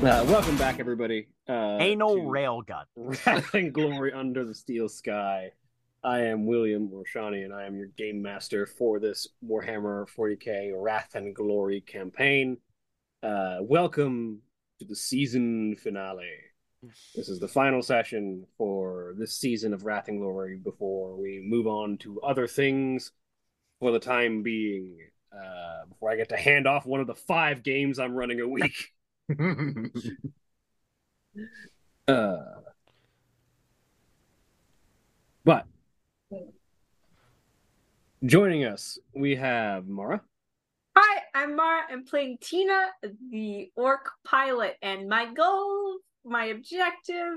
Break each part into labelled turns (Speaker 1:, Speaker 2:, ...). Speaker 1: Uh, welcome back, everybody. Uh,
Speaker 2: Anal
Speaker 1: to
Speaker 2: railgun.
Speaker 1: Wrath and Glory Under the Steel Sky. I am William Roshani, and I am your game master for this Warhammer 40k Wrath and Glory campaign. Uh, welcome to the season finale. This is the final session for this season of Wrath and Glory before we move on to other things for the time being. Uh, before I get to hand off one of the five games I'm running a week. Uh, but joining us, we have Mara.
Speaker 3: Hi, I'm Mara. I'm playing Tina, the orc pilot, and my goal, my objective,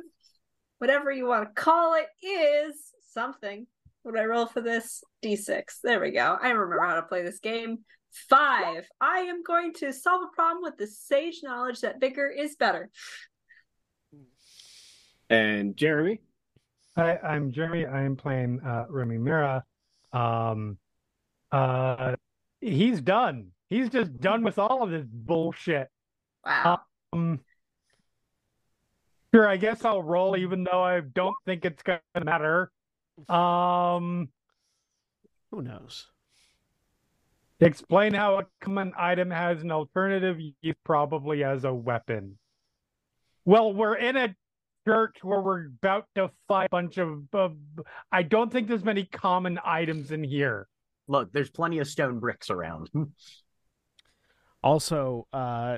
Speaker 3: whatever you want to call it, is something. What do I roll for this? D6. There we go. I remember how to play this game. Five. I am going to solve a problem with the sage knowledge that bigger is better.
Speaker 1: And Jeremy.
Speaker 4: Hi, I'm Jeremy. I am playing uh, Remy Mira. Um, uh, he's done. He's just done with all of this bullshit.
Speaker 3: Wow.
Speaker 4: Um, sure, I guess I'll roll, even though I don't think it's gonna matter. Um,
Speaker 5: Who knows?
Speaker 4: explain how a common item has an alternative use, probably as a weapon. Well, we're in a church where we're about to fight a bunch of. of I don't think there's many common items in here.
Speaker 2: Look, there's plenty of stone bricks around.
Speaker 5: Also, uh,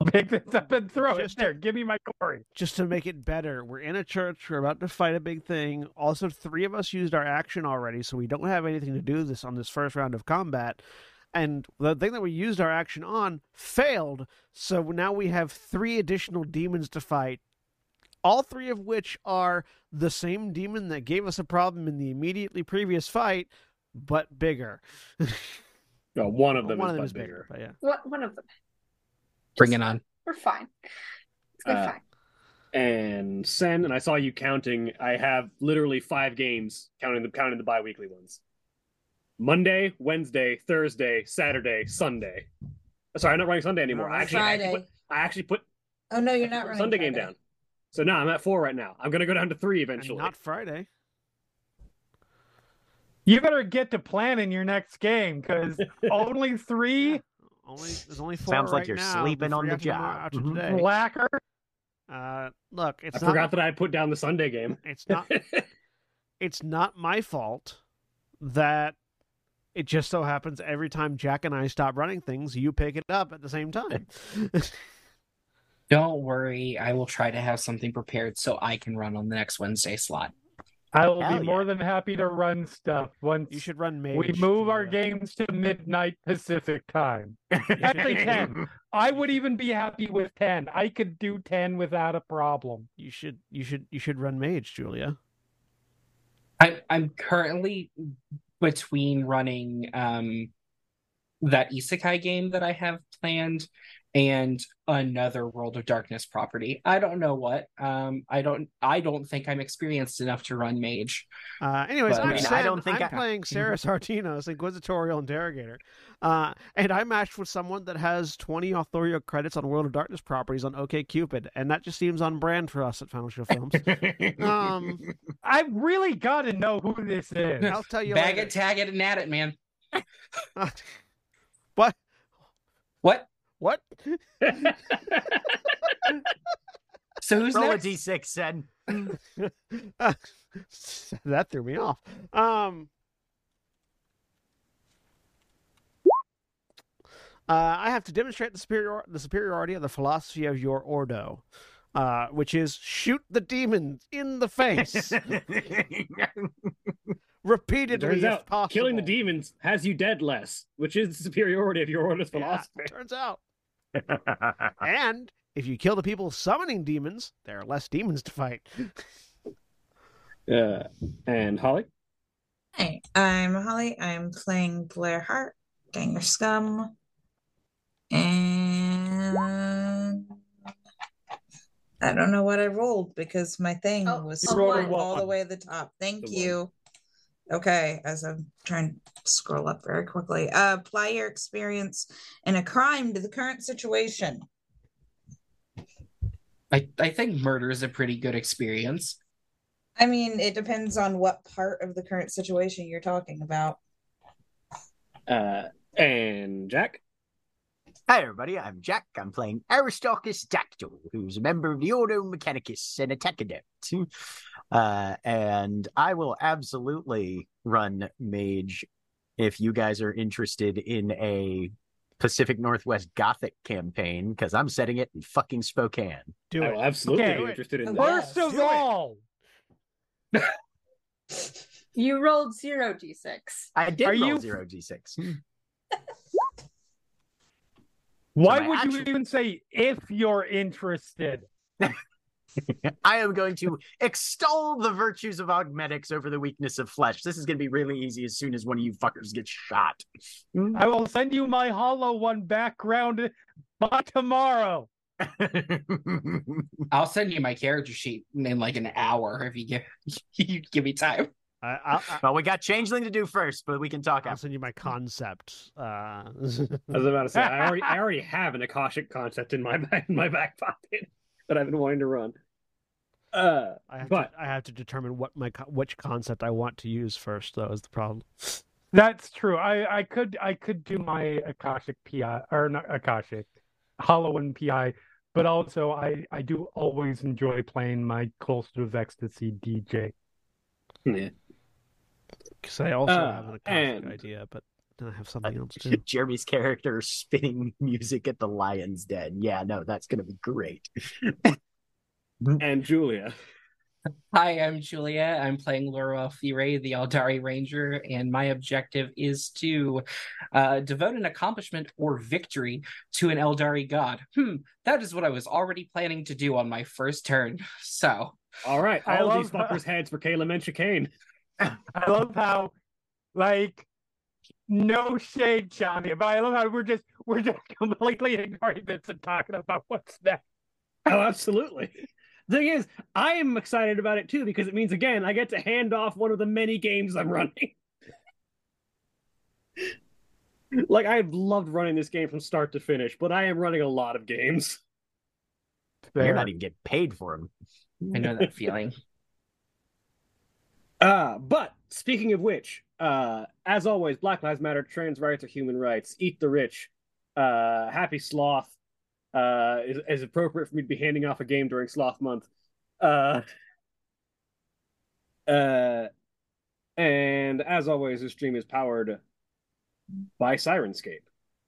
Speaker 4: I'll pick this up and throw
Speaker 5: Just-
Speaker 4: it there. Give me my glory.
Speaker 5: just to make it better, we're in a church. We're about to fight a big thing. Also, three of us used our action already, so we don't have anything to do this on this first round of combat. And the thing that we used our action on failed, so now we have three additional demons to fight. All three of which are the same demon that gave us a problem in the immediately previous fight, but bigger.
Speaker 1: No, uh, one of them
Speaker 5: One
Speaker 1: is,
Speaker 5: of them
Speaker 1: but
Speaker 5: is
Speaker 1: bigger.
Speaker 5: Mm-hmm. bigger, but yeah.
Speaker 3: What one of them?
Speaker 6: Bring it on.
Speaker 3: We're fine. It's gonna be
Speaker 1: Uh,
Speaker 3: fine.
Speaker 1: And Sen, and I saw you counting. I have literally five games counting the counting the bi-weekly ones. Monday, Wednesday, Thursday, Saturday, Sunday. Oh, Sorry, I'm not running Sunday anymore.
Speaker 5: No,
Speaker 1: I actually, I actually
Speaker 7: Oh, Friday.
Speaker 1: put, I actually put
Speaker 7: Oh no, you're
Speaker 1: I
Speaker 7: not
Speaker 1: put
Speaker 7: running
Speaker 1: Sunday game
Speaker 7: Friday.
Speaker 1: down. So now I'm at four right now. I'm gonna go down to three
Speaker 5: And
Speaker 1: eventually.
Speaker 5: not Friday.
Speaker 4: You better get to planning your next game because only three
Speaker 5: Only there's only four.
Speaker 2: Sounds like
Speaker 5: right
Speaker 2: you're
Speaker 5: now,
Speaker 2: sleeping
Speaker 5: the
Speaker 2: on
Speaker 5: three
Speaker 2: the
Speaker 5: after tomorrow-
Speaker 2: job.
Speaker 5: after
Speaker 2: Mhm.
Speaker 5: today.
Speaker 4: lacquer.
Speaker 5: Uh, look, it's
Speaker 1: I
Speaker 5: not
Speaker 1: forgot that I had put down the Sunday game.
Speaker 5: it's not it's not my fault that it just so happens every time Jack and I stop running things, you pick it up at the same time.
Speaker 6: Don't worry, I will try to have something prepared so I can run on the next Wednesday slot.
Speaker 4: I will
Speaker 2: Hell
Speaker 4: be
Speaker 2: yeah.
Speaker 4: more than happy to run stuff once
Speaker 5: you should run mage.
Speaker 4: we
Speaker 5: to
Speaker 4: move our
Speaker 5: the-
Speaker 4: games to midnight Pacific time.
Speaker 5: you should-
Speaker 4: Actually, 10. I would even be happy with 10. I could do 10 without a problem.
Speaker 5: You should you should you should run mage, Julia.
Speaker 6: I, I'm currently between running um that isekai game that I have planned and another World of Darkness property. I don't know what. Um I don't I don't think I'm experienced enough to run mage.
Speaker 5: Uh, anyways,
Speaker 6: But,
Speaker 5: I'm
Speaker 6: I mean, I
Speaker 5: Sam.
Speaker 2: don't think
Speaker 5: I'm
Speaker 2: I-
Speaker 5: playing Sarah Sartinos, Inquisitorial Interrogator, uh, and I matched with someone that has 20 authorial credits on World of Darkness properties on OKCupid, and that just seems on brand for us at Final Show Films. um,
Speaker 4: I really got to know who this is.
Speaker 5: I'll tell you
Speaker 6: Bag
Speaker 5: later.
Speaker 6: it, tag it, and add it, man.
Speaker 5: what?
Speaker 6: What?
Speaker 5: What?
Speaker 6: So who's
Speaker 2: Roll a
Speaker 6: next?
Speaker 2: d6, Sen.
Speaker 5: Uh, that threw me off. Um, uh, I have to demonstrate the superior the superiority of the philosophy of your ordo.
Speaker 8: uh, which is shoot the demons in the face repeatedly
Speaker 1: Turns
Speaker 8: if
Speaker 1: out,
Speaker 8: possible.
Speaker 1: Killing the demons has you dead less, which is the superiority of your order's
Speaker 8: Yeah,
Speaker 1: philosophy.
Speaker 8: turns out. And if you kill the people summoning demons, there are less demons to fight.
Speaker 1: Uh, and Holly?
Speaker 7: Hi, I'm Holly. I'm playing Blair Hart, Ganger Scum. And I don't know what I rolled because my thing
Speaker 9: Oh,
Speaker 7: was
Speaker 9: you
Speaker 7: scrolled
Speaker 9: rolled a
Speaker 7: all the
Speaker 4: one.
Speaker 7: way at the top. Thank
Speaker 1: The one.
Speaker 7: you. Okay, as I'm trying to scroll up very quickly. Uh, apply your experience in a crime to the current situation.
Speaker 6: I, I think murder is a pretty good experience.
Speaker 7: I mean, it depends on what part of the current situation you're talking about.
Speaker 1: Uh, and Jack?
Speaker 2: Hi, everybody. I'm Jack. I'm playing Aristarchus Dactyl, who's a member of the Ordo Mechanicus and attack adept. Uh, and I will absolutely run Mage if you guys are interested in a Pacific Northwest Gothic campaign, because I'm setting it in fucking Spokane.
Speaker 8: Do
Speaker 1: I
Speaker 8: it.
Speaker 1: will absolutely
Speaker 4: Okay.
Speaker 1: be interested in that.
Speaker 7: What?
Speaker 4: First of
Speaker 8: Do it.
Speaker 4: all,
Speaker 9: You rolled zero d6.
Speaker 2: I did
Speaker 4: Are
Speaker 2: roll
Speaker 4: you-
Speaker 2: 0d6.
Speaker 4: why
Speaker 2: my
Speaker 4: would you
Speaker 2: actual-
Speaker 4: even say if you're interested?
Speaker 2: I am going to extol the virtues of augmetics over the weakness of flesh. This is going to be really easy as soon as one of you fuckers gets shot. Hmm?
Speaker 4: I will send you my hollow one background by tomorrow.
Speaker 6: I'll send you my character sheet in like an hour if you give you give me time.
Speaker 8: I, I'll, I-
Speaker 2: well, we got changeling to do first, but we can talk
Speaker 8: I'll
Speaker 2: after.
Speaker 8: send you my concept. Uh,
Speaker 1: I was about to say, I already, I already have an Akashic concept in my back, in my back pocket that I've been wanting to run. Uh,
Speaker 8: I have
Speaker 1: But-
Speaker 8: to, I have to determine what my co- which concept I want to use first. Though is the problem.
Speaker 4: That's true. I I could I could do my Akashic PI or not Akashic Hollow and PI, but also I I do always enjoy playing my Cloister of Ecstasy DJ.
Speaker 1: yeah.
Speaker 8: Because I also
Speaker 1: Uh,
Speaker 8: have an
Speaker 1: and-
Speaker 8: concept idea, but then I have something else too.
Speaker 2: Jeremy's character spinning music at the lion's den. Yeah, no, that's going to be great.
Speaker 1: And Julia.
Speaker 6: Hi, I'm Julia. I'm playing Laura Fire, the Aldari Ranger, and my objective is to uh, devote an accomplishment or victory to an Eldari god. Hmm, that is what I was already planning to do on my first turn. So,
Speaker 1: All right,
Speaker 4: I
Speaker 1: all
Speaker 4: love
Speaker 1: these fuckers' heads for Caleb and Chicane.
Speaker 4: I love how like no shade, Johnny, but I love how we're just we're just completely ignoring this and talking about what's next.
Speaker 1: Oh, absolutely. Thing is, I am excited about it too because it means again I get to hand off one of the many games I'm running. like I've loved running this game from start to finish, but I am running a lot of games.
Speaker 2: You're
Speaker 4: Fair.
Speaker 2: not e- even getting paid for him.
Speaker 6: I know that feeling.
Speaker 1: Uh, but speaking of which, uh, as always, Black Lives Matter, trans rights are human rights, eat the rich, uh, happy sloth, uh, is, is appropriate for me to be handing off a game during sloth month. Uh, uh, and as always, this stream is powered by Sirenscape.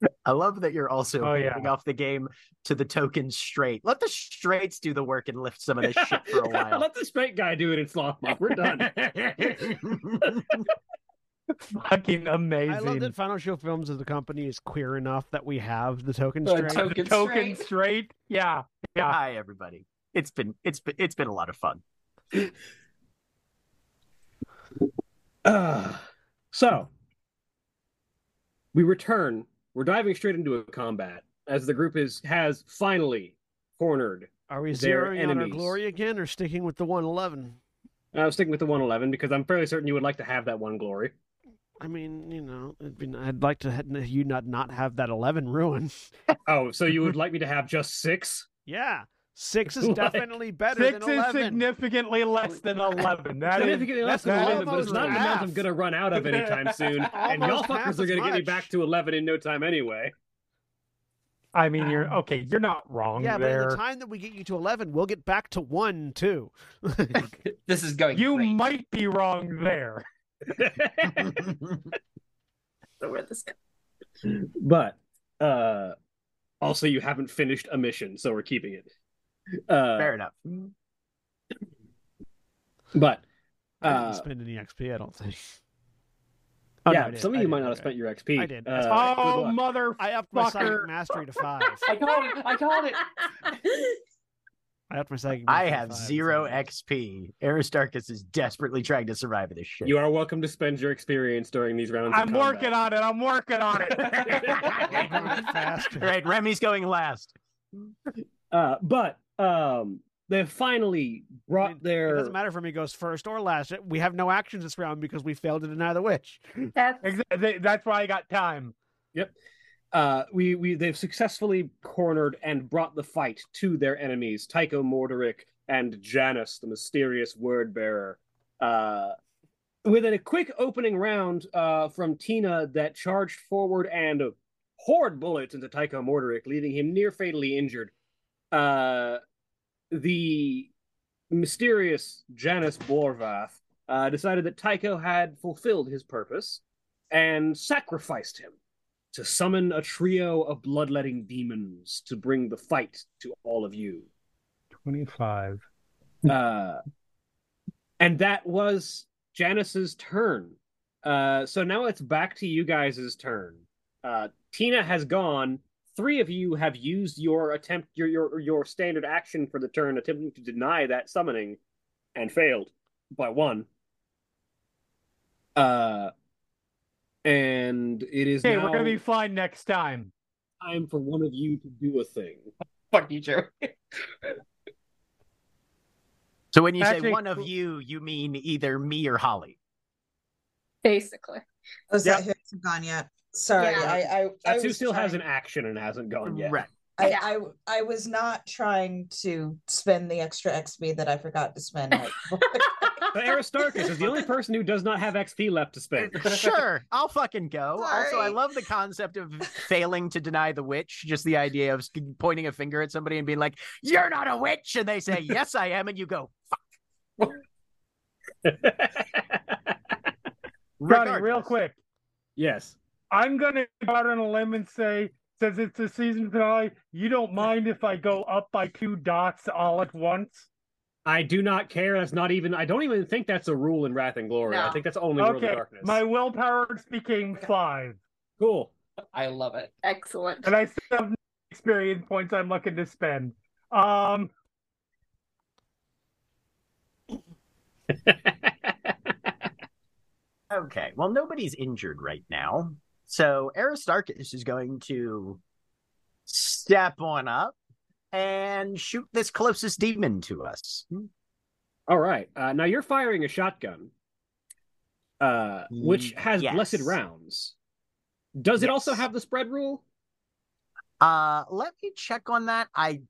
Speaker 2: I love that you're also
Speaker 4: Oh, yeah.
Speaker 2: handing off the game to the tokens straight. Let the straights do the work and lift some of this shit for a while.
Speaker 1: Let the straight guy do it in sloth month. We're done.
Speaker 4: Fucking amazing.
Speaker 8: I love that Final Show Films as a company is queer enough that we have the token
Speaker 6: Uh,
Speaker 8: string.
Speaker 6: to- Token
Speaker 4: Token
Speaker 6: straight.
Speaker 4: straight. Yeah. Yeah.
Speaker 2: Hi everybody. It's been it's been it's been a lot of fun.
Speaker 1: Uh, so we return. We're diving straight into a combat as the group is has finally cornered.
Speaker 8: Are we
Speaker 1: They're
Speaker 8: zeroing on our
Speaker 1: enemies.
Speaker 8: glory again, or sticking with the 111?
Speaker 1: And I was sticking with the 111 because I'm fairly certain you would like to have that one glory.
Speaker 8: I mean, you know, it'd be, I'd like to ha- you not not have that 11 ruin.
Speaker 1: Oh, so you would like me to have just six?
Speaker 8: Yeah, six is
Speaker 1: Like,
Speaker 8: definitely better
Speaker 4: Six
Speaker 8: than
Speaker 4: is
Speaker 8: 11.
Speaker 4: significantly less than eleven. That is
Speaker 1: Significantly less
Speaker 8: that's
Speaker 1: than 11, but
Speaker 8: almost
Speaker 1: it's not an amount I'm
Speaker 8: half.
Speaker 1: going to run out of anytime soon. and y'all
Speaker 8: Almost half
Speaker 1: fuckers are
Speaker 8: as
Speaker 1: going to get me
Speaker 8: much.
Speaker 1: back to 11 in no time anyway.
Speaker 4: I mean, you're okay. You're not wrong
Speaker 8: yeah, but in
Speaker 4: there.
Speaker 8: the time that we get you to 11, we'll get back to one too.
Speaker 6: this is going
Speaker 4: you
Speaker 6: great.
Speaker 4: might be wrong there.
Speaker 9: So where this goes.
Speaker 1: but uh also you haven't finished a mission, so we're keeping it. Uh,
Speaker 2: Fair enough.
Speaker 1: But
Speaker 8: I didn't
Speaker 1: Uh,
Speaker 8: spend any XP, I don't think. Oh,
Speaker 1: yeah, some of you might not have spent your XP.
Speaker 8: I did.
Speaker 1: Uh, good
Speaker 4: oh
Speaker 1: luck.
Speaker 4: mother!
Speaker 8: I upped my psychic
Speaker 4: Fucker.
Speaker 8: mastery to five.
Speaker 6: I called it. I called it.
Speaker 8: I upped my psychic.
Speaker 2: I
Speaker 8: mastery to
Speaker 2: have
Speaker 8: five,
Speaker 2: zero
Speaker 8: so-
Speaker 2: XP. Aristarchus is desperately trying to survive this shit.
Speaker 1: You are welcome to spend your experience during these rounds.
Speaker 4: I'm working on it. I'm working on
Speaker 8: Going
Speaker 4: it.
Speaker 8: faster.
Speaker 2: right, Remy's going last.
Speaker 1: Uh, but um, they've finally
Speaker 8: I
Speaker 1: brought
Speaker 8: mean, It
Speaker 1: their.
Speaker 8: doesn't matter for me goes first or last. We have no actions this round because we failed to deny the witch.
Speaker 9: That's
Speaker 4: Exa- they- That's why I got time.
Speaker 1: uh, we we they've successfully cornered and brought the fight to their enemies, Tycho Morderic and Janus, the mysterious word bearer. Uh, with a quick opening round uh, from Tina that charged forward and poured bullets into Tycho Morderic, leaving him near fatally injured. Uh, the mysterious Janus Borvath uh, decided that Tycho had fulfilled his purpose and sacrificed him to summon a trio of bloodletting demons to bring the fight to all of you.
Speaker 4: Twenty-five.
Speaker 1: Uh, and that was Janice's turn. Uh, so now it's back to you guys' turn. Uh, Tina has gone. Three of you have used your attempt, your your your standard action for the turn, attempting to deny that summoning, and failed by one. Uh, and it is
Speaker 4: Okay,
Speaker 1: now
Speaker 4: we're gonna be fine next time.
Speaker 1: time for one of you to do a thing.
Speaker 6: Fuck you, Joe.
Speaker 2: So when you say
Speaker 4: Actually-
Speaker 2: one of you, you mean either me or Holly.
Speaker 9: basically.
Speaker 7: Oh, so
Speaker 8: Yeah.
Speaker 7: who hasn't gone yet? Sorry,
Speaker 9: Yeah.
Speaker 7: I, I, I
Speaker 1: That's who
Speaker 7: was
Speaker 1: still has
Speaker 7: trying-
Speaker 1: an action and hasn't gone yet.
Speaker 2: Right.
Speaker 7: I, I, I was not trying to spend the extra XP that I forgot to spend. right before.
Speaker 1: But Aristarchus is the only person who does not have XP left to spend.
Speaker 2: sure, I'll fucking go. Also, I
Speaker 7: Sorry.
Speaker 2: love the concept of failing to deny the witch. Just the idea of pointing a finger at somebody and being like, "You're not a witch," and they say, "Yes, I am," and you go,
Speaker 4: Johnny, real
Speaker 2: "Regardless."
Speaker 4: quick.
Speaker 1: yes.
Speaker 4: I'm gonna go out on a limb and say, since it's the season finale, you don't mind if I go up by two dots all at once.
Speaker 1: I do not care. That's not even. I don't even think that's a rule in Wrath and Glory. I
Speaker 9: No.
Speaker 1: think that's only World of
Speaker 4: Okay,
Speaker 1: Darkness.
Speaker 4: my willpower became five,
Speaker 1: Cool.
Speaker 6: I love it.
Speaker 9: Excellent.
Speaker 4: and I still have no experience points I'm looking to spend. Um,
Speaker 2: Okay. Well, nobody's injured right now. So Aristarchus is going to step on up and shoot this closest demon to us.
Speaker 1: All right. Uh, now you're firing a shotgun, uh, which
Speaker 2: Ye-
Speaker 1: has
Speaker 2: yes.
Speaker 1: blessed rounds. Does it also
Speaker 2: Yes.
Speaker 1: have the spread rule?
Speaker 2: Uh let me check on that. I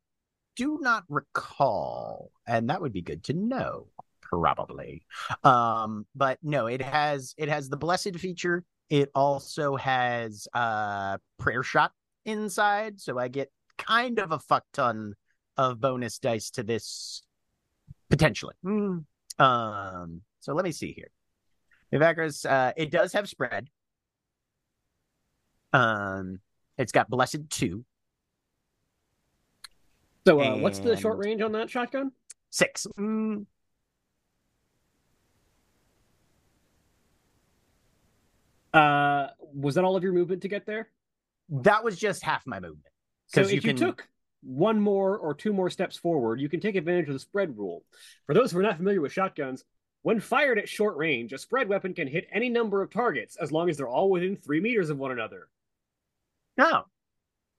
Speaker 2: do not recall, and that would be good to know, probably. Um, but no, it has it has the blessed feature. It also has uh prayer shot inside, so I get kind of a fuck ton of bonus dice to this potentially. Hmm. Um, so let me see here. Evacris, uh, it does have spread. Um, it's got blessed two,
Speaker 1: So uh, what's the short Mm.
Speaker 2: And-
Speaker 1: range on that shotgun?
Speaker 2: six. Hmm.
Speaker 1: Uh, was that all of your movement to get there?
Speaker 2: That was just half my movement.
Speaker 1: So
Speaker 2: 'Cause
Speaker 1: if
Speaker 2: you
Speaker 1: you,
Speaker 2: can-
Speaker 1: took one more or two more steps forward, you can take advantage of the spread rule. For those who are not familiar with shotguns, when fired at short range, a spread weapon can hit any number of targets as long as they're all within three meters of one another.
Speaker 2: Oh,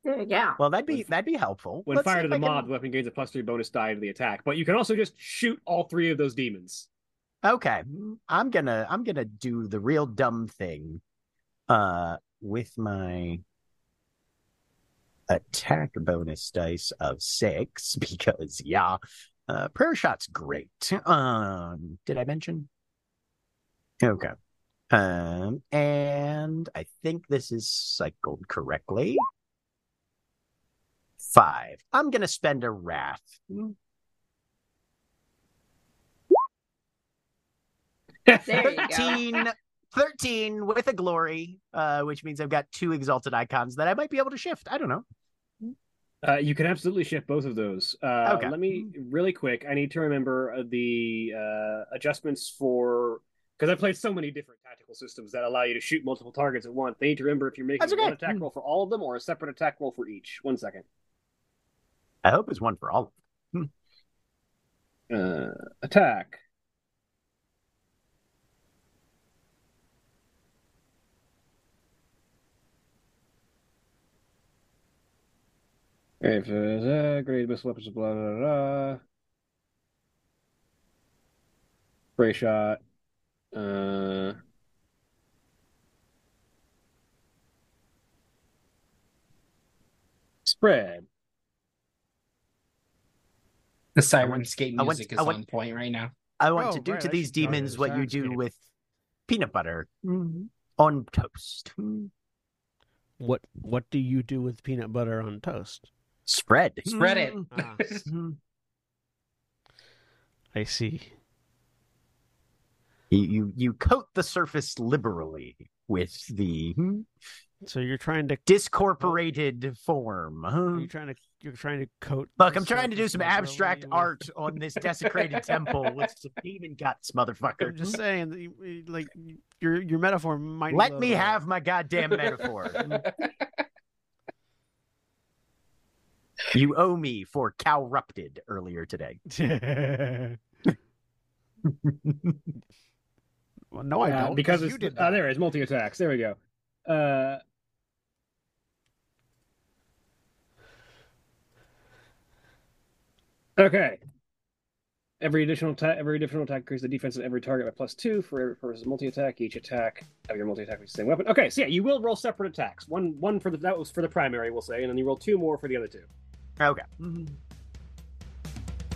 Speaker 9: Yeah.
Speaker 2: well, that'd be
Speaker 1: When-
Speaker 2: that'd be helpful.
Speaker 1: When
Speaker 2: Let's see
Speaker 1: fired at
Speaker 2: if
Speaker 1: the
Speaker 2: I can-
Speaker 1: mob, the weapon gains a plus three bonus die to the attack, but you can also just shoot all three of those demons.
Speaker 2: Okay, I'm gonna I'm gonna do the real dumb thing, uh, with my attack bonus dice of six because yeah, uh, prayer shot's great. Um, did I mention? Okay, um, and I think this is cycled correctly. Five. I'm gonna spend a wrath.
Speaker 9: There you go.
Speaker 2: 13, 13 with a glory, uh, which means I've got two exalted icons that I might be able to shift. I don't know.
Speaker 1: Uh, you can absolutely shift both of those. Uh,
Speaker 2: Okay.
Speaker 1: Let me really quick. I need to remember uh, the uh, adjustments for because I played so many different tactical systems that allow you to shoot multiple targets at once. They need to remember if you're making
Speaker 2: That's okay.
Speaker 1: one attack roll for all of them or a separate attack roll for each. One second.
Speaker 2: I hope it's one for all. Hmm.
Speaker 1: Uh, attack. If uh, great missile weapons, blah blah blah. Spray shot. Uh. Spread.
Speaker 6: The Sirenscape
Speaker 2: I went-
Speaker 6: music is
Speaker 2: I went-
Speaker 6: on point right now.
Speaker 2: I want
Speaker 8: Oh,
Speaker 2: to do
Speaker 8: right,
Speaker 2: to
Speaker 8: I
Speaker 2: these
Speaker 8: should try
Speaker 2: demons
Speaker 8: this.
Speaker 2: what you
Speaker 8: Sounds
Speaker 2: do
Speaker 8: good.
Speaker 2: with peanut butter mm, on toast. Mm,
Speaker 8: What What do you do with peanut butter on toast?
Speaker 2: Spread.
Speaker 6: Spread it.
Speaker 2: Mm,
Speaker 8: Ah,
Speaker 2: mm.
Speaker 8: I see.
Speaker 2: You, you you coat the surface liberally with the mm,
Speaker 8: Mm-hmm. So you're trying to
Speaker 2: discorporated form. huh?
Speaker 8: you're trying to you're trying to coat.
Speaker 2: Look,
Speaker 8: the
Speaker 2: I'm trying to do
Speaker 8: surface
Speaker 2: some
Speaker 8: liberally
Speaker 2: abstract
Speaker 8: with-
Speaker 2: art on this desecrated temple with some demon guts,
Speaker 8: I'm
Speaker 2: motherfucker.
Speaker 8: just saying, that you- you- like your your metaphor might. need a
Speaker 2: Let
Speaker 8: little
Speaker 2: me
Speaker 8: bit of-
Speaker 2: have my goddamn metaphor. you owe me for corrupted earlier today.
Speaker 8: Well, no, I
Speaker 1: Uh,
Speaker 8: don't.
Speaker 1: because
Speaker 8: you
Speaker 1: it's,
Speaker 8: did
Speaker 1: uh,
Speaker 8: that.
Speaker 1: there it is multi attacks. There we go. Uh, okay. Every additional attack, every additional attack increases the defense of every target by plus two for every purpose of multi attack. Each attack of your multi attack with the same weapon. Okay, so yeah, you will roll separate attacks. One, one for the that was for the primary, we'll say, and then you roll two more for the other two.
Speaker 2: Okay.
Speaker 6: Mm-hmm.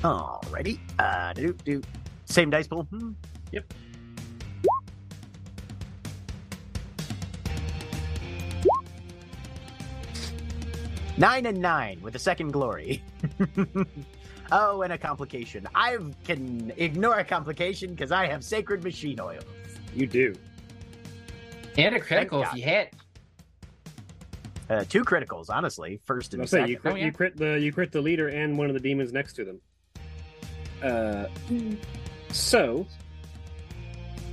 Speaker 2: Alrighty. Uh, do do. Same dice pool. Hmm.
Speaker 1: Yep.
Speaker 2: Nine and nine with a second glory. oh, and a complication. I can ignore a complication because I have sacred machine oil.
Speaker 1: You do.
Speaker 6: And a critical if
Speaker 2: God.
Speaker 6: you hit.
Speaker 2: Uh, two criticals, honestly. First and
Speaker 1: I'm
Speaker 2: second.
Speaker 1: saying you crit,
Speaker 6: Oh, yeah.
Speaker 1: you crit the you crit the leader and one of the demons next to them. Uh, so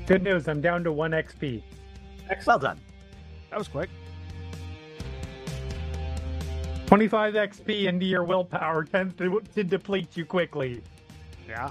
Speaker 4: Good news, I'm down to one XP.
Speaker 2: Well done.
Speaker 8: That was quick.
Speaker 4: 25 XP into your willpower tends to, to deplete you quickly.
Speaker 8: Yeah.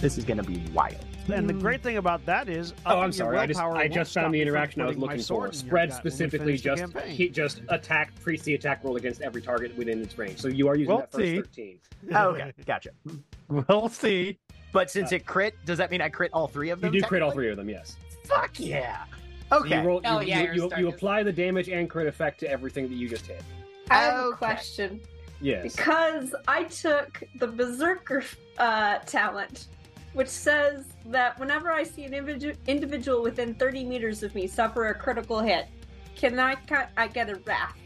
Speaker 2: This is gonna be wild.
Speaker 8: And the great thing about that is,
Speaker 1: Oh,
Speaker 8: upping
Speaker 1: I'm
Speaker 8: Uh, your
Speaker 1: sorry. I just
Speaker 8: willpower
Speaker 1: I
Speaker 8: won't
Speaker 1: just
Speaker 8: stop
Speaker 1: found the
Speaker 8: me from
Speaker 1: interaction I was
Speaker 8: putting my
Speaker 1: looking
Speaker 8: sword
Speaker 1: for.
Speaker 8: in your
Speaker 1: Spread
Speaker 8: gut when we
Speaker 1: specifically
Speaker 8: finish the
Speaker 1: just
Speaker 8: campaign.
Speaker 1: he just attack pre the attack roll against every target within its range. So you are using
Speaker 4: Well,
Speaker 1: that first
Speaker 4: see.
Speaker 1: thirteen.
Speaker 2: Oh, okay, gotcha.
Speaker 4: We'll see. Uh,
Speaker 2: But since it crit, does that mean I crit all three of
Speaker 1: You
Speaker 2: them?
Speaker 1: do crit all
Speaker 2: technically?
Speaker 1: three of them, yes.
Speaker 2: Fuck yeah.
Speaker 1: So
Speaker 2: Okay.
Speaker 1: You roll.
Speaker 6: Oh,
Speaker 1: you,
Speaker 6: yeah,
Speaker 1: you-
Speaker 6: you're
Speaker 1: you, you
Speaker 6: starting to-
Speaker 1: apply the damage and crit effect to everything that you just hit.
Speaker 9: I have a
Speaker 2: Okay.
Speaker 9: question
Speaker 1: Yes.
Speaker 9: because I took the berserker uh, talent, which says that whenever I see an individu- individual within 30 meters of me suffer a critical hit, can I ca- I get a wrath?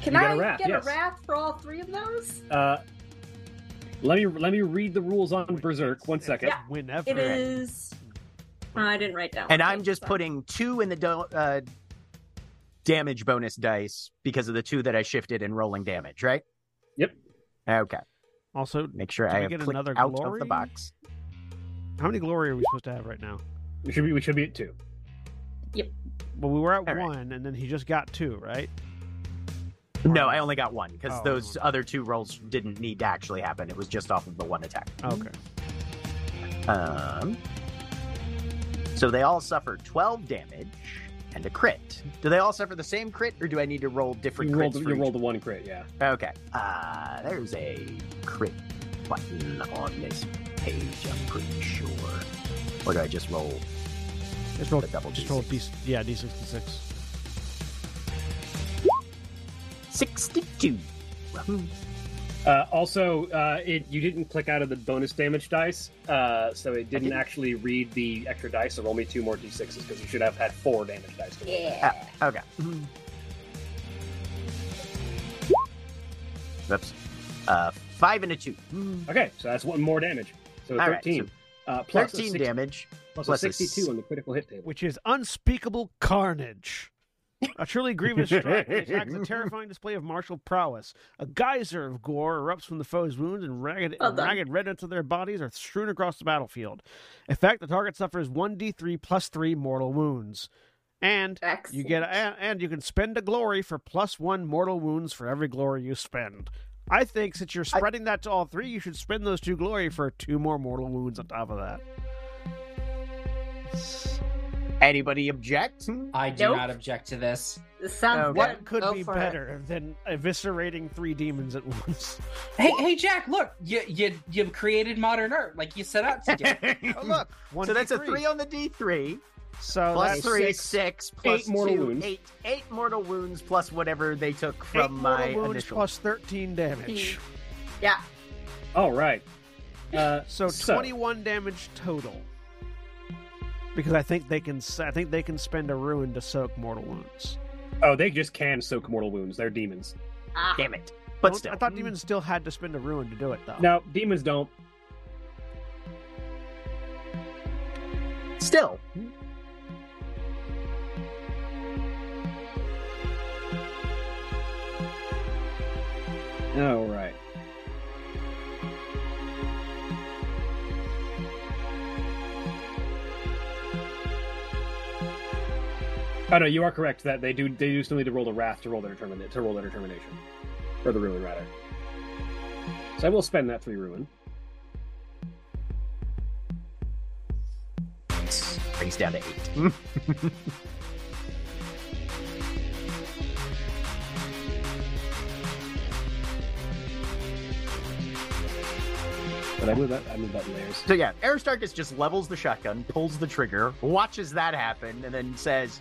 Speaker 9: Can
Speaker 1: You
Speaker 9: I
Speaker 1: get a wrath,
Speaker 9: get
Speaker 1: yes.
Speaker 9: a wrath for all three of those?
Speaker 1: Uh, let me let me read the rules on Berserk. One second.
Speaker 8: Yeah. Whenever.
Speaker 9: It is. oh, I didn't write down.
Speaker 2: And
Speaker 9: what
Speaker 2: I'm
Speaker 9: it
Speaker 2: just
Speaker 9: was.
Speaker 2: putting two in the do- uh, damage bonus dice because of the two that I shifted in rolling damage, right?
Speaker 1: Yep.
Speaker 2: Okay.
Speaker 8: Also,
Speaker 2: Make sure
Speaker 8: Do
Speaker 2: I
Speaker 8: we
Speaker 2: have
Speaker 8: get
Speaker 2: clicked
Speaker 8: another
Speaker 2: out of
Speaker 8: glory?
Speaker 2: the box.
Speaker 8: how many glory are we supposed to have right now?
Speaker 1: We should be we should be at two.
Speaker 8: Well, we were at
Speaker 2: All right.
Speaker 8: one, and then he just got two, right?
Speaker 2: No, I only got one because
Speaker 8: Oh.
Speaker 2: those other two rolls didn't need to actually happen. It was just off of the one attack.
Speaker 8: Okay.
Speaker 2: Um, so they all suffer 12 damage and a crit. Do they all suffer the same crit, or do I need to roll different
Speaker 1: You
Speaker 2: crits?
Speaker 1: rolled
Speaker 2: for
Speaker 1: you
Speaker 2: each
Speaker 1: rolled the one crit. Yeah.
Speaker 2: Okay. Uh, there's a crit button on this page, I'm pretty sure. Or do I just roll
Speaker 8: Just roll.
Speaker 2: a double
Speaker 8: Just roll
Speaker 2: D6?
Speaker 8: d. Yeah, d sixty six.
Speaker 2: 62.
Speaker 1: Uh, also, uh, it you didn't click out of the bonus damage dice, uh, so it didn't,
Speaker 2: didn't.
Speaker 1: actually read the extra dice. So roll me two more d6s because you should have had four damage dice. To roll.
Speaker 9: Yeah.
Speaker 2: Ah, Okay. Oops. Uh, five and a two.
Speaker 1: Okay, so that's one more damage. So
Speaker 2: All right,
Speaker 1: thirteen uh, plus a
Speaker 2: 13
Speaker 1: six-
Speaker 2: damage.
Speaker 1: plus a
Speaker 2: plus a
Speaker 1: sixty-two
Speaker 2: s-
Speaker 1: on the critical hit table.
Speaker 8: which is unspeakable carnage.
Speaker 5: A truly grievous strike which acts a terrifying display of martial prowess. A geyser of gore erupts from the foe's wounds, and ragged,
Speaker 3: Well
Speaker 5: and
Speaker 3: done.
Speaker 5: ragged remnants of their bodies are strewn across the battlefield. In fact, the target suffers 1d3 plus 3 mortal wounds. And
Speaker 3: Excellent.
Speaker 5: you get and, and you can spend a glory for plus 1 mortal wounds for every glory you spend. I think since you're
Speaker 2: I-
Speaker 5: spreading that to all three, you should spend those two glory for two more mortal wounds on top of that.
Speaker 2: Anybody object?
Speaker 6: I do
Speaker 3: Nope.
Speaker 6: not object to this.
Speaker 3: This sounds
Speaker 2: Okay.
Speaker 5: What
Speaker 3: good.
Speaker 5: could
Speaker 3: Go
Speaker 5: be
Speaker 3: for it.
Speaker 5: better than eviscerating three demons at once?
Speaker 6: Hey, hey, Jack! Look, you you you created modern art like you set out to do.
Speaker 5: Oh, look. One
Speaker 2: so that's a
Speaker 5: D3.
Speaker 2: three on the D3.
Speaker 5: So
Speaker 2: plus
Speaker 5: that's
Speaker 2: three is
Speaker 5: six.
Speaker 2: six. plus
Speaker 1: Eight mortal
Speaker 2: two,
Speaker 1: wounds.
Speaker 2: Eight, eight mortal wounds plus whatever they took
Speaker 5: Eight
Speaker 2: from my
Speaker 5: mortal wounds
Speaker 2: initial.
Speaker 5: plus 13 damage.
Speaker 3: Yeah.
Speaker 1: All right. Uh,
Speaker 5: So
Speaker 1: So-
Speaker 5: 21 damage total. Because I think they can s- I think they can spend a ruin to soak mortal wounds.
Speaker 1: oh, they just can soak mortal wounds. They're demons.
Speaker 3: Ah.
Speaker 2: Damn it. But
Speaker 5: Don't-
Speaker 2: still.
Speaker 5: I thought demons still had to spend a ruin to do it though.
Speaker 1: No, demons don't.
Speaker 2: Still.
Speaker 1: All right. Oh no, you are correct that they do they do still need to roll the wrath to roll their determin to roll their determination. Or the ruin rather. So I will spend that three ruin.
Speaker 2: Brings down to eight.
Speaker 1: But I move that I move that in layers.
Speaker 2: so yeah, Aristarchus just levels the shotgun, pulls the trigger, watches that happen, and then says,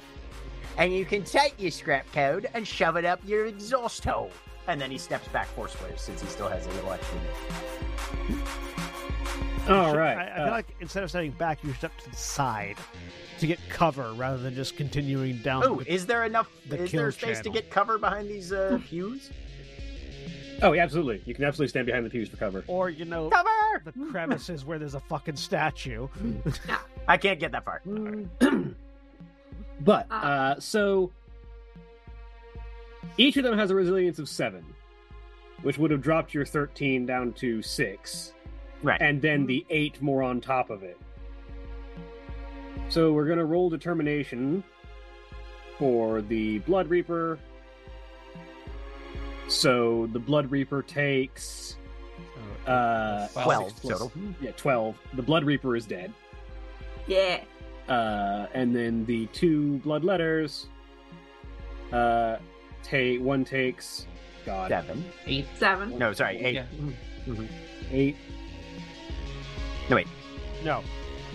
Speaker 2: And you can take your scrap code and shove it up your exhaust hole. And then he steps back four squares since he still has a little extra.
Speaker 1: All
Speaker 5: Should-
Speaker 1: right.
Speaker 5: I, I feel
Speaker 1: uh,
Speaker 5: like instead of standing back, you step to the side to get cover rather than just continuing down.
Speaker 2: Oh,
Speaker 5: the-
Speaker 2: is there enough?
Speaker 5: Um, The
Speaker 2: is
Speaker 5: kill
Speaker 2: there space to
Speaker 5: channel. Hmm.
Speaker 2: get cover behind these uh, pews?
Speaker 1: oh, yeah, absolutely. You can absolutely stand behind the pews for cover.
Speaker 5: or you know
Speaker 2: Cover!
Speaker 5: the crevices where there's a fucking statue.
Speaker 2: I can't get that far.
Speaker 1: but
Speaker 3: Ah.
Speaker 1: uh, so each of them has a resilience of seven, which would have dropped your thirteen down to six,
Speaker 2: Right.
Speaker 1: and then the eight more on top of it. So we're gonna roll determination for the Blood Reaper. So the Blood Reaper takes uh,
Speaker 6: Wow.
Speaker 2: Twelve
Speaker 1: six plus-
Speaker 2: total.
Speaker 1: yeah twelve. The Blood Reaper is dead.
Speaker 3: Yeah.
Speaker 1: uh, and then the two blood letters. Uh, take one takes God Mm-hmm.
Speaker 2: Seven.
Speaker 6: Eight.
Speaker 3: Seven.
Speaker 2: No, sorry, eight. Mm-hmm.
Speaker 6: Yeah.
Speaker 1: eight.
Speaker 5: No,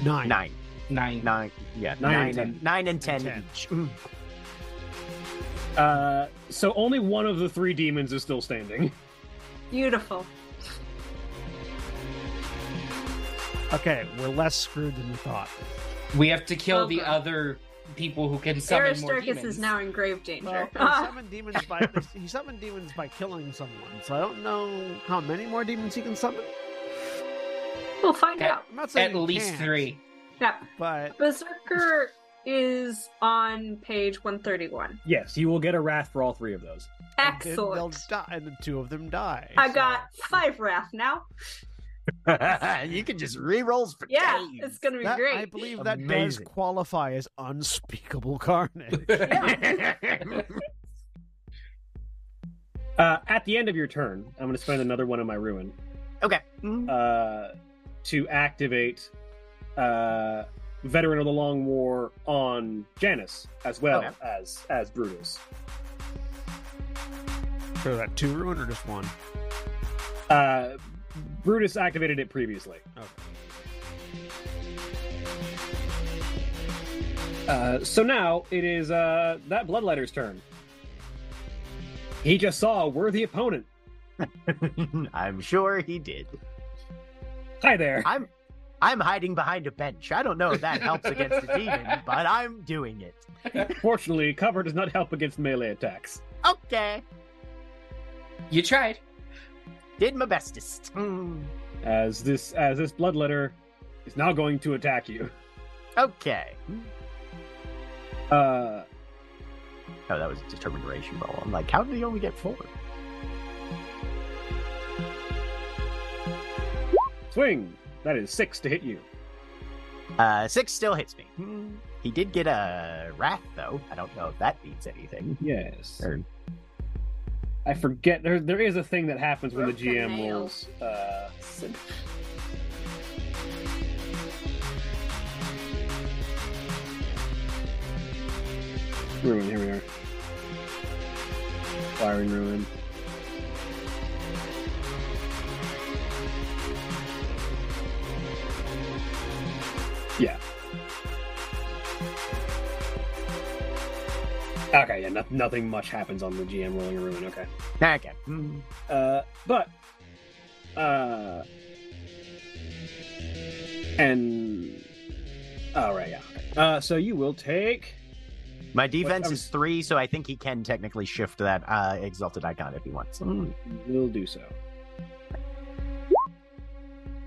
Speaker 5: nine.
Speaker 2: Nine.
Speaker 6: Nine.
Speaker 2: Nine. Yeah.
Speaker 1: Nine
Speaker 2: Nine,
Speaker 1: and
Speaker 2: and, nine and ten,
Speaker 5: And ten.
Speaker 2: each. Mm.
Speaker 1: Mm-hmm. Uh, so only one of the three demons is still standing.
Speaker 3: Beautiful.
Speaker 5: Okay, we're less screwed than we thought.
Speaker 6: We have to kill the
Speaker 3: Okay.
Speaker 6: other people who can summon more
Speaker 3: Aristarchus
Speaker 6: demons.
Speaker 3: is now in grave danger.
Speaker 5: Well, he
Speaker 3: Ah,
Speaker 5: summoned demons by he summoned demons by killing someone, so I don't know how many more demons he can summon.
Speaker 3: we'll find
Speaker 6: That-
Speaker 3: out.
Speaker 5: I'm not saying
Speaker 6: at
Speaker 5: he
Speaker 6: least
Speaker 5: can't,
Speaker 6: three.
Speaker 3: Yeah.
Speaker 5: but
Speaker 3: Berserker is on page 131.
Speaker 1: Yes, you will get a wrath for all three of those.
Speaker 5: and then
Speaker 3: Excellent.
Speaker 5: They'll die, and then two of them die.
Speaker 3: I
Speaker 5: so-
Speaker 3: got five wrath now.
Speaker 2: you can just re rolls for
Speaker 3: Yeah,
Speaker 2: days.
Speaker 3: it's gonna be
Speaker 5: That-
Speaker 3: great.
Speaker 5: I believe that does
Speaker 2: Amazing.
Speaker 5: qualify as unspeakable carnage.
Speaker 1: Uh, at the end of your turn, I'm going to spend another one of my ruin
Speaker 2: okay. Mm.
Speaker 1: uh, to activate uh, Veteran of the Long War on Janus as well
Speaker 2: Okay.
Speaker 1: as as Brutus.
Speaker 5: so that two ruin or just one?
Speaker 1: Uh, Brutus activated it previously.
Speaker 5: Okay.
Speaker 1: Uh, so now it is uh, that bloodletter's turn. He just saw a worthy opponent.
Speaker 2: I'm sure he did.
Speaker 1: Hi there.
Speaker 2: I'm I'm hiding behind a bench. I don't know if that helps against the demon, but I'm doing it.
Speaker 1: Fortunately, cover does not help against melee attacks.
Speaker 2: Okay.
Speaker 6: You tried.
Speaker 2: Did my bestest. Mm.
Speaker 1: As this as this bloodletter is now going to attack you.
Speaker 2: Okay.
Speaker 1: Uh,
Speaker 2: No, Oh, that was a determined duration roll. I'm like, how did he only get four?
Speaker 1: Swing. That is six to hit you.
Speaker 2: Uh, six still hits me. Hmm. He did get a wrath though. I don't know if that means anything.
Speaker 1: Yes.
Speaker 2: Or-
Speaker 1: I forget. There, there is a thing that happens when the
Speaker 9: Broken
Speaker 1: GM
Speaker 9: nail.
Speaker 1: rolls. Uh, ruin. Here we are. Fire and ruin. Yeah. Okay. Yeah. No, nothing much happens on the GM rolling a ruin. Okay.
Speaker 2: okay. Hmm.
Speaker 1: Uh, but uh and all right yeah okay. uh so you will take
Speaker 2: My defense
Speaker 1: I'm-
Speaker 2: is three, so I think he can technically shift that uh, exalted icon if he wants. Hmm.
Speaker 1: will do so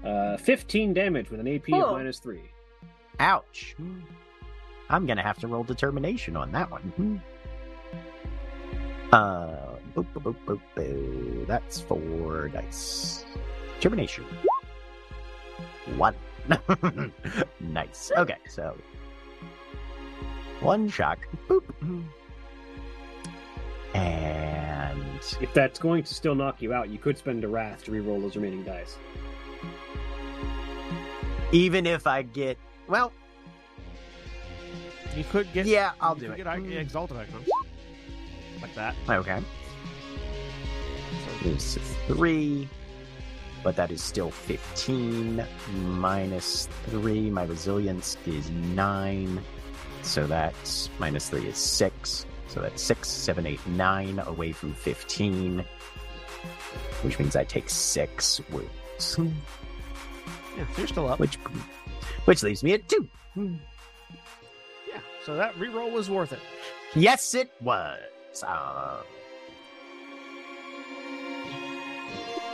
Speaker 1: uh 15 damage with an ap of
Speaker 9: Oh.
Speaker 1: minus three
Speaker 2: Ouch. Hmm. I'm gonna have to roll determination on that one. Hmm. Uh, boop, boop, boop, boop, boop. that's four dice. Determination. One. nice. Okay, so one shock. Boop. Hmm. And
Speaker 1: if that's going to still knock you out you could spend a wrath to re-roll those remaining dice
Speaker 2: even if I get well,
Speaker 8: You could get.
Speaker 2: yeah, I'll
Speaker 8: you
Speaker 2: do
Speaker 8: could
Speaker 2: it.
Speaker 8: Get i-
Speaker 2: Hmm.
Speaker 8: exalted icons like that.
Speaker 2: Okay. So it's three, but that is still 15 minus three. My resilience is nine. So that's minus three is six. So that's six, seven, eight, nine away from 15, which means I take six wounds,
Speaker 8: Yeah, so you're still up.
Speaker 2: which, which leaves me at two.
Speaker 8: Yeah, so that reroll was worth it.
Speaker 2: Yes, it was. Uh,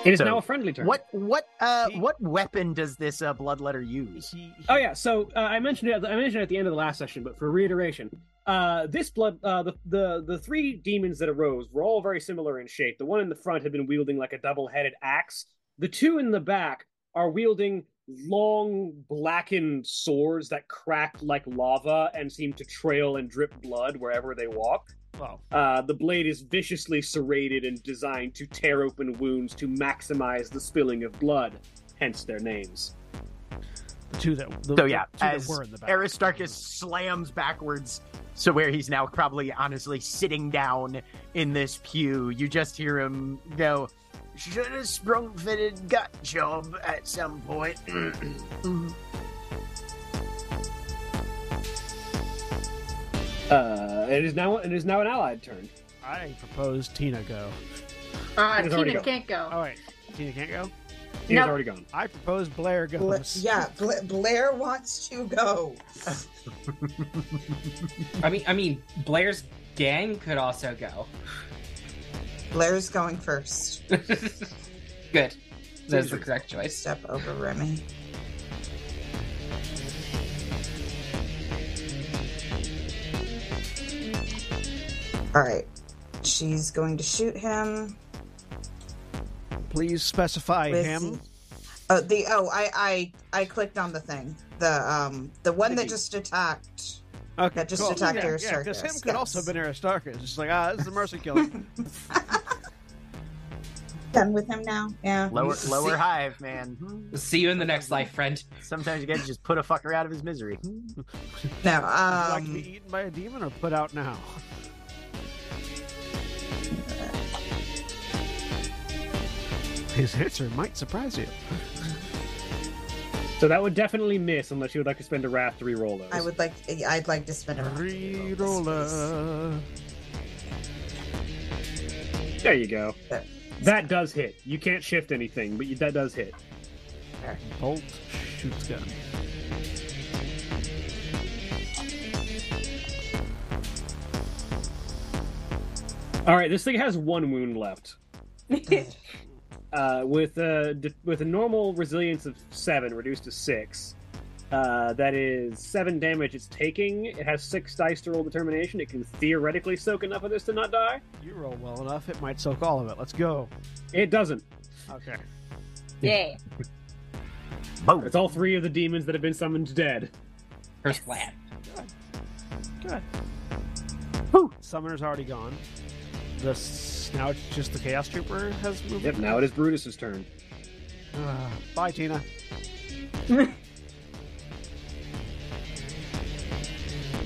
Speaker 1: it is
Speaker 2: So,
Speaker 1: now a friendly turn
Speaker 2: what what uh
Speaker 8: He-
Speaker 2: what weapon does this uh, bloodletter use?
Speaker 8: He- he-
Speaker 1: Oh yeah, so uh, I mentioned it. at the- I mentioned it at the end of the last session, but for reiteration, uh, this blood, uh, the, the the three demons that arose were all very similar in shape. The one in the front had been wielding like a double-headed axe. The two in the back are wielding long blackened swords that cracked like lava and seem to trail and drip blood wherever they walk.
Speaker 8: Well,
Speaker 1: Uh, the blade is viciously serrated and designed to tear open wounds to maximize the spilling of blood, hence their names.
Speaker 8: the two that. The,
Speaker 2: So yeah,
Speaker 8: the two that
Speaker 2: as
Speaker 8: were in the back.
Speaker 2: Aristarchus slams backwards to where he's now probably honestly sitting down in this pew. You just hear him go, should have sprung fitted gut job at some point.
Speaker 1: Uh, it is now it is now an allied turn.
Speaker 8: I propose Tina go.
Speaker 9: Uh,
Speaker 1: He's already
Speaker 9: Tina
Speaker 1: gone.
Speaker 9: can't go.
Speaker 8: All right, Tina can't go.
Speaker 1: He
Speaker 9: No.
Speaker 1: is already gone.
Speaker 8: I propose Blair
Speaker 7: Bla-
Speaker 8: goes.
Speaker 7: yeah, Bla- Blair wants to go.
Speaker 6: Mm-hmm. I mean, I mean, Blair's gang could also go.
Speaker 7: Blair's going first.
Speaker 6: Good. That's the correct choice.
Speaker 7: Step over Remy. All right. She's going to shoot him.
Speaker 8: Please specify
Speaker 7: with
Speaker 8: him.
Speaker 7: Oh, the oh, I I I clicked on the thing. The um the one that
Speaker 1: Thingy.
Speaker 7: just attacked.
Speaker 8: Okay,
Speaker 7: that just
Speaker 8: cool.
Speaker 7: attacked
Speaker 8: yeah,
Speaker 7: Aristarchus,
Speaker 8: Yeah, because him could
Speaker 7: yes.
Speaker 8: also have been Aristarchus. It's like ah, this is a mercy killing.
Speaker 7: Done with him now. Yeah.
Speaker 2: lower
Speaker 6: See-
Speaker 2: lower hive, man.
Speaker 6: See you in the next life, friend.
Speaker 2: hmm, Sometimes you gotta just put a fucker out of his misery.
Speaker 8: Hmm.
Speaker 7: No.
Speaker 8: like to
Speaker 7: Um.
Speaker 8: be eaten by a demon or put out now. His answer might surprise you.
Speaker 1: So that would definitely miss unless you would like to spend a wrath to re-roll those.
Speaker 7: I would like. I'd like to spend a round.
Speaker 8: Reroller.
Speaker 1: There you go.
Speaker 7: There.
Speaker 1: That does hit. You can't shift anything, but you, that does hit.
Speaker 8: Bolt shoots gun.
Speaker 1: All right, this thing has one wound left. Uh, with a with a normal resilience of seven reduced to six, Uh, that is seven damage it's taking. It has six dice to roll determination. It can theoretically soak enough of this to not die.
Speaker 8: You roll well enough, it might soak all of it. Let's go.
Speaker 1: It doesn't.
Speaker 8: Okay.
Speaker 9: Yeah.
Speaker 2: Boom.
Speaker 1: It's all three of the demons that have been summoned dead.
Speaker 6: First plan.
Speaker 8: Good. Whew. Summoner's already gone. The s- now it's just the Chaos Trooper has moved.
Speaker 1: Yep, now it is Brutus's turn.
Speaker 8: Ah, bye, Tina.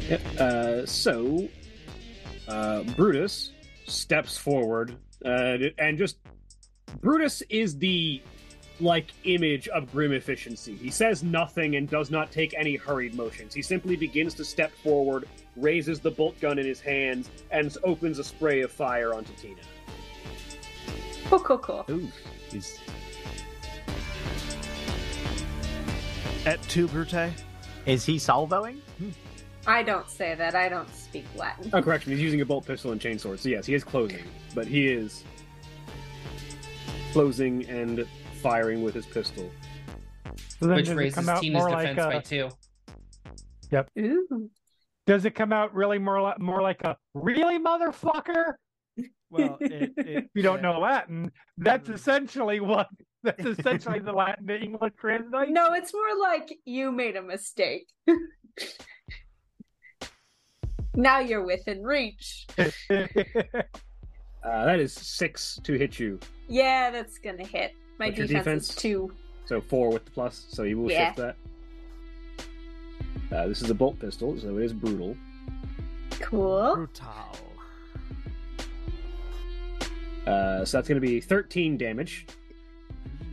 Speaker 1: Yep. Uh, so, uh, Brutus steps forward uh, and just. Brutus is the like image of grim efficiency. He says nothing and does not take any hurried motions. He simply begins to step forward, raises the bolt gun in his hands, and opens a spray of fire onto Tina.
Speaker 9: Cool, cool, cool.
Speaker 2: Ooh, he's
Speaker 8: At two, Brute.
Speaker 2: Is he salvoing?
Speaker 9: I don't say that. I don't speak Latin.
Speaker 1: Oh, correction, he's using a bolt pistol and chainsword. So, yes, he is closing, but he is closing and firing with his pistol.
Speaker 4: So then
Speaker 6: Which
Speaker 4: does it
Speaker 6: raises
Speaker 4: come out
Speaker 6: Tina's
Speaker 4: more
Speaker 6: defense
Speaker 4: like
Speaker 6: by
Speaker 4: a,
Speaker 6: two.
Speaker 9: Ooh.
Speaker 4: does it come out really more like more like a really motherfucker?
Speaker 8: Well, it, it,
Speaker 4: If you don't
Speaker 8: yeah.
Speaker 4: know Latin, that's
Speaker 8: Mm.
Speaker 4: essentially what that's essentially the Latin to English translation.
Speaker 9: No, it's more like you made a mistake. now you're within reach.
Speaker 1: Uh, that is six to hit you.
Speaker 9: Yeah, that's gonna hit. My
Speaker 1: What's your
Speaker 9: defense,
Speaker 1: defense?
Speaker 9: is two.
Speaker 1: So four with the plus, so you will
Speaker 9: Yeah.
Speaker 1: shift that. Uh, this is a bolt pistol, so it is brutal.
Speaker 9: Cool.
Speaker 8: Brutal.
Speaker 1: Uh, so that's going to be 13 damage.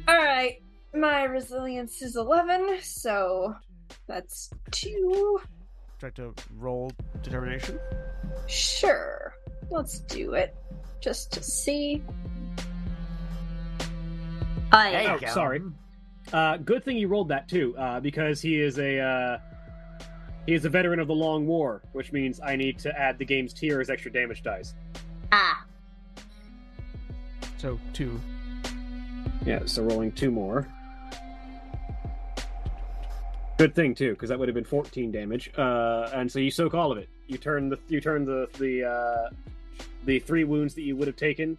Speaker 9: All right, my resilience is eleven, so that's two.
Speaker 8: Try to roll determination.
Speaker 9: Sure, let's do it, just to see. I
Speaker 2: There you
Speaker 1: Oh,
Speaker 2: go.
Speaker 1: sorry. Uh, good thing you rolled that too, uh, because he is a uh, he is a veteran of the Long War, which means I need to add the game's tier as extra damage dice.
Speaker 9: ah
Speaker 8: So two.
Speaker 1: Yeah, so rolling two more. Good thing too, because that would have been 14 damage. Uh, and so you soak all of it. You turn the you turn the the uh, the three wounds that you would have taken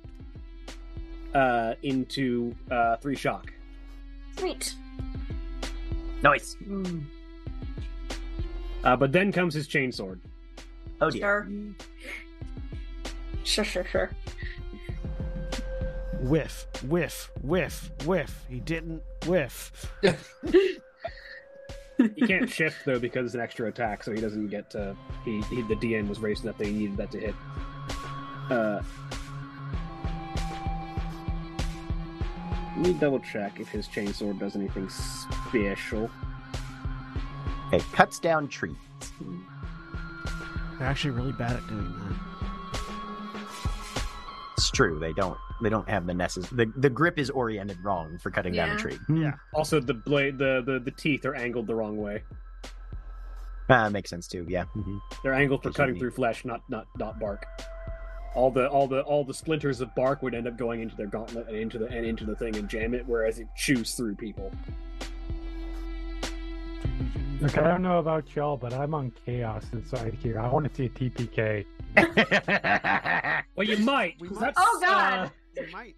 Speaker 1: uh, into uh, three shock.
Speaker 9: sweet.
Speaker 2: Nice.
Speaker 1: Uh, but then comes his chainsword.
Speaker 2: Oh dear.
Speaker 9: Sure. Sure, sure, sure.
Speaker 8: Whiff, whiff, whiff, whiff. He didn't whiff.
Speaker 1: He can't shift though because it's an extra attack, so he doesn't get to. He, he the DN was raised enough that he needed that to hit. Uh, let me double check if his chainsword does anything special.
Speaker 2: It cuts down trees.
Speaker 8: They're actually really bad at doing that.
Speaker 2: It's true. They don't. They don't have the necessary. The, the grip is oriented wrong for cutting down
Speaker 9: Yeah.
Speaker 2: a tree.
Speaker 8: Yeah.
Speaker 1: Hmm. Also, the blade, the, the the teeth are angled the wrong way.
Speaker 2: Uh, makes sense too. Yeah. mm-hmm.
Speaker 1: They're angled for
Speaker 2: That's what I
Speaker 1: cutting
Speaker 2: mean.
Speaker 1: through flesh, not not not bark. All the all the all the splinters of bark would end up going into their gauntlet and into the and into the thing and jam it, whereas it chews through people.
Speaker 4: Look, I don't know about y'all, but I'm on chaos inside here. I want to see a TPK.
Speaker 1: Well, you might.
Speaker 8: We
Speaker 1: 'cause
Speaker 8: might-
Speaker 1: that's, uh,
Speaker 9: Oh, God.
Speaker 8: They might.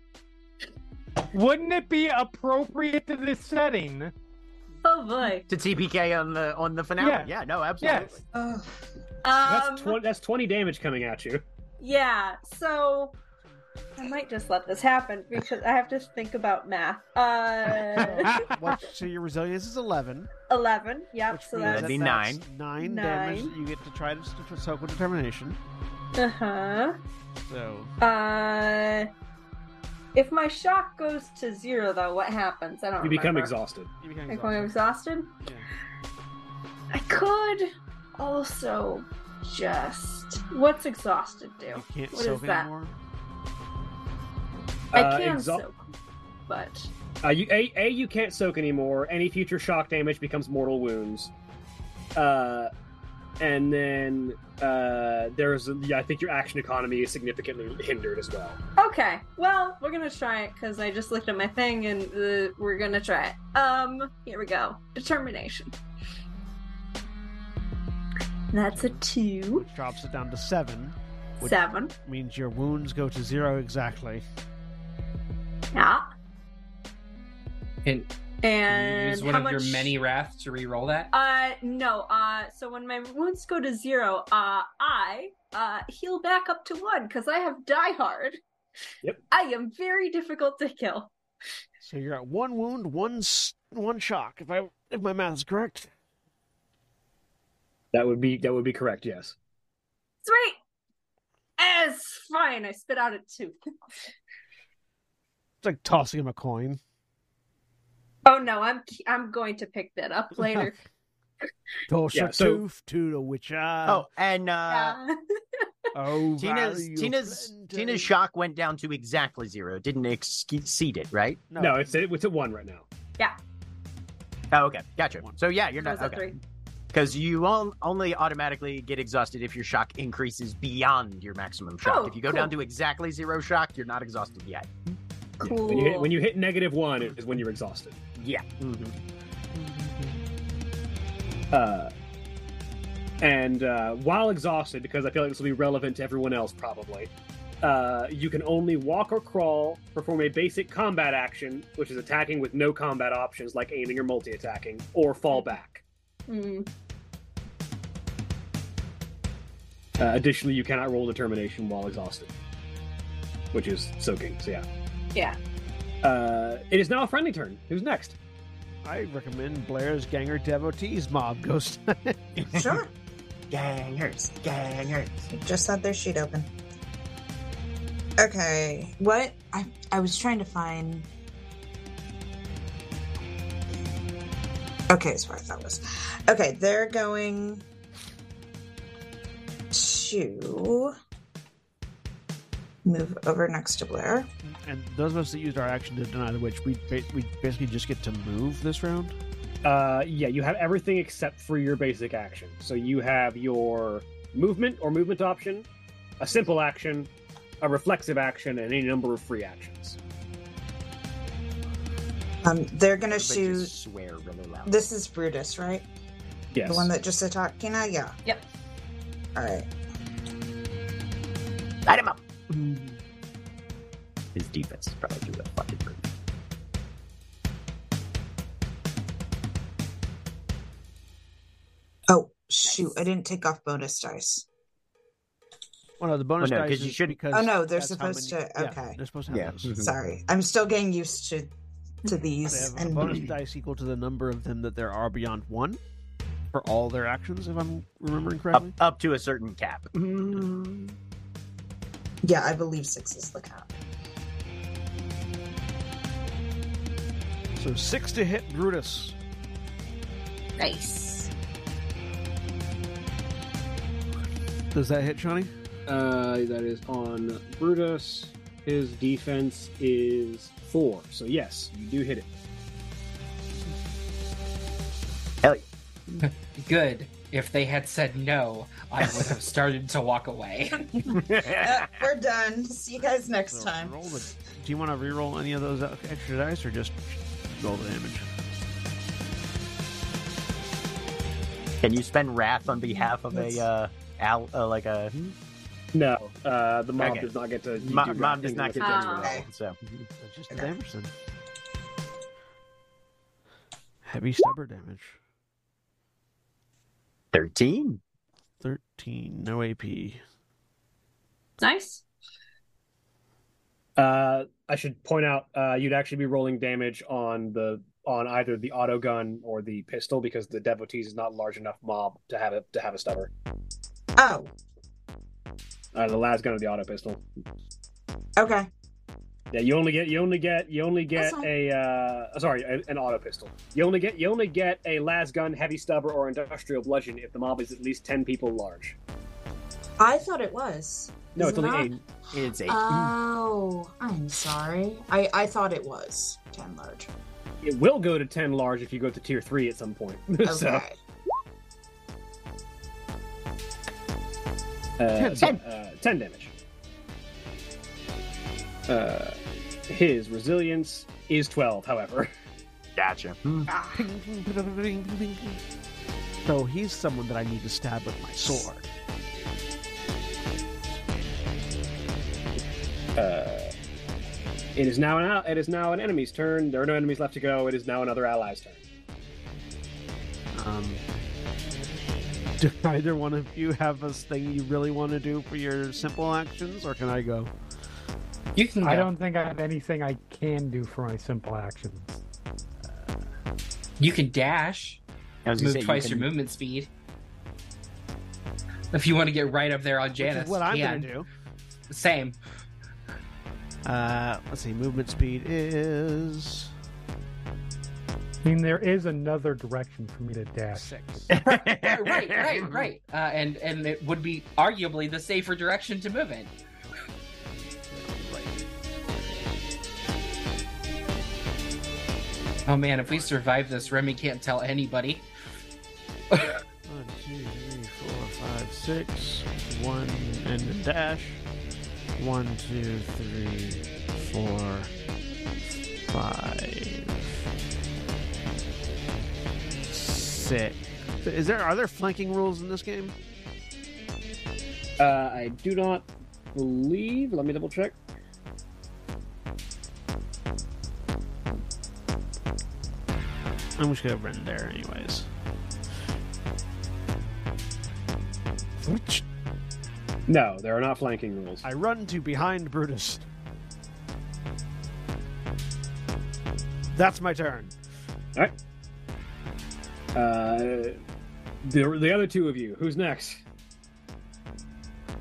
Speaker 4: Wouldn't it be appropriate to this setting?
Speaker 9: Oh boy.
Speaker 2: to TPK on the on the finale.
Speaker 4: Yeah.
Speaker 2: Yeah. no. Absolutely.
Speaker 4: Yes.
Speaker 7: Oh,
Speaker 9: Um,
Speaker 1: That's twenty. That's twenty damage coming at you.
Speaker 9: Yeah, so I might just let this happen because I have to think about math. Uh,
Speaker 8: Well, so your resilience is 11.
Speaker 9: 11. Yep,
Speaker 8: Which
Speaker 9: so
Speaker 8: means
Speaker 9: that's.
Speaker 2: That'd be
Speaker 8: that that's
Speaker 2: nine.
Speaker 8: nine. damage.
Speaker 9: Nine.
Speaker 8: You get to try to s- to soak with determination.
Speaker 9: Uh huh.
Speaker 8: So
Speaker 9: Uh. If my shock goes to zero, though, what happens? I don't
Speaker 1: You become
Speaker 9: remember.
Speaker 1: exhausted.
Speaker 8: you become
Speaker 9: I become exhausted?
Speaker 8: Yeah.
Speaker 9: I could also just. What's exhausted do?
Speaker 8: You can't
Speaker 9: What is
Speaker 8: soak
Speaker 9: that?
Speaker 8: anymore.
Speaker 9: I
Speaker 1: Uh,
Speaker 9: can
Speaker 1: exha-
Speaker 9: soak, but.
Speaker 1: Uh, you, a, a, you can't soak anymore. Any future shock damage becomes mortal wounds. Uh, and then uh, there's, yeah, I think your action economy is significantly hindered as well.
Speaker 9: Okay. Well, we're gonna try it because I just looked at my thing and uh, we're gonna try it. Um, here we go. Determination.
Speaker 3: That's a two.
Speaker 5: which drops it down to seven, Would-
Speaker 3: Seven.
Speaker 5: means your wounds go to zero exactly.
Speaker 3: Yeah.
Speaker 6: Can you
Speaker 3: And
Speaker 6: use one
Speaker 3: how
Speaker 6: of your
Speaker 3: much-
Speaker 6: many wrath to re-roll that?
Speaker 3: Uh, no. Uh, so when my wounds go to zero, uh, I uh heal back up to one because I have die hard.
Speaker 1: Yep.
Speaker 3: I am very difficult to kill.
Speaker 5: So you're at one wound, one s- one shock. If I if my math is correct,
Speaker 1: That would be that would be correct. Yes.
Speaker 3: Sweet. It's fine. I spit out a two.
Speaker 5: it's like tossing him a coin.
Speaker 3: Oh no, I'm I'm going to pick that up later.
Speaker 5: Toss
Speaker 1: Yeah,
Speaker 5: a
Speaker 1: so-
Speaker 5: tooth to the witcher.
Speaker 2: Oh, and uh,
Speaker 3: Yeah.
Speaker 5: oh
Speaker 2: Tina's
Speaker 5: value of
Speaker 2: Tina's
Speaker 5: plenty.
Speaker 2: Tina's shock went down to exactly zero. Didn't exceed it, right?
Speaker 1: No, it's at, it's at one right now.
Speaker 2: Oh, okay, gotcha. So yeah, you're not
Speaker 3: That was a
Speaker 2: okay
Speaker 3: three.
Speaker 2: because you on- only automatically get exhausted if your shock increases beyond your maximum shock.
Speaker 3: Oh,
Speaker 2: if you go down
Speaker 3: cool.
Speaker 2: to exactly zero shock, you're not exhausted yet.
Speaker 3: Cool.
Speaker 1: When you hit when you hit negative one is when you're exhausted.
Speaker 2: Yeah.
Speaker 1: Uh, and uh, while exhausted, because I feel like this will be relevant to everyone else probably, uh, you can only walk or crawl, perform a basic combat action, which is attacking with no combat options like aiming or multi attacking, or fall back.
Speaker 3: Mm.
Speaker 1: Uh, additionally, you cannot roll determination while exhausted, which is soaking, so yeah.
Speaker 3: Yeah.
Speaker 1: Uh, it is now a friendly turn. Who's next?
Speaker 5: I recommend Blair's Ganger Devotees mob goes.
Speaker 7: Sure.
Speaker 2: Gangers, gangers.
Speaker 7: Just had their sheet open. Okay. What I I was trying to find. Okay, that's where I thought it was. Okay, they're going to move over next to Blair.
Speaker 5: and those of us that used our action to deny the witch, we ba- we basically just get to move this round.
Speaker 1: Uh, yeah, you have everything except for your basic action. So you have your movement or movement option, a simple action, a reflexive action, and any number of free actions.
Speaker 7: Um, they're gonna
Speaker 2: Everybody
Speaker 7: shoot.
Speaker 2: just Swear really loud.
Speaker 7: This is Brutus, right?
Speaker 1: Yes.
Speaker 7: The one that just attacked Tina. Yeah.
Speaker 3: Yep.
Speaker 7: All right.
Speaker 2: Light him up. Mm. His defense is probably through the fucking roof.
Speaker 7: Oh shoot!
Speaker 3: Nice.
Speaker 7: I didn't take off bonus dice.
Speaker 5: Well, no, the bonus
Speaker 2: Well, no,
Speaker 5: dice
Speaker 2: 'cause you
Speaker 5: is
Speaker 2: should-
Speaker 5: because
Speaker 7: Oh, no, they're
Speaker 5: that's how
Speaker 7: supposed
Speaker 5: many-
Speaker 7: to-
Speaker 5: yeah,
Speaker 7: okay.
Speaker 5: they're supposed to have
Speaker 2: Yeah. Mm-hmm.
Speaker 5: those.
Speaker 7: Sorry, I'm still getting used to to
Speaker 5: They
Speaker 7: these.
Speaker 5: have a bonus
Speaker 7: And
Speaker 5: dice equal to the number of them that there are beyond one for all their actions, if I'm remembering
Speaker 2: Up,
Speaker 5: correctly.
Speaker 2: up to a certain cap.
Speaker 7: yeah, I believe six is the cap.
Speaker 5: So six to hit Brutus.
Speaker 3: Nice.
Speaker 5: Does that hit Shawnee?
Speaker 1: Uh, that is on Brutus. His defense is four. So yes, you do hit it.
Speaker 6: Good. If they had said no, I would have started to walk away.
Speaker 7: Uh, we're done. See you guys next
Speaker 5: So
Speaker 7: time.
Speaker 5: roll the- do you want to re-roll any of those extra dice, or just roll the damage?
Speaker 2: Can you spend wrath on behalf of a uh, al, uh like a
Speaker 1: No, uh, the mob
Speaker 2: Okay.
Speaker 1: does not get to. you
Speaker 2: mo-
Speaker 1: do
Speaker 2: mom does
Speaker 1: nothing
Speaker 2: not get
Speaker 1: with it.
Speaker 3: Ah.
Speaker 2: that
Speaker 7: Okay.
Speaker 2: roll, so
Speaker 5: That's just the
Speaker 7: Okay.
Speaker 5: damage then. Heavy stubber damage.
Speaker 2: thirteen.
Speaker 5: Thirteen, no AP.
Speaker 3: Nice.
Speaker 1: Uh, I should point out uh, you'd actually be rolling damage on the on either the auto gun or the pistol because the devotees is not large enough mob to have it to have a stubber.
Speaker 7: Oh,
Speaker 1: Uh, the last gun or the auto pistol.
Speaker 7: okay.
Speaker 1: Yeah, you only get you only get you only get
Speaker 7: That's fine.
Speaker 1: a uh, sorry a- an auto pistol. You only get you only get a las gun, heavy stubber, or industrial bludgeon if the mob is at least ten people large.
Speaker 7: I thought it was.
Speaker 1: No,
Speaker 7: Is
Speaker 1: it's
Speaker 7: it
Speaker 1: only
Speaker 7: not?
Speaker 1: eight.
Speaker 2: It's eight.
Speaker 7: Oh, I'm sorry. I I thought it was ten large.
Speaker 1: It will go to ten large if you go to tier three at some point. so,
Speaker 7: Okay.
Speaker 1: uh,
Speaker 5: Ten.
Speaker 1: uh, ten damage. Uh, his resilience is twelve, however.
Speaker 2: Gotcha.
Speaker 8: Ah.
Speaker 5: Ping, ping, ping, ping, ping, ping, ping. So he's someone that I need to stab with my sword.
Speaker 1: Uh, it is now an al- it is now an enemy's turn. There are no enemies left to go. It is now another ally's turn.
Speaker 5: Um, do either one of you have a thing you really want to do for your simple actions, or can I go?
Speaker 6: You can. Go.
Speaker 4: I don't think I have anything I can do for my simple actions.
Speaker 6: You can dash.
Speaker 2: I was gonna
Speaker 6: Move
Speaker 2: say, you
Speaker 6: twice
Speaker 2: can-
Speaker 6: your movement speed. If you want to get right up there on
Speaker 5: Which is
Speaker 6: Janice,
Speaker 5: what I'm
Speaker 6: can.
Speaker 5: gonna do.
Speaker 6: Same.
Speaker 5: Uh, let's see. Movement speed is
Speaker 4: I mean, there is another direction for me to dash.
Speaker 5: six.
Speaker 6: right, right, right, right. Uh, and and it would be arguably the safer direction to move in. Oh man, if we survive this, Remy can't tell anybody.
Speaker 5: One, two, three, four, five, six. One and a dash. One, two, three, four, five, six. Is there are there flanking rules in this game?
Speaker 1: Uh, I do not believe. Let me double check.
Speaker 5: I'm just gonna run there anyways. Which
Speaker 1: No, there are not flanking rules.
Speaker 5: I run to behind Brutus. That's my turn.
Speaker 1: Uh, the the other two of you. Who's next?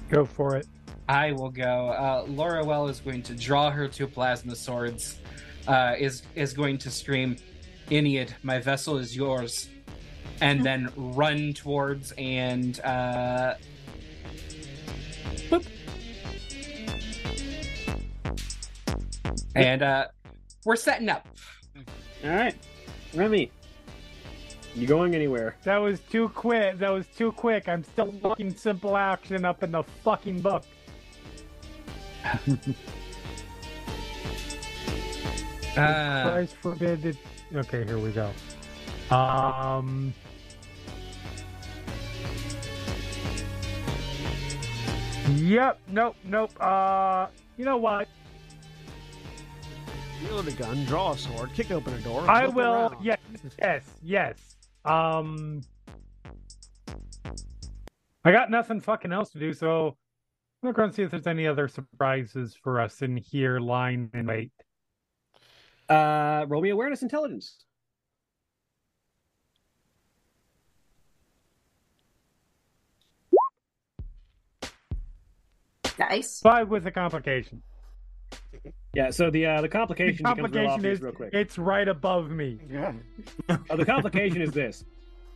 Speaker 4: Go for it.
Speaker 6: I will go. Uh, Laura Well is going to draw her two plasma swords. Uh, is is going to scream, "Ineid, my vessel is yours," and then run towards and uh, boop. and uh, we're setting up.
Speaker 1: All right, Remy. You going anywhere?
Speaker 4: That was too quick. That was too quick. I'm still looking simple action up in the fucking book.
Speaker 8: Ah.
Speaker 6: Uh,
Speaker 4: Christ forbid it. Okay, here we go. Um. Yep. Nope. Nope. Uh. You know what?
Speaker 5: Wield a gun, draw a sword, kick open a door.
Speaker 4: I
Speaker 5: look
Speaker 4: will.
Speaker 5: around.
Speaker 4: Yes. Yes. Yes. Um. I got nothing fucking else to do, so I'm gonna go and see if there's any other surprises for us in here. Line and wait.
Speaker 1: Uh, roll me awareness intelligence.
Speaker 3: Dice.
Speaker 4: Five with a complication.
Speaker 1: Yeah. So the uh, the
Speaker 4: The
Speaker 1: complication, becomes
Speaker 4: complication
Speaker 1: real obvious
Speaker 4: is
Speaker 1: real quick.
Speaker 4: it's right above me.
Speaker 1: Uh, the complication is this: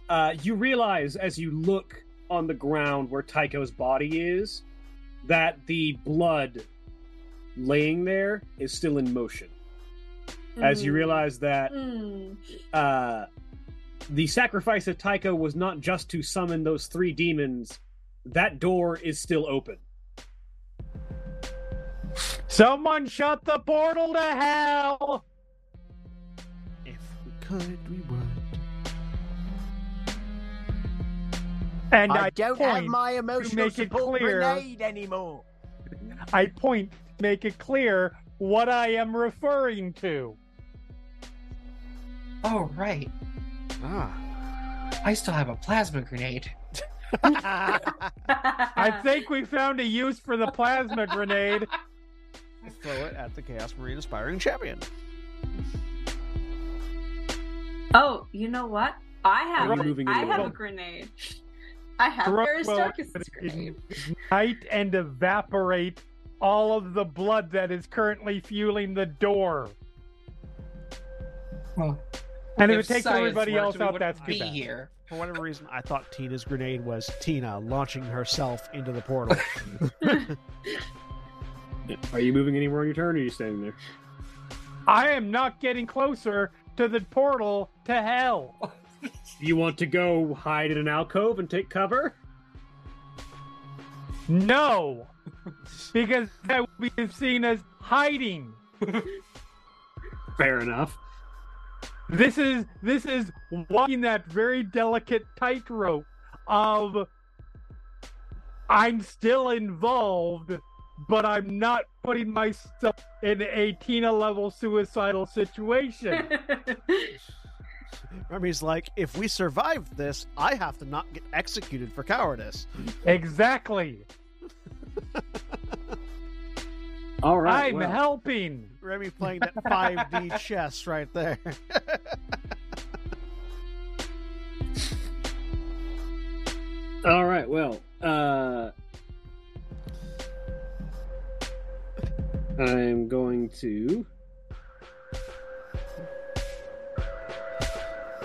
Speaker 1: uh, you realize as you look on the ground where Tycho's body is, that the blood laying there is still in motion. As you
Speaker 3: Mm.
Speaker 1: realize that
Speaker 3: Mm.
Speaker 1: uh, the sacrifice of Tycho was not just to summon those three demons. That door is still open.
Speaker 4: Someone shut the portal to hell!
Speaker 5: If we could, we would.
Speaker 4: And I,
Speaker 2: I don't have
Speaker 4: point,
Speaker 2: my emotional
Speaker 4: make it
Speaker 2: support
Speaker 4: clear-
Speaker 2: grenade anymore.
Speaker 4: I point, to make it clear what I am referring to.
Speaker 6: oh right, I still have a plasma grenade.
Speaker 5: Ah.
Speaker 4: I think we found a use for the plasma grenade.
Speaker 5: Throw it at the Chaos Marine Aspiring Champion.
Speaker 3: Oh, you know what? I have.
Speaker 1: Are you moving
Speaker 3: I have
Speaker 1: anywhere?
Speaker 3: a grenade. I have
Speaker 4: Throw-
Speaker 3: Aristarchus'
Speaker 4: well,
Speaker 3: grenade.
Speaker 4: Ignite and evaporate all of the blood that is currently fueling the door.
Speaker 6: Well,
Speaker 4: And it
Speaker 6: if
Speaker 4: would take
Speaker 6: science
Speaker 4: everybody
Speaker 6: worked,
Speaker 4: else
Speaker 6: we
Speaker 4: out.
Speaker 6: wouldn't
Speaker 4: That's
Speaker 6: be
Speaker 4: too bad.
Speaker 6: here.
Speaker 5: For whatever reason, I thought Tina's grenade was Tina launching herself into the portal.
Speaker 1: Are you moving anywhere on your turn, or are you standing there?
Speaker 4: I am not getting closer to the portal to hell.
Speaker 1: You want to go hide in an alcove and take cover?
Speaker 4: No, because that would be seen as hiding.
Speaker 1: Fair enough.
Speaker 4: This is this is walking that very delicate tightrope of I'm still involved, but I'm not putting myself in a Tina level suicidal situation.
Speaker 8: Remy's like, if we survive this, I have to not get executed for cowardice.
Speaker 4: exactly.
Speaker 1: All right.
Speaker 4: I'm
Speaker 1: well,
Speaker 4: helping.
Speaker 8: Remy playing that 5D chess right there.
Speaker 1: all right. Well, uh, I'm going to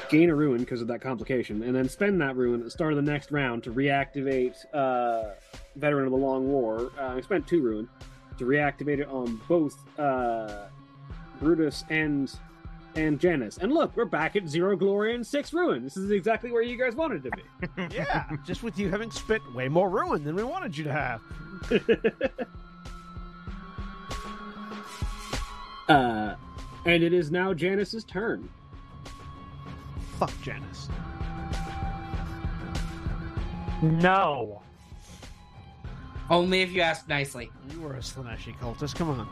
Speaker 1: gain a ruin because of that complication, and then spend that ruin at the start of the next round to reactivate uh, Veteran of the Long War. Uh, I spent two ruin to reactivate it on both uh, Brutus and and Janice. And look, we're back at zero glory and six ruin. This is exactly where you guys wanted to be.
Speaker 8: yeah, just with you having spent way more ruin than we wanted you to have.
Speaker 1: uh, and it is now Janice's turn.
Speaker 8: Fuck Janice.
Speaker 4: No.
Speaker 6: Only if you ask nicely.
Speaker 8: You were a Slaneshi cultist. Come on.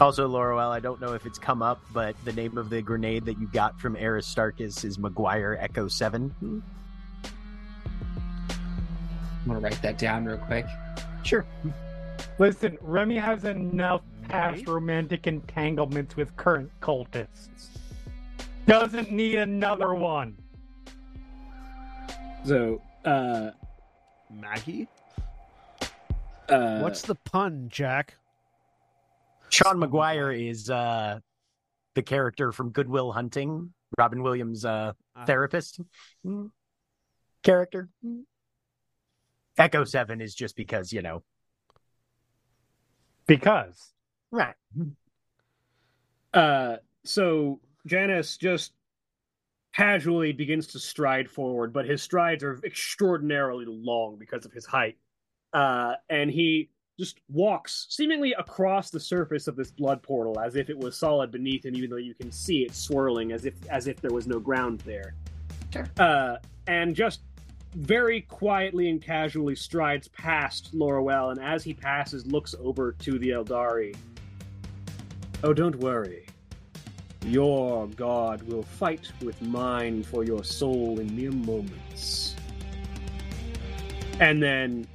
Speaker 2: Also, Laurel, I don't know if it's come up, but the name of the grenade that you got from Aristarchus is Maguire Echo 7.
Speaker 6: I'm gonna write that down real quick.
Speaker 2: Sure.
Speaker 4: Listen, Remy has enough past
Speaker 8: Right?
Speaker 4: romantic entanglements with current cultists. Doesn't need another one.
Speaker 1: So, uh,
Speaker 8: Maggie?
Speaker 1: uh,
Speaker 8: What's the pun, Jack?
Speaker 2: Sean Maguire is uh, the character from Goodwill Hunting, Robin Williams' uh,
Speaker 8: Ah.
Speaker 2: therapist character. Echo 7 is just because, you know.
Speaker 4: Because
Speaker 2: Right.
Speaker 1: uh, so Janice just casually begins to stride forward, but his strides are extraordinarily long because of his height. Uh, and he just walks seemingly across the surface of this blood portal as if it was solid beneath him, even though you can see it swirling as if as if there was no ground there.
Speaker 6: Sure.
Speaker 1: Uh, and just very quietly and casually strides past Lorwell, and as he passes, looks over to the Eldari. Oh, don't worry. Your god will fight with mine for your soul in mere moments. And then,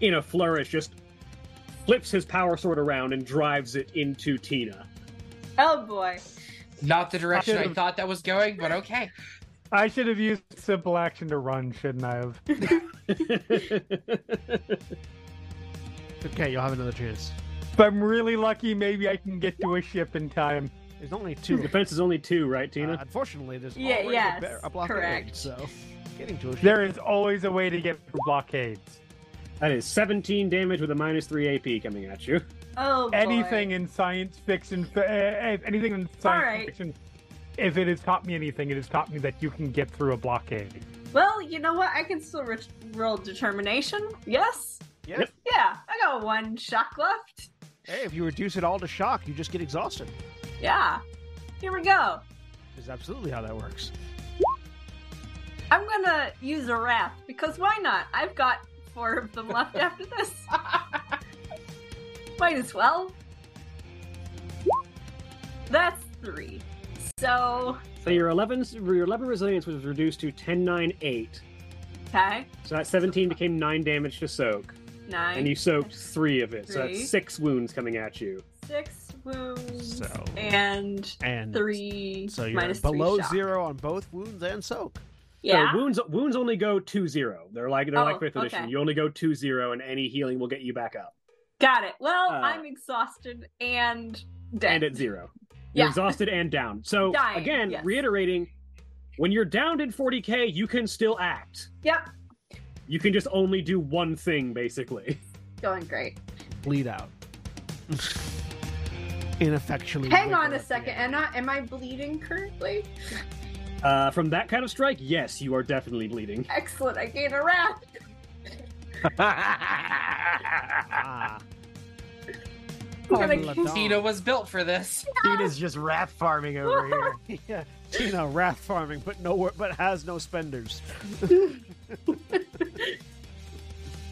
Speaker 1: in a flourish, just flips his power sword around and drives it into Tina.
Speaker 9: oh boy.
Speaker 6: Not the direction I
Speaker 4: should've-
Speaker 6: thought that was going, but okay.
Speaker 4: I should have used simple action to run, shouldn't I have?
Speaker 8: Okay, you'll have another chance.
Speaker 4: If I'm really lucky, maybe I can get to a ship in time.
Speaker 8: There's only two.
Speaker 1: Defense is only two, right,
Speaker 8: Uh,
Speaker 1: Tina?
Speaker 8: unfortunately, there's
Speaker 9: Yeah,
Speaker 8: always
Speaker 9: yes,
Speaker 8: a, bear, a block
Speaker 9: correct.
Speaker 8: so getting to a
Speaker 4: There is always a way to get through blockades.
Speaker 1: That is 17 damage with a minus 3 AP coming at you.
Speaker 9: Oh boy.
Speaker 4: Anything in science fiction, fi- eh, eh, anything in science
Speaker 9: Alright.
Speaker 4: fiction, if it has taught me anything, it has taught me that you can get through a blockade.
Speaker 9: Well, you know what? I can still re- roll determination. Yes.
Speaker 8: Yep.
Speaker 9: Yeah, I got one shock left.
Speaker 8: Hey, if you reduce it all to shock, you just get exhausted.
Speaker 9: Yeah. Here we go.
Speaker 8: Is absolutely how that works.
Speaker 9: I'm gonna use a wrath because why not? I've got four of them left after this. Might as well. That's three. So
Speaker 1: So your 11, your 11 resilience was reduced to 10, 9, 8.
Speaker 9: okay,
Speaker 1: So that 17 became 9 damage to soak.
Speaker 9: nine,
Speaker 1: And you soaked 3 of it. So
Speaker 9: Three.
Speaker 1: that's 6 wounds coming at you.
Speaker 9: six wounds,
Speaker 8: So
Speaker 9: and
Speaker 8: and
Speaker 9: three.
Speaker 8: So you're
Speaker 9: minus three
Speaker 8: below
Speaker 9: shock.
Speaker 8: zero on both wounds and soak.
Speaker 9: Yeah.
Speaker 1: So wounds wounds only go to zero. They're like they're
Speaker 9: Oh,
Speaker 1: like fifth edition.
Speaker 9: okay.
Speaker 1: You only go to zero, and any healing will get you back up.
Speaker 9: Got it. Well,
Speaker 1: Uh,
Speaker 9: I'm exhausted and dead.
Speaker 1: And at zero, you're
Speaker 9: Yeah.
Speaker 1: exhausted and down. So
Speaker 9: Dying,
Speaker 1: again,
Speaker 9: yes.
Speaker 1: reiterating, when you're downed in 40k, you can still act.
Speaker 9: Yep.
Speaker 1: You can just only do one thing, basically.
Speaker 9: Going great.
Speaker 8: Bleed out. Ineffectually.
Speaker 9: Hang
Speaker 8: wiggle
Speaker 9: on a
Speaker 8: at the
Speaker 9: second,
Speaker 8: end.
Speaker 9: Anna. Am I bleeding currently?
Speaker 1: Uh, from that kind of strike, yes, you are definitely bleeding.
Speaker 9: Excellent. I gain a wrath.
Speaker 8: Ah,
Speaker 6: Tina was built for this.
Speaker 2: Tina's just rat farming over here.
Speaker 8: Yeah, Tina wrath farming, but no, but has no spenders.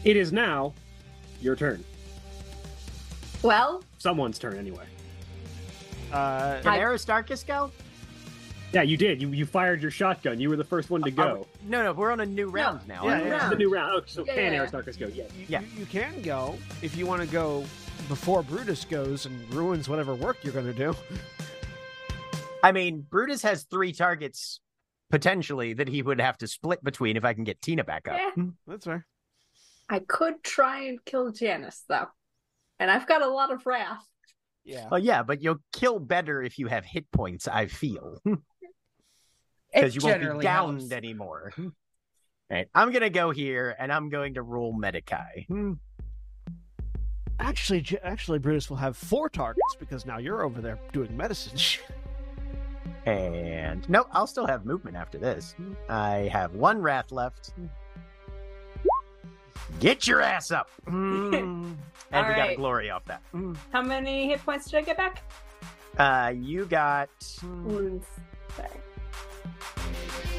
Speaker 1: It is now your turn.
Speaker 9: Well,
Speaker 1: Someone's turn, anyway.
Speaker 2: Uh,
Speaker 9: I-
Speaker 2: did Aristarchus go?
Speaker 1: Yeah, you did. You you fired your shotgun. You were the first one to
Speaker 2: Are
Speaker 1: go.
Speaker 2: we- Oh, no, no, we're on a new round now.
Speaker 8: Yeah,
Speaker 2: aren't we?
Speaker 8: yeah.
Speaker 1: It's a new round. Oh, so
Speaker 9: Yeah,
Speaker 1: can
Speaker 9: yeah, yeah.
Speaker 1: Aristarchus go? Yes.
Speaker 8: You,
Speaker 2: Yeah.
Speaker 8: you, you can go if you want to go before Brutus goes and ruins whatever work you're going to do.
Speaker 2: I mean, Brutus has three targets potentially that he would have to split between if I can get Tina back up.
Speaker 8: That's fair.
Speaker 9: I could try and kill Janice though, and I've got a lot of wrath.
Speaker 8: Yeah.
Speaker 2: Oh yeah, but you'll kill better if you have hit points. I feel because you won't be
Speaker 6: generally
Speaker 2: downed
Speaker 6: helps.
Speaker 2: anymore. All right, I'm gonna go here and I'm going to roll Medicaid.
Speaker 8: Actually, J- actually, Brutus will have four targets because now you're over there doing medicine.
Speaker 2: And no, I'll still have movement after this. I have one wrath left. Get your ass up. and we
Speaker 9: All
Speaker 2: got a
Speaker 9: right.
Speaker 2: glory off that.
Speaker 9: How many hit points did I get back?
Speaker 2: Uh, you got.
Speaker 6: Hmm.
Speaker 9: Wounds. Sorry.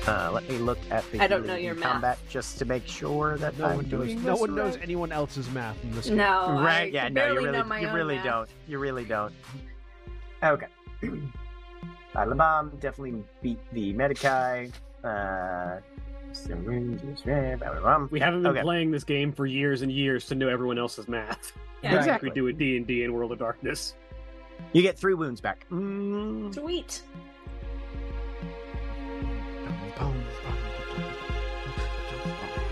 Speaker 2: Uh, let me look at the
Speaker 9: I don't know
Speaker 2: healing
Speaker 9: your
Speaker 2: in
Speaker 9: math.
Speaker 2: combat just to make sure that
Speaker 8: No
Speaker 2: I'm
Speaker 8: one knows.
Speaker 2: doing
Speaker 8: No
Speaker 2: this
Speaker 8: one knows
Speaker 2: right.
Speaker 8: anyone else's math in this. game.
Speaker 9: No. I
Speaker 2: right? Yeah. No, you
Speaker 9: barely know my
Speaker 2: really, you
Speaker 9: own
Speaker 2: really
Speaker 9: math.
Speaker 2: don't. You really don't. Okay. Bomb definitely beat the Medicaid. Uh,
Speaker 1: We haven't been
Speaker 2: Okay.
Speaker 1: playing this game for years and years to know everyone else's math.
Speaker 9: Yeah.
Speaker 6: Exactly.
Speaker 1: Like we do with D and D in World of Darkness.
Speaker 2: You get three wounds back.
Speaker 8: Hmm.
Speaker 9: Sweet.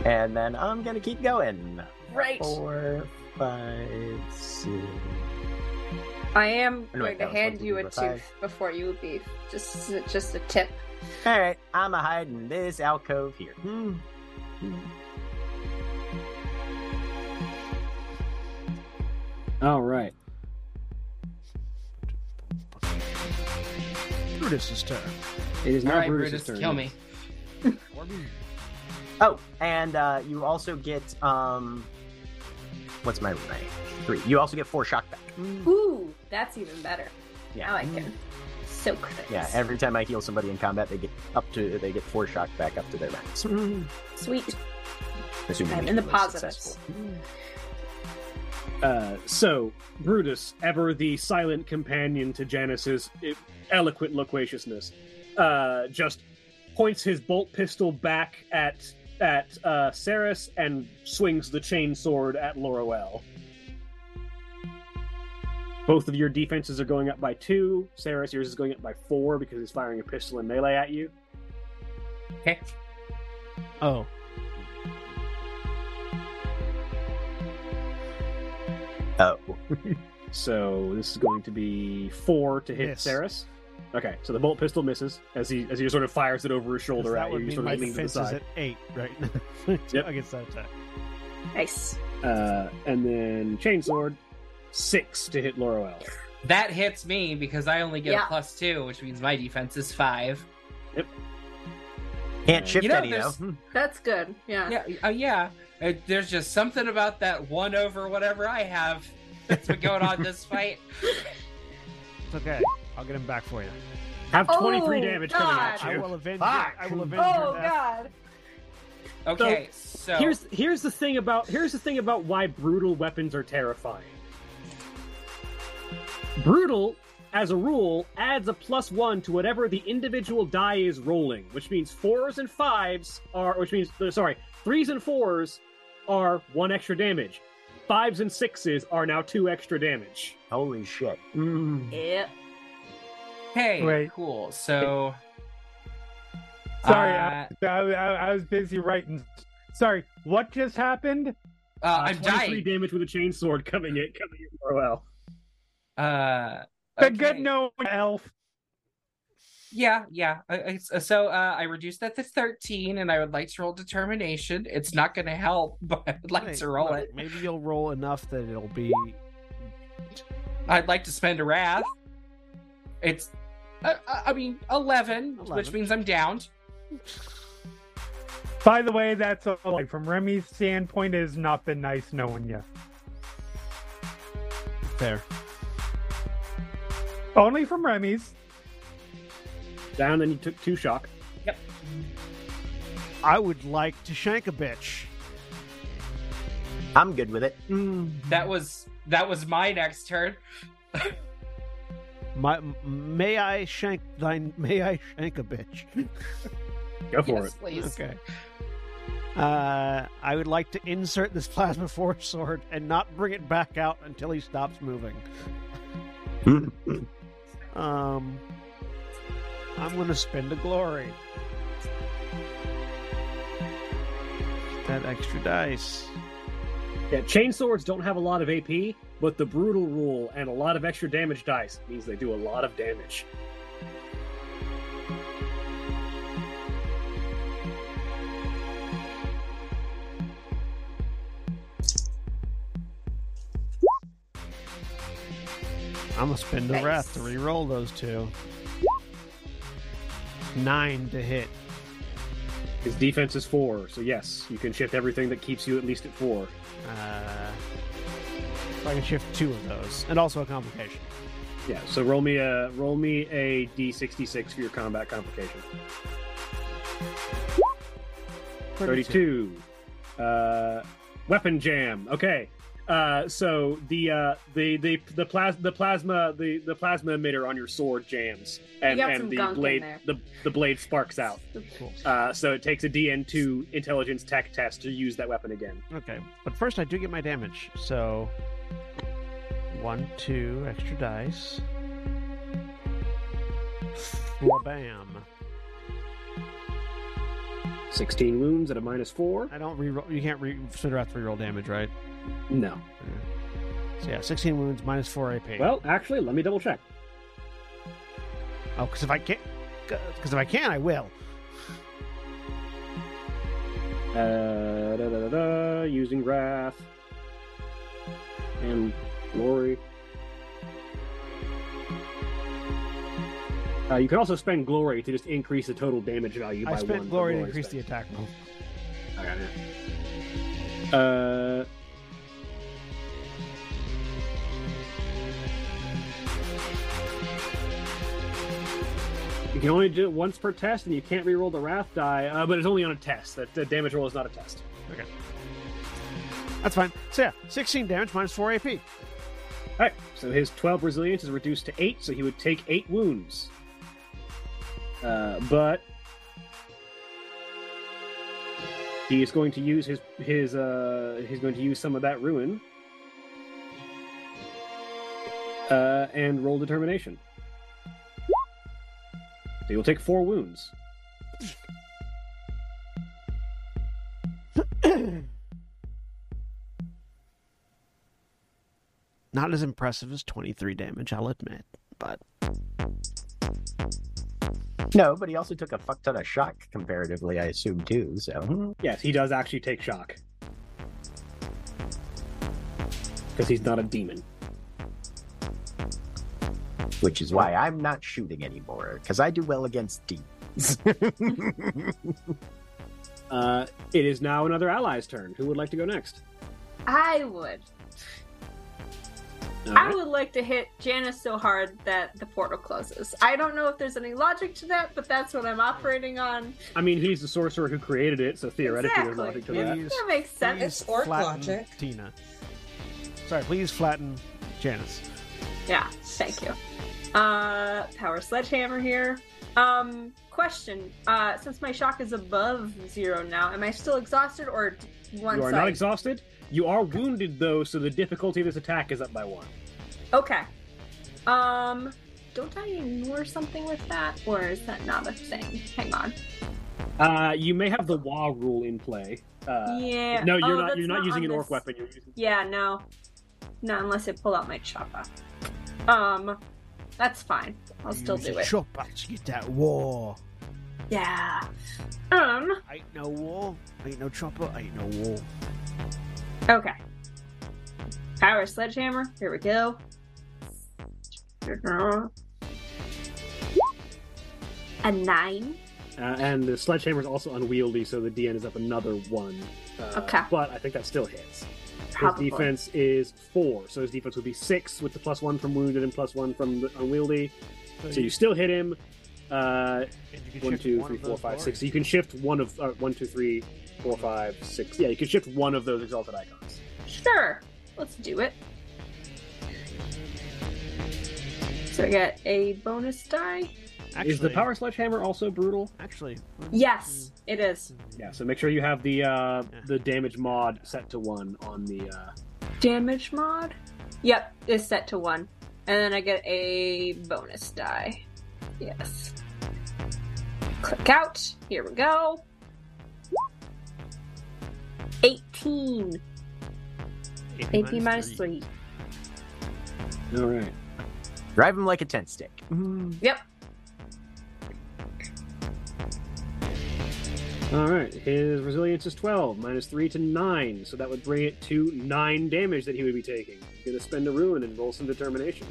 Speaker 2: And then I'm gonna keep going.
Speaker 9: Right.
Speaker 2: Four, five, six.
Speaker 9: I am
Speaker 2: I know
Speaker 9: going
Speaker 2: that
Speaker 9: to
Speaker 2: was one,
Speaker 9: hand
Speaker 2: two,
Speaker 9: you
Speaker 2: three,
Speaker 9: a
Speaker 2: four,
Speaker 9: tooth
Speaker 2: five.
Speaker 9: before you leave. Just as a- just a tip.
Speaker 2: All right, I'm a hiding this alcove here. Hmm.
Speaker 1: All right.
Speaker 8: Brutus's turn.
Speaker 1: It is
Speaker 6: All
Speaker 1: now
Speaker 6: right,
Speaker 1: Brutus'
Speaker 6: Brutus,
Speaker 1: turn.
Speaker 6: kill me.
Speaker 2: Oh, and uh, you also get um, what's my rank? Three. You also get four shock back.
Speaker 9: Ooh, that's even better.
Speaker 2: Yeah.
Speaker 9: Now I can soak things.
Speaker 2: Yeah. Every time I heal somebody in combat, they get up to they get four shock back up to their max.
Speaker 9: Sweet.
Speaker 2: Assuming
Speaker 9: Mm-hmm. I'm
Speaker 2: the
Speaker 9: in the
Speaker 2: heal is
Speaker 9: positives.
Speaker 2: successful.
Speaker 1: Uh, so Brutus, ever the silent companion to Janus's eloquent loquaciousness, uh, just points his bolt pistol back at at uh, Ceres and swings the chain sword at Lorwell. Both of your defenses are going up by two. Ceres, yours is going up by four because he's firing a pistol and melee at you.
Speaker 6: Okay.
Speaker 8: Oh.
Speaker 2: Oh,
Speaker 1: So this is going to be four to hit
Speaker 8: Miss.
Speaker 1: Ceres. Okay, so the bolt pistol misses as he as he sort of fires it over his
Speaker 8: 'Cause
Speaker 1: shoulder
Speaker 8: that
Speaker 1: at you.
Speaker 8: would
Speaker 1: You
Speaker 8: mean
Speaker 1: sort
Speaker 8: my
Speaker 1: of lean to the
Speaker 8: defense is
Speaker 1: side.
Speaker 8: at eight right
Speaker 1: Yep.
Speaker 8: against that attack.
Speaker 9: Nice.
Speaker 1: Uh, and then chainsword, six to hit Lorel.
Speaker 6: That hits me because I only get
Speaker 9: Yeah.
Speaker 6: a plus two, which means my defense is five.
Speaker 2: can't shift
Speaker 6: You know,
Speaker 2: any
Speaker 6: there's-
Speaker 2: though.
Speaker 9: That's good. Yeah.
Speaker 6: Yeah, uh, yeah. Uh, there's just something about that one over whatever I have that's been going on this fight.
Speaker 8: It's okay. I'll get him back for you.
Speaker 1: Have
Speaker 9: Oh,
Speaker 1: 23 damage coming at
Speaker 9: God.
Speaker 8: I
Speaker 1: you.
Speaker 8: will avenge.
Speaker 2: Fuck.
Speaker 8: Your, I will avenge your
Speaker 9: Oh
Speaker 8: death.
Speaker 9: God.
Speaker 6: Okay, so,
Speaker 1: Here's here's the thing about here's the thing about why brutal weapons are terrifying. Brutal, as a rule, adds a plus one to whatever the individual die is rolling, which means fours and fives are, which means uh, sorry, threes and fours are one extra damage. Fives and sixes are now two extra damage. Mm.
Speaker 2: Holy shit!
Speaker 9: Yeah.
Speaker 6: okay,
Speaker 4: Wait.
Speaker 6: cool. So,
Speaker 4: Sorry,
Speaker 6: uh,
Speaker 4: I, I, I was busy writing. Sorry, what just happened?
Speaker 6: uh, I'm
Speaker 1: 23
Speaker 6: dying.
Speaker 1: damage with a chainsword coming at coming at Orwell.
Speaker 6: Uh,
Speaker 4: The good
Speaker 6: okay.
Speaker 4: no elf.
Speaker 6: Yeah, yeah. I- I- s- So uh, I reduced that to 13, and I would like to roll determination. It's not going to help, but I would like
Speaker 8: Wait,
Speaker 6: to roll
Speaker 8: look,
Speaker 6: it.
Speaker 8: Maybe you'll roll enough that it'll be.
Speaker 6: I'd like to spend a wrath. It's, uh, uh, I mean, 11, which
Speaker 8: 11.
Speaker 6: means I'm downed.
Speaker 4: By the way, that's all, like from Remy's standpoint, it has not been nice knowing you.
Speaker 8: Fair.
Speaker 4: Only from Remy's.
Speaker 1: Down, and you took two shock.
Speaker 5: I would like to shank a bitch.
Speaker 2: I'm good with it.
Speaker 5: Mm.
Speaker 6: That was that was my next turn.
Speaker 5: My, may I shank thine? May I shank a bitch?
Speaker 1: Go for
Speaker 6: yes, please.
Speaker 5: Okay. Uh, I would like to insert this plasma force sword and not bring it back out until he stops moving. Um, I'm going to spend a glory. Get that extra dice.
Speaker 1: it. Yeah, chainswords don't have a lot of AP, but the brutal rule and a lot of extra damage dice means they do a lot of damage.
Speaker 5: I'm going to spend the
Speaker 9: Nice.
Speaker 5: wrath to re-roll those two. Nine to hit.
Speaker 1: His defense is four, so yes, you can shift everything that keeps you at least at four.
Speaker 5: Uh, so I can shift two of those, and also a complication.
Speaker 1: Yeah, so roll me a roll me a d66 for your combat complication. 32. Uh, weapon jam. Okay. Uh, so the uh, the the the, plas- the plasma the, the plasma emitter on your sword jams and,
Speaker 3: got some
Speaker 1: and
Speaker 3: gunk
Speaker 1: the
Speaker 3: in
Speaker 1: blade
Speaker 3: there.
Speaker 1: the, the blade sparks out.
Speaker 5: Cool.
Speaker 1: Uh, so it takes a DN2 intelligence tech test to use that weapon again.
Speaker 5: Okay, but first I do get my damage. So one, two extra dice. Bam!
Speaker 1: 16 wounds at a minus 4?
Speaker 5: I don't reroll. You can't re- so do I have to reroll damage, right?
Speaker 1: No.
Speaker 5: So yeah, sixteen wounds minus four AP.
Speaker 1: Well, actually, let me double check.
Speaker 5: oh, because if I can't, because if I can, I will.
Speaker 1: Uh, da, da, da, da, using wrath and glory. Uh, you can also spend glory to just increase the total damage value by
Speaker 5: I
Speaker 1: one.
Speaker 5: spent
Speaker 1: but
Speaker 5: glory to increase the
Speaker 1: spent.
Speaker 5: attack roll.
Speaker 1: I got it. Uh, you can only do it once per test, and you can't reroll the wrath die. Uh, but it's only on a test. That the damage roll is not a test.
Speaker 5: That's fine. So yeah, sixteen damage minus four AP.
Speaker 1: All right, so his 12 resilience is reduced to 8, so he would take 8 wounds. Uh, but he is going to use his his uh he's going to use some of that ruin uh and roll determination. So he will take 4 wounds.
Speaker 5: Not as impressive as twenty-three damage, I'll admit, but
Speaker 2: no, but he also took a fuck ton of shock comparatively, I assume, too. So
Speaker 1: Yes, he does actually take shock. Because he's not a demon.
Speaker 2: which is why I'm not shooting anymore, because I do well against demons.
Speaker 1: Uh, it is now another ally's turn. Who would like to go next?
Speaker 3: I would.
Speaker 1: All
Speaker 3: I
Speaker 1: right.
Speaker 3: would like to hit Janice so hard that the portal closes. I don't know if there's any logic to that, but that's what I'm operating on.
Speaker 1: I mean, he's the sorcerer who created it, so theoretically there's
Speaker 3: Exactly.
Speaker 1: logic to
Speaker 5: Yeah.
Speaker 1: that.
Speaker 5: Please-
Speaker 3: That makes sense.
Speaker 5: please
Speaker 9: It's orc
Speaker 5: flatten
Speaker 9: logic.
Speaker 5: Tina. Sorry, please flatten Janice.
Speaker 3: Yeah, thank you. Uh, power sledgehammer here. Um, question. Uh, since my shock is above zero now, am I still exhausted or d- one
Speaker 1: You are
Speaker 3: side?
Speaker 1: not exhausted. You are wounded, though, so the difficulty of this attack is up by one.
Speaker 3: okay. Um, don't I ignore something with that, or is that not a thing? Hang on.
Speaker 1: Uh, you may have the Wa rule in play. Uh,
Speaker 3: yeah.
Speaker 1: No, you're
Speaker 3: Oh,
Speaker 1: not.
Speaker 3: that's
Speaker 1: You're not, using
Speaker 3: on
Speaker 1: an orc
Speaker 3: this.
Speaker 1: weapon. You're using.
Speaker 3: Yeah, no. No, unless I pull out my chopper. Um, that's fine. I'll still
Speaker 5: Use
Speaker 3: do
Speaker 5: your
Speaker 3: it.
Speaker 5: Chopper to get that war.
Speaker 3: Yeah. Um,
Speaker 5: Ain't no war. Ain't no chopper. Ain't no war.
Speaker 3: okay. Power sledgehammer. Here we go. A nine.
Speaker 1: Uh, and the sledgehammer is also unwieldy, so the DN is up another one. Uh,
Speaker 3: Okay.
Speaker 1: But I think that still hits.
Speaker 9: Probably.
Speaker 1: His defense is four, so his defense would be six with the plus one from wounded and plus one from the unwieldy. So you still hit him. Uh,
Speaker 5: And you can
Speaker 1: one,
Speaker 5: shift
Speaker 1: two,
Speaker 5: one
Speaker 1: three,
Speaker 5: of
Speaker 1: four,
Speaker 5: those
Speaker 1: five, six.
Speaker 5: glories.
Speaker 1: So you can shift one of uh, one, two, three, four, five, six. Yeah, you can shift one of those exalted icons.
Speaker 9: Sure. Let's do it. So I get a bonus die.
Speaker 8: Actually,
Speaker 1: is the power sledgehammer also brutal?
Speaker 8: Actually,
Speaker 9: Yes, it is.
Speaker 1: Yeah. So make sure you have the uh, the damage mod set to one on the. Uh,
Speaker 9: Damage mod? Yep, is set to one. And then I get a bonus die. Yes. Click out. Here we go. 18. 18 minus, minus 3.
Speaker 1: All right.
Speaker 2: Drive him like a tent stick.
Speaker 9: Yep.
Speaker 1: All right. His resilience is twelve minus three to nine, so that would bring it to nine damage that he would be taking. He's gonna spend a ruin and roll some determination.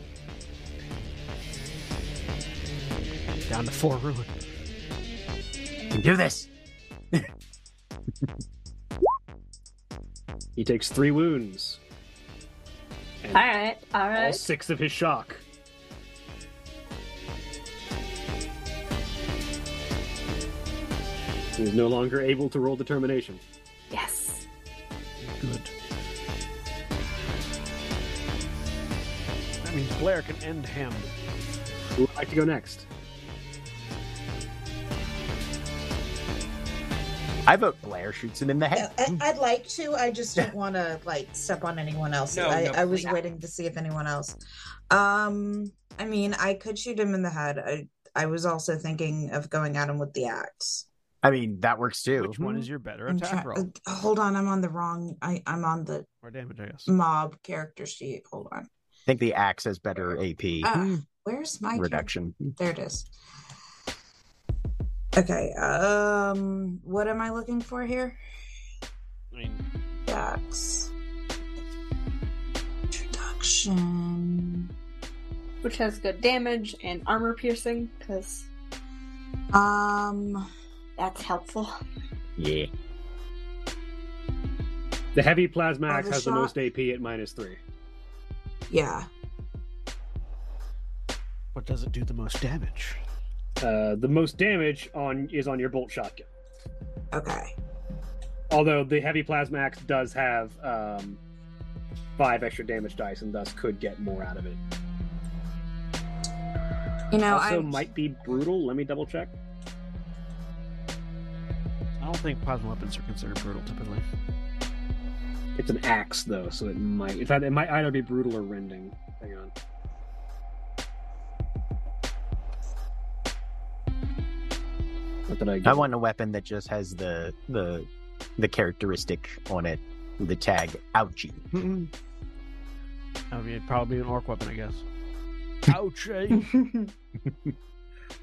Speaker 8: down to four ruin.
Speaker 2: You can do this.
Speaker 1: He takes three wounds. And
Speaker 9: Alright,
Speaker 1: all
Speaker 9: alright.
Speaker 1: six of his shock. He is no longer able to roll determination.
Speaker 9: Yes.
Speaker 8: Good. That means Blair can end him.
Speaker 1: Who would like to go next?
Speaker 2: I vote Blair shoots him in the
Speaker 7: Yeah,
Speaker 2: head.
Speaker 7: I, I'd like to. I just don't want to like step on anyone else.
Speaker 6: No,
Speaker 7: I,
Speaker 6: no,
Speaker 7: I was
Speaker 6: please.
Speaker 7: waiting to see if anyone else. Um, I mean, I could shoot him in the head. I I was also thinking of going at him with the axe.
Speaker 2: I mean, that works too.
Speaker 5: Which one
Speaker 6: Hmm?
Speaker 5: is your better
Speaker 7: I'm
Speaker 5: attack
Speaker 7: try-
Speaker 5: roll
Speaker 7: uh, hold on, I'm on the wrong. I I'm on the
Speaker 5: or damage? I guess.
Speaker 7: mob character sheet. Hold on.
Speaker 2: I think the axe has better AP
Speaker 7: Ah, where's my character
Speaker 2: reduction.
Speaker 7: There it is. Okay. Um, what am I looking for here?
Speaker 5: I mean,
Speaker 7: Dax. Introduction.
Speaker 9: Um, Which has good damage and armor piercing, because
Speaker 7: Um,
Speaker 9: that's helpful.
Speaker 2: Yeah.
Speaker 1: The heavy plasma axe
Speaker 7: Other
Speaker 1: has the
Speaker 7: shot?
Speaker 1: most AP at minus three.
Speaker 7: yeah.
Speaker 8: What does it do the most damage?
Speaker 1: Uh, the most damage on is on your bolt shotgun.
Speaker 7: Okay.
Speaker 1: Although the heavy plasma axe does have um, five extra damage dice, and thus could get more out of it.
Speaker 7: You know,
Speaker 1: also,
Speaker 7: I
Speaker 1: might be brutal. Let me double check.
Speaker 5: I don't think plasma weapons are considered brutal typically.
Speaker 1: It's an axe though, so it might. In fact, it might either be brutal or rending. Hang on. What did I get?
Speaker 2: I want a weapon that just has the the the characteristic on it, the tag ouchie.
Speaker 5: I mean, it'd probably be an orc weapon, I guess.
Speaker 8: Ouch! eh?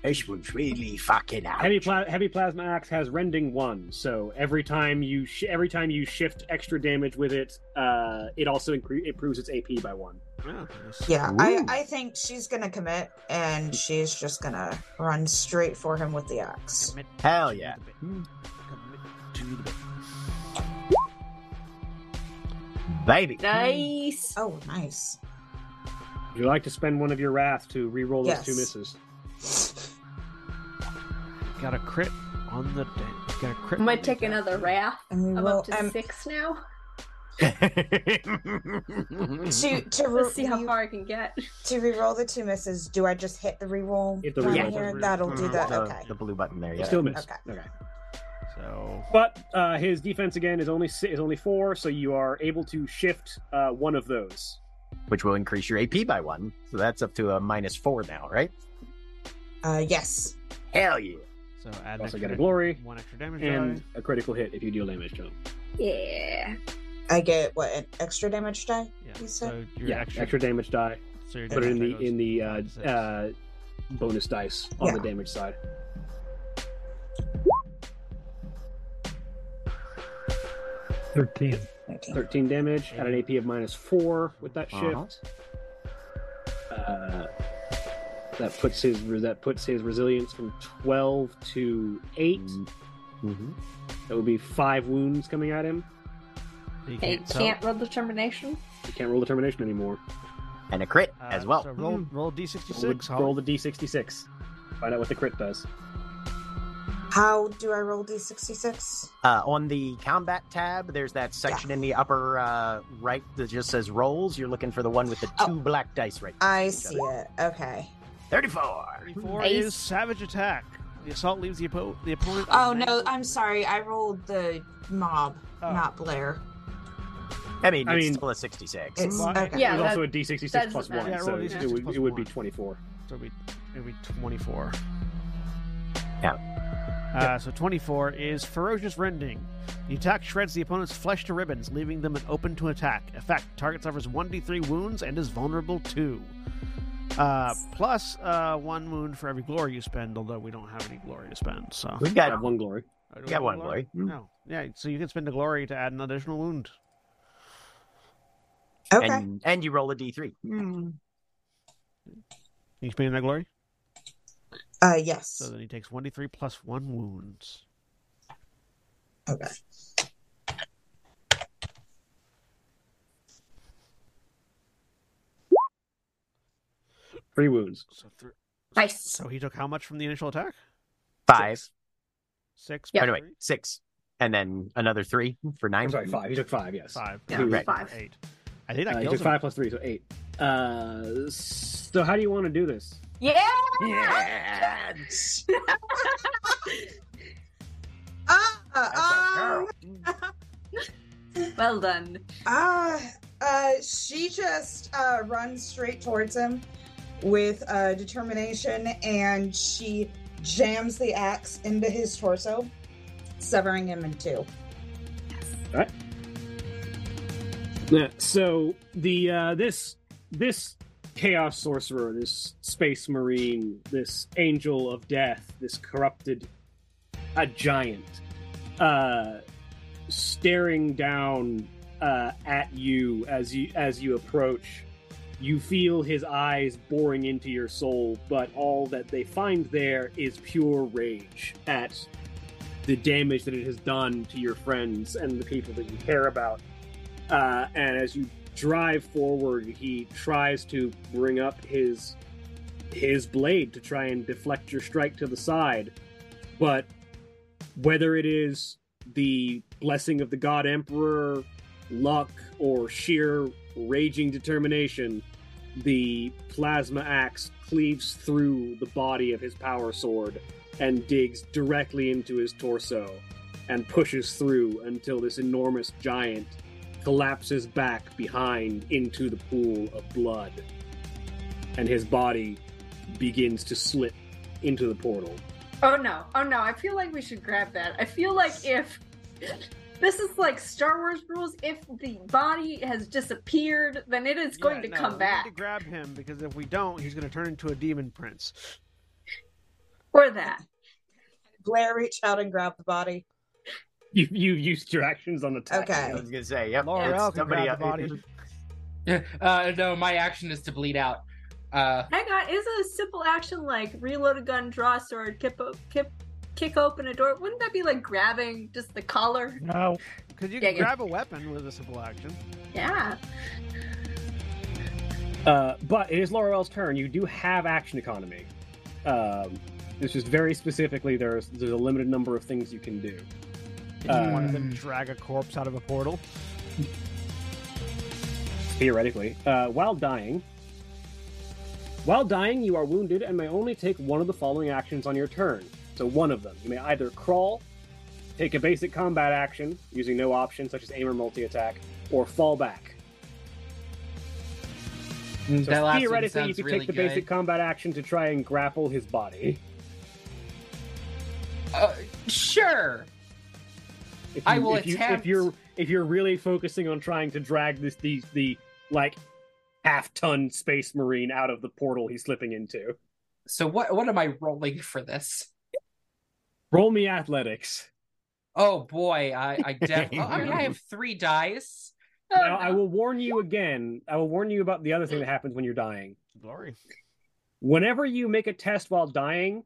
Speaker 2: This one's really fucking out.
Speaker 1: Heavy, pla- heavy plasma axe has rending one, so every time you sh- every time you shift extra damage with it, uh, it also incre- improves its AP by one.
Speaker 5: Yeah.
Speaker 7: yeah, I
Speaker 2: Ooh.
Speaker 7: I think she's gonna commit, and she's just gonna run straight for him with the axe.
Speaker 8: Commit
Speaker 2: Hell
Speaker 8: to
Speaker 2: yeah.
Speaker 8: the bit. Commit to the bit.
Speaker 2: Baby.
Speaker 9: Nice.
Speaker 7: Oh, nice.
Speaker 1: Would you like to spend one of your wrath to re-roll those
Speaker 7: Yes.
Speaker 1: two misses?
Speaker 8: Got a crit on the day. Got a crit.
Speaker 9: I
Speaker 8: on
Speaker 9: might
Speaker 8: the
Speaker 9: take
Speaker 8: attack.
Speaker 9: another wrath.
Speaker 7: And we
Speaker 9: I'm
Speaker 7: will.
Speaker 9: up to
Speaker 7: um,
Speaker 9: six now.
Speaker 2: Mm-hmm.
Speaker 7: to to re-
Speaker 9: Let's see how
Speaker 7: you-
Speaker 9: far I can get.
Speaker 7: to reroll the two misses. Do I just hit the reroll
Speaker 1: Hit the
Speaker 7: down
Speaker 1: reroll.
Speaker 7: here?
Speaker 8: Yeah.
Speaker 7: That'll do
Speaker 8: Mhm.
Speaker 7: that.
Speaker 2: the,
Speaker 7: Okay.
Speaker 2: the blue button there. Yeah.
Speaker 1: Still miss.
Speaker 7: Okay.
Speaker 1: okay.
Speaker 8: So
Speaker 1: But uh, his defense again is only si- is only four, so you are able to shift uh, one of those.
Speaker 2: Which will increase your AP by one. So that's up to a minus four now, right?
Speaker 7: Uh, yes.
Speaker 2: Hell yeah.
Speaker 8: so add an
Speaker 1: also
Speaker 8: extra
Speaker 1: get a
Speaker 8: da-
Speaker 1: glory
Speaker 8: one extra damage
Speaker 1: and
Speaker 8: die.
Speaker 1: a critical hit if you deal damage to him.
Speaker 9: Yeah.
Speaker 7: I get what an extra damage die.
Speaker 8: Yeah.
Speaker 7: You
Speaker 8: So
Speaker 7: said-
Speaker 8: your
Speaker 1: yeah,
Speaker 8: extra,
Speaker 1: extra, damage die.
Speaker 8: So your
Speaker 1: Put it in
Speaker 8: damage die
Speaker 1: the
Speaker 8: goes
Speaker 1: in the
Speaker 8: five to
Speaker 1: uh,
Speaker 8: six.
Speaker 1: uh, bonus dice on the
Speaker 7: Yeah.
Speaker 1: damage side.
Speaker 4: Thirteen.
Speaker 7: Okay.
Speaker 1: Thirteen damage at an AP of minus four with that
Speaker 2: Uh-huh.
Speaker 1: shift. Uh, that puts his that puts his resilience from twelve to eight.
Speaker 2: Mm-hmm.
Speaker 1: That would be five wounds coming at him.
Speaker 5: You
Speaker 9: They
Speaker 5: so-
Speaker 9: can't roll determination.
Speaker 1: You can't roll determination anymore.
Speaker 2: and a crit
Speaker 5: uh,
Speaker 2: as well.
Speaker 5: So roll roll d
Speaker 1: Roll,
Speaker 5: d66.
Speaker 1: the- roll the d66. Find out what the crit does.
Speaker 7: How do I roll d66?
Speaker 2: Uh, on the combat tab, there's that section in the upper uh, right that just says rolls. You're looking for the one with the two
Speaker 7: Oh.
Speaker 2: black dice right there.
Speaker 7: I see it. Okay.
Speaker 2: 34.
Speaker 5: 34
Speaker 9: Ace.
Speaker 5: is savage attack. The assault leaves the, oppo- the opponent.
Speaker 2: Uh,
Speaker 7: Oh no, I'm sorry. I rolled the mob,
Speaker 2: Oh.
Speaker 7: not Blair.
Speaker 2: I mean,
Speaker 1: I
Speaker 2: it's
Speaker 1: mean-
Speaker 2: still a 66.
Speaker 7: It's
Speaker 5: Well,
Speaker 7: okay.
Speaker 9: Yeah,
Speaker 1: There's
Speaker 9: that-
Speaker 1: also a d66
Speaker 9: that
Speaker 1: plus
Speaker 9: doesn't
Speaker 1: one,
Speaker 5: matter. Yeah,
Speaker 1: so
Speaker 5: roll a
Speaker 1: it,
Speaker 5: d66
Speaker 1: would,
Speaker 5: plus
Speaker 1: it would be
Speaker 5: one.
Speaker 1: 24.
Speaker 5: So it'll be, it'll be 24.
Speaker 2: Yeah.
Speaker 5: Uh, so 24 is Ferocious Rending. The attack shreds the opponent's flesh to ribbons, leaving them open to attack. Effect target suffers 1d3 wounds and is vulnerable to. Uh, plus uh, one wound for every glory you spend, although we don't have any glory to spend. So
Speaker 2: We've
Speaker 1: I
Speaker 2: got
Speaker 1: have one Hmm. glory.
Speaker 5: Oh, do
Speaker 2: we
Speaker 5: we
Speaker 2: got
Speaker 5: have
Speaker 2: one, Glory. Mm.
Speaker 5: No. Yeah, so you can spend the glory to add an additional wound.
Speaker 7: Okay.
Speaker 2: And, and you roll a d3.
Speaker 8: Hmm.
Speaker 5: You spend that glory?
Speaker 7: uh yes.
Speaker 5: So then he takes 1d3 plus 1 wounds.
Speaker 7: okay.
Speaker 1: Three wounds.
Speaker 5: So, thr
Speaker 9: Nice.
Speaker 5: so he took how much from the initial attack?
Speaker 2: Five.
Speaker 5: Six?
Speaker 2: Oh,
Speaker 5: plus
Speaker 2: no, wait,
Speaker 5: three?
Speaker 2: six. And then another three for
Speaker 1: I'm
Speaker 2: nine.
Speaker 1: sorry, five. He took five, yes.
Speaker 5: Five.
Speaker 9: Yeah,
Speaker 5: plus
Speaker 9: right.
Speaker 5: four,
Speaker 9: Five.
Speaker 5: Eight. I think that
Speaker 1: Uh, he
Speaker 5: kills
Speaker 1: took
Speaker 5: him.
Speaker 1: five plus three, so eight. Uh, so how do you want to do this?
Speaker 9: Yeah.
Speaker 2: Yes!
Speaker 7: Ah, um,
Speaker 2: That's a girl.
Speaker 9: Well done.
Speaker 7: Ah, uh, she just uh, runs straight towards him with uh, determination, and she jams the axe into his torso, severing him in two.
Speaker 1: Yeah, so the uh, this this chaos sorcerer, this space marine, this angel of death, this corrupted a giant, uh, staring down uh, at you as you as you approach. You feel his eyes boring into your soul, but all that they find there is pure rage at the damage that it has done to your friends and the people that you care about uh, and as you drive forward, he tries to bring up his his blade to try and deflect your strike to the side. But whether it is the blessing of the God Emperor, luck, or sheer raging determination, the plasma axe cleaves through the body of his power sword and digs directly into his torso and pushes through until this enormous giant collapses back behind into the pool of blood, and his body begins to slip into the portal.
Speaker 9: Oh no. Oh no. I feel like we should grab that. I feel like if this is like Star Wars rules, if the body has disappeared, then it is going
Speaker 5: Yeah,
Speaker 9: to
Speaker 5: no,
Speaker 9: come
Speaker 5: we
Speaker 9: back.
Speaker 5: need to grab him because if we don't, he's going to turn into a demon prince.
Speaker 9: Or that.
Speaker 7: Blair reach out and grab the body.
Speaker 1: You you used your actions on the top.
Speaker 7: Okay.
Speaker 2: I was going to say, yep.
Speaker 5: Laura
Speaker 2: it's
Speaker 5: L can
Speaker 2: somebody
Speaker 5: grab the
Speaker 2: else.
Speaker 5: body.
Speaker 6: Uh, no, my action is to bleed out. Uh,
Speaker 9: Hang on, is a simple action like reload a gun, draw a sword, kip, o- kip, kick open a door? Wouldn't that be like grabbing just the collar?
Speaker 4: No,
Speaker 5: Because you
Speaker 9: Yeah,
Speaker 5: can
Speaker 9: yeah.
Speaker 5: grab a weapon with a simple action.
Speaker 9: Yeah.
Speaker 1: Uh, but it is Laurel's turn. You do have action economy. Um, it's just very specifically there's there's a limited number of things you can do. Uh,
Speaker 5: Did you want them
Speaker 6: Um,
Speaker 5: to drag a corpse out of a portal?
Speaker 1: theoretically. Uh, while dying, while dying, you are wounded and may only take one of the following actions on your turn. So one of them, you may either crawl, take a basic combat action using no options such as aim or multi-attack, or fall back. So
Speaker 6: Mm, that last one
Speaker 1: theoretically,
Speaker 6: sounds
Speaker 1: you could
Speaker 6: really
Speaker 1: take the
Speaker 6: good.
Speaker 1: basic combat action to try and grapple his body.
Speaker 6: Uh, sure.
Speaker 1: If you,
Speaker 6: I will
Speaker 1: if you, If
Speaker 6: attempt-
Speaker 1: you're if you're really focusing on trying to drag this the the like half ton space marine out of the portal he's slipping into,
Speaker 6: So what what am I rolling for this?
Speaker 1: roll me athletics.
Speaker 6: Oh boy, I I definitely. oh, I mean, I have three dice.
Speaker 9: Oh,
Speaker 1: now, I
Speaker 9: no.
Speaker 1: will warn you again. I will warn you about the other thing that happens when you're dying.
Speaker 5: Glory.
Speaker 1: Whenever you make a test while dying,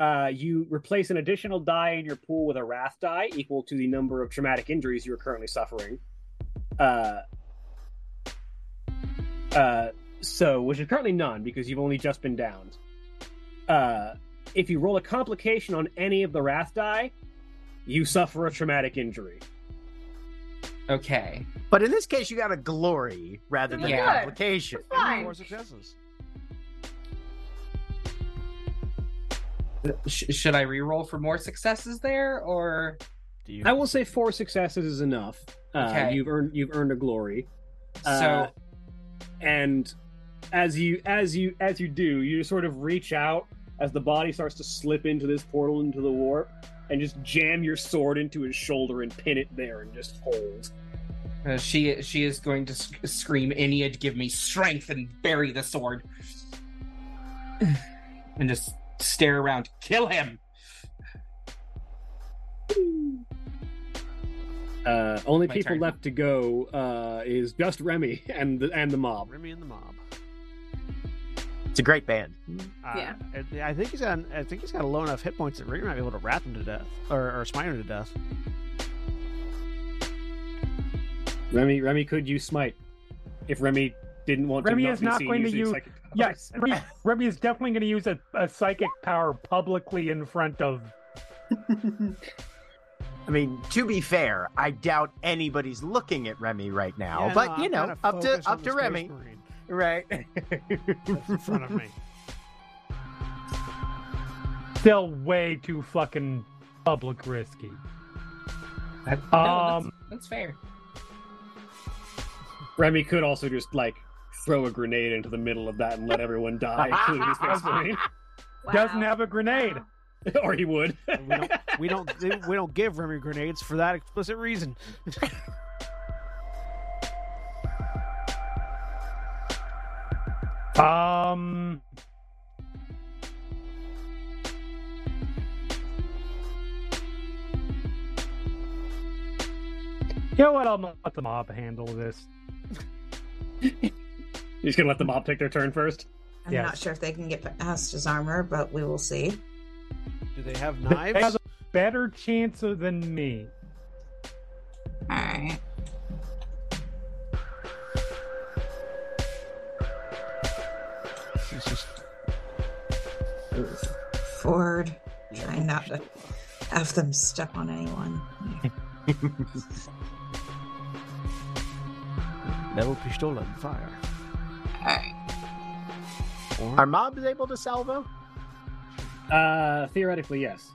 Speaker 1: uh, you replace an additional die in your pool with a wrath die equal to the number of traumatic injuries you are currently suffering. Uh, uh, so, which is currently none because you've only just been downed. Uh, if you roll a complication on any of the wrath die, you suffer a traumatic injury.
Speaker 6: Okay.
Speaker 2: But in this case, you got a glory rather than
Speaker 6: Yeah.
Speaker 2: a complication.
Speaker 9: Fine.
Speaker 5: Four successes.
Speaker 6: Uh, Sh- should I re-roll for more successes there, or
Speaker 5: Do you?
Speaker 1: I will say four successes is enough. Uh,
Speaker 6: Okay.
Speaker 1: You've earned you've earned a glory.
Speaker 6: so?
Speaker 1: Uh, and as you as you as you do you sort of reach out as the body starts to slip into this portal into the warp and just jam your sword into his shoulder and pin it there and just hold
Speaker 6: Uh, she she is going to sc- scream, "Inyad, give me strength!" and bury the sword, and just stare around. Kill him.
Speaker 1: uh only
Speaker 6: My
Speaker 1: people
Speaker 6: turn.
Speaker 1: left to go uh is just remy and the and the mob
Speaker 5: Remy and the mob.
Speaker 2: It's a great band.
Speaker 5: Uh,
Speaker 9: Yeah.
Speaker 5: I- I think he's got. I think he's got low enough hit points that Remy might be able to wrap him to death or, or smite him to death.
Speaker 1: remy remy could use smite if remy didn't want
Speaker 4: Remy
Speaker 1: to not
Speaker 4: is
Speaker 1: be
Speaker 4: not
Speaker 1: seen
Speaker 4: going to
Speaker 1: using
Speaker 4: use-
Speaker 1: psychic powers.
Speaker 4: Yes, Remy, Remy is definitely going to use a, a psychic power publicly in front of.
Speaker 2: I mean, to be fair, I doubt anybody's looking at Remy right now,
Speaker 5: Yeah,
Speaker 2: Oh, but
Speaker 5: no,
Speaker 2: you
Speaker 5: I'm
Speaker 2: know,
Speaker 5: kinda
Speaker 2: up to
Speaker 5: focused on
Speaker 2: up
Speaker 5: the
Speaker 2: to
Speaker 5: Space
Speaker 2: Remy,
Speaker 5: Marine
Speaker 2: right?
Speaker 5: that's in front of me.
Speaker 4: Still way too fucking public risky.
Speaker 6: That- no,
Speaker 4: Um,
Speaker 6: that's, that's fair.
Speaker 1: remy could also just like throw a grenade into the middle of that and let everyone die including his space marine
Speaker 9: Wow.
Speaker 4: Doesn't have a grenade.
Speaker 1: or he would
Speaker 5: And We don't. We don't. We don't give Remy grenades for that explicit reason.
Speaker 4: Um. You know what? I'll let the mob handle this.
Speaker 1: You're just gonna let the mob take their turn first.
Speaker 7: I'm
Speaker 4: Yes.
Speaker 7: not sure if they can get past his armor, but we will see.
Speaker 5: Do they have
Speaker 4: They have
Speaker 5: knives?
Speaker 4: a better chance than me.
Speaker 7: All right.
Speaker 5: It's just
Speaker 7: Forward. Try not to have them step on anyone.
Speaker 5: level pistola and fire.
Speaker 7: All right.
Speaker 5: Or
Speaker 2: Are mobs able to salvo?
Speaker 1: Uh, theoretically, yes.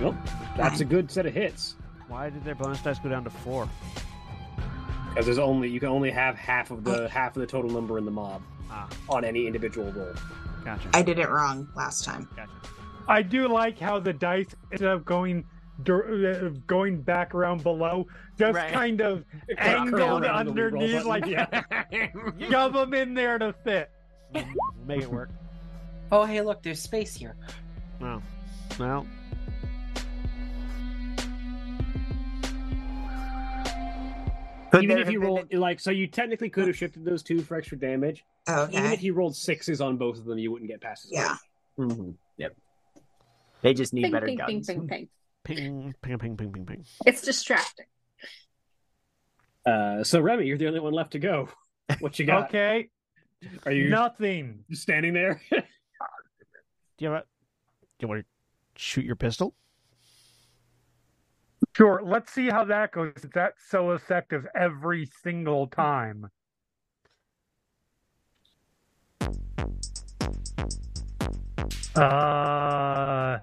Speaker 1: Well, that's a good set of hits
Speaker 5: why did their bonus dice go down to four?
Speaker 1: because there's only you can only have half of the half of the total number in the mob
Speaker 5: Oh. Ah,
Speaker 1: on any individual roll.
Speaker 5: gotcha.
Speaker 7: I did it wrong last time.
Speaker 5: Gotcha.
Speaker 4: I do like how the dice instead of going dir- uh, going back around below, just
Speaker 2: Right.
Speaker 4: kind of angled
Speaker 1: around the reroll
Speaker 4: underneath,
Speaker 1: button,
Speaker 4: like
Speaker 1: yeah.
Speaker 4: shove them in there to fit.
Speaker 5: Make it work.
Speaker 6: Oh, hey, look, there's space here.
Speaker 5: No. No.
Speaker 2: Could
Speaker 1: Even
Speaker 2: there
Speaker 1: if
Speaker 2: have
Speaker 1: you
Speaker 2: been-
Speaker 1: rolled like so, you technically could have shifted those two for extra damage. Even
Speaker 7: Okay.
Speaker 1: if you rolled sixes on both of them, you wouldn't get past. his
Speaker 7: Yeah.
Speaker 1: Mm-hmm.
Speaker 2: Mhm, Yep. They just need
Speaker 9: Ping,
Speaker 2: better
Speaker 9: ping, ping,
Speaker 2: guns.
Speaker 9: ping, ping.
Speaker 5: Ping, ping, ping, ping, ping, ping.
Speaker 9: It's distracting.
Speaker 1: Uh, so Remy, you're the only one left to go. What you got?
Speaker 4: Okay,
Speaker 1: Are you
Speaker 4: nothing.
Speaker 1: just standing there?
Speaker 5: Do you have a? Do you want to shoot your pistol?
Speaker 4: Sure, let's see how that goes. That's so effective every single time. Uh,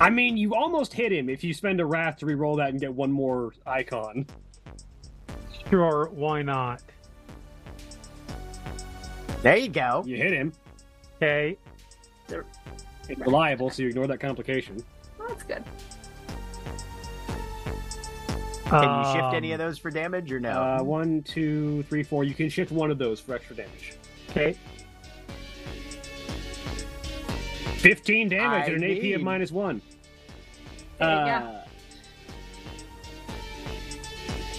Speaker 1: I mean, you almost hit him if you spend a wrath to re-roll that and get one more icon.
Speaker 4: sure, why not?
Speaker 2: There you go.
Speaker 1: You hit him.
Speaker 4: Okay,
Speaker 1: It's reliable, so you ignore that complication.
Speaker 9: Well, that's good.
Speaker 2: Can you shift
Speaker 5: Um,
Speaker 2: any of those for damage or no?
Speaker 1: Uh, one, two, three, four. You can shift one of those for extra damage.
Speaker 4: Okay,
Speaker 1: Fifteen damage
Speaker 2: I
Speaker 1: at an AP of Uh,
Speaker 2: mean-
Speaker 1: minus one.
Speaker 9: There you
Speaker 1: Uh,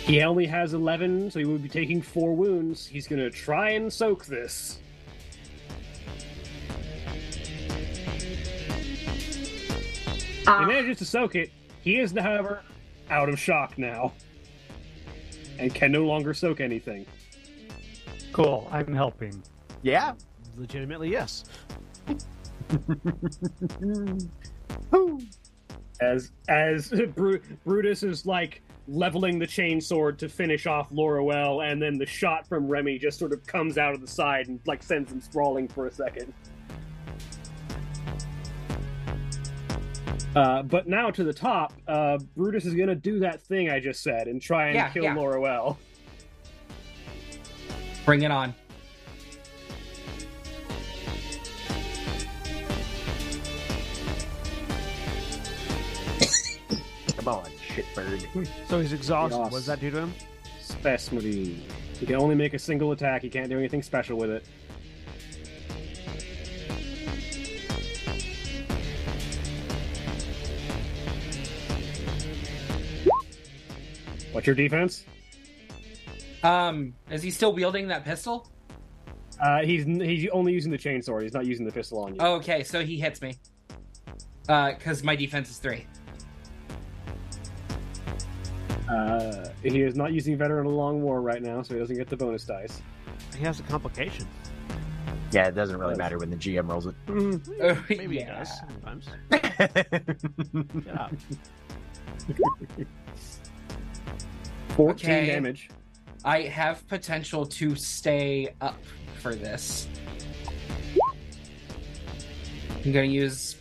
Speaker 1: He only has 11, so he would be taking four wounds. He's going to try and soak this. He
Speaker 9: Uh,
Speaker 1: manages to soak it. He is, however, out of shock now and can no longer soak anything.
Speaker 4: Cool. I'm helping.
Speaker 2: Yeah.
Speaker 5: Legitimately, yes.
Speaker 1: As as Bru- Brutus is like leveling the chainsword to finish off Lorwell, and then the shot from Remy just sort of comes out of the side and like sends him sprawling for a second. Uh, but now to the top, uh, Brutus is gonna do that thing I just said and try and
Speaker 6: Yeah,
Speaker 1: kill
Speaker 6: yeah.
Speaker 1: Lorwell.
Speaker 6: Bring it on.
Speaker 2: Come on, shitbird.
Speaker 5: So he's exhausted.
Speaker 1: Yes.
Speaker 5: What does that do to him?
Speaker 1: Spasmody. He can only make a single attack. He can't do anything special with it. What's your defense?
Speaker 6: Um, is he still wielding that pistol?
Speaker 1: Uh, he's he's only using the chainsword. He's not using the pistol on you.
Speaker 6: Okay, so he hits me. Uh, because my defense is three.
Speaker 1: Uh, he is not using veteran of the long war right now, so he doesn't get the bonus dice.
Speaker 5: He has a complication.
Speaker 2: Yeah, it doesn't really matter when the GM rolls it. Mm.
Speaker 6: Oh,
Speaker 5: Maybe he
Speaker 6: yeah.
Speaker 5: does sometimes. Shut up.
Speaker 1: Fourteen
Speaker 6: Okay.
Speaker 1: damage.
Speaker 6: I have potential to stay up for this. I'm gonna use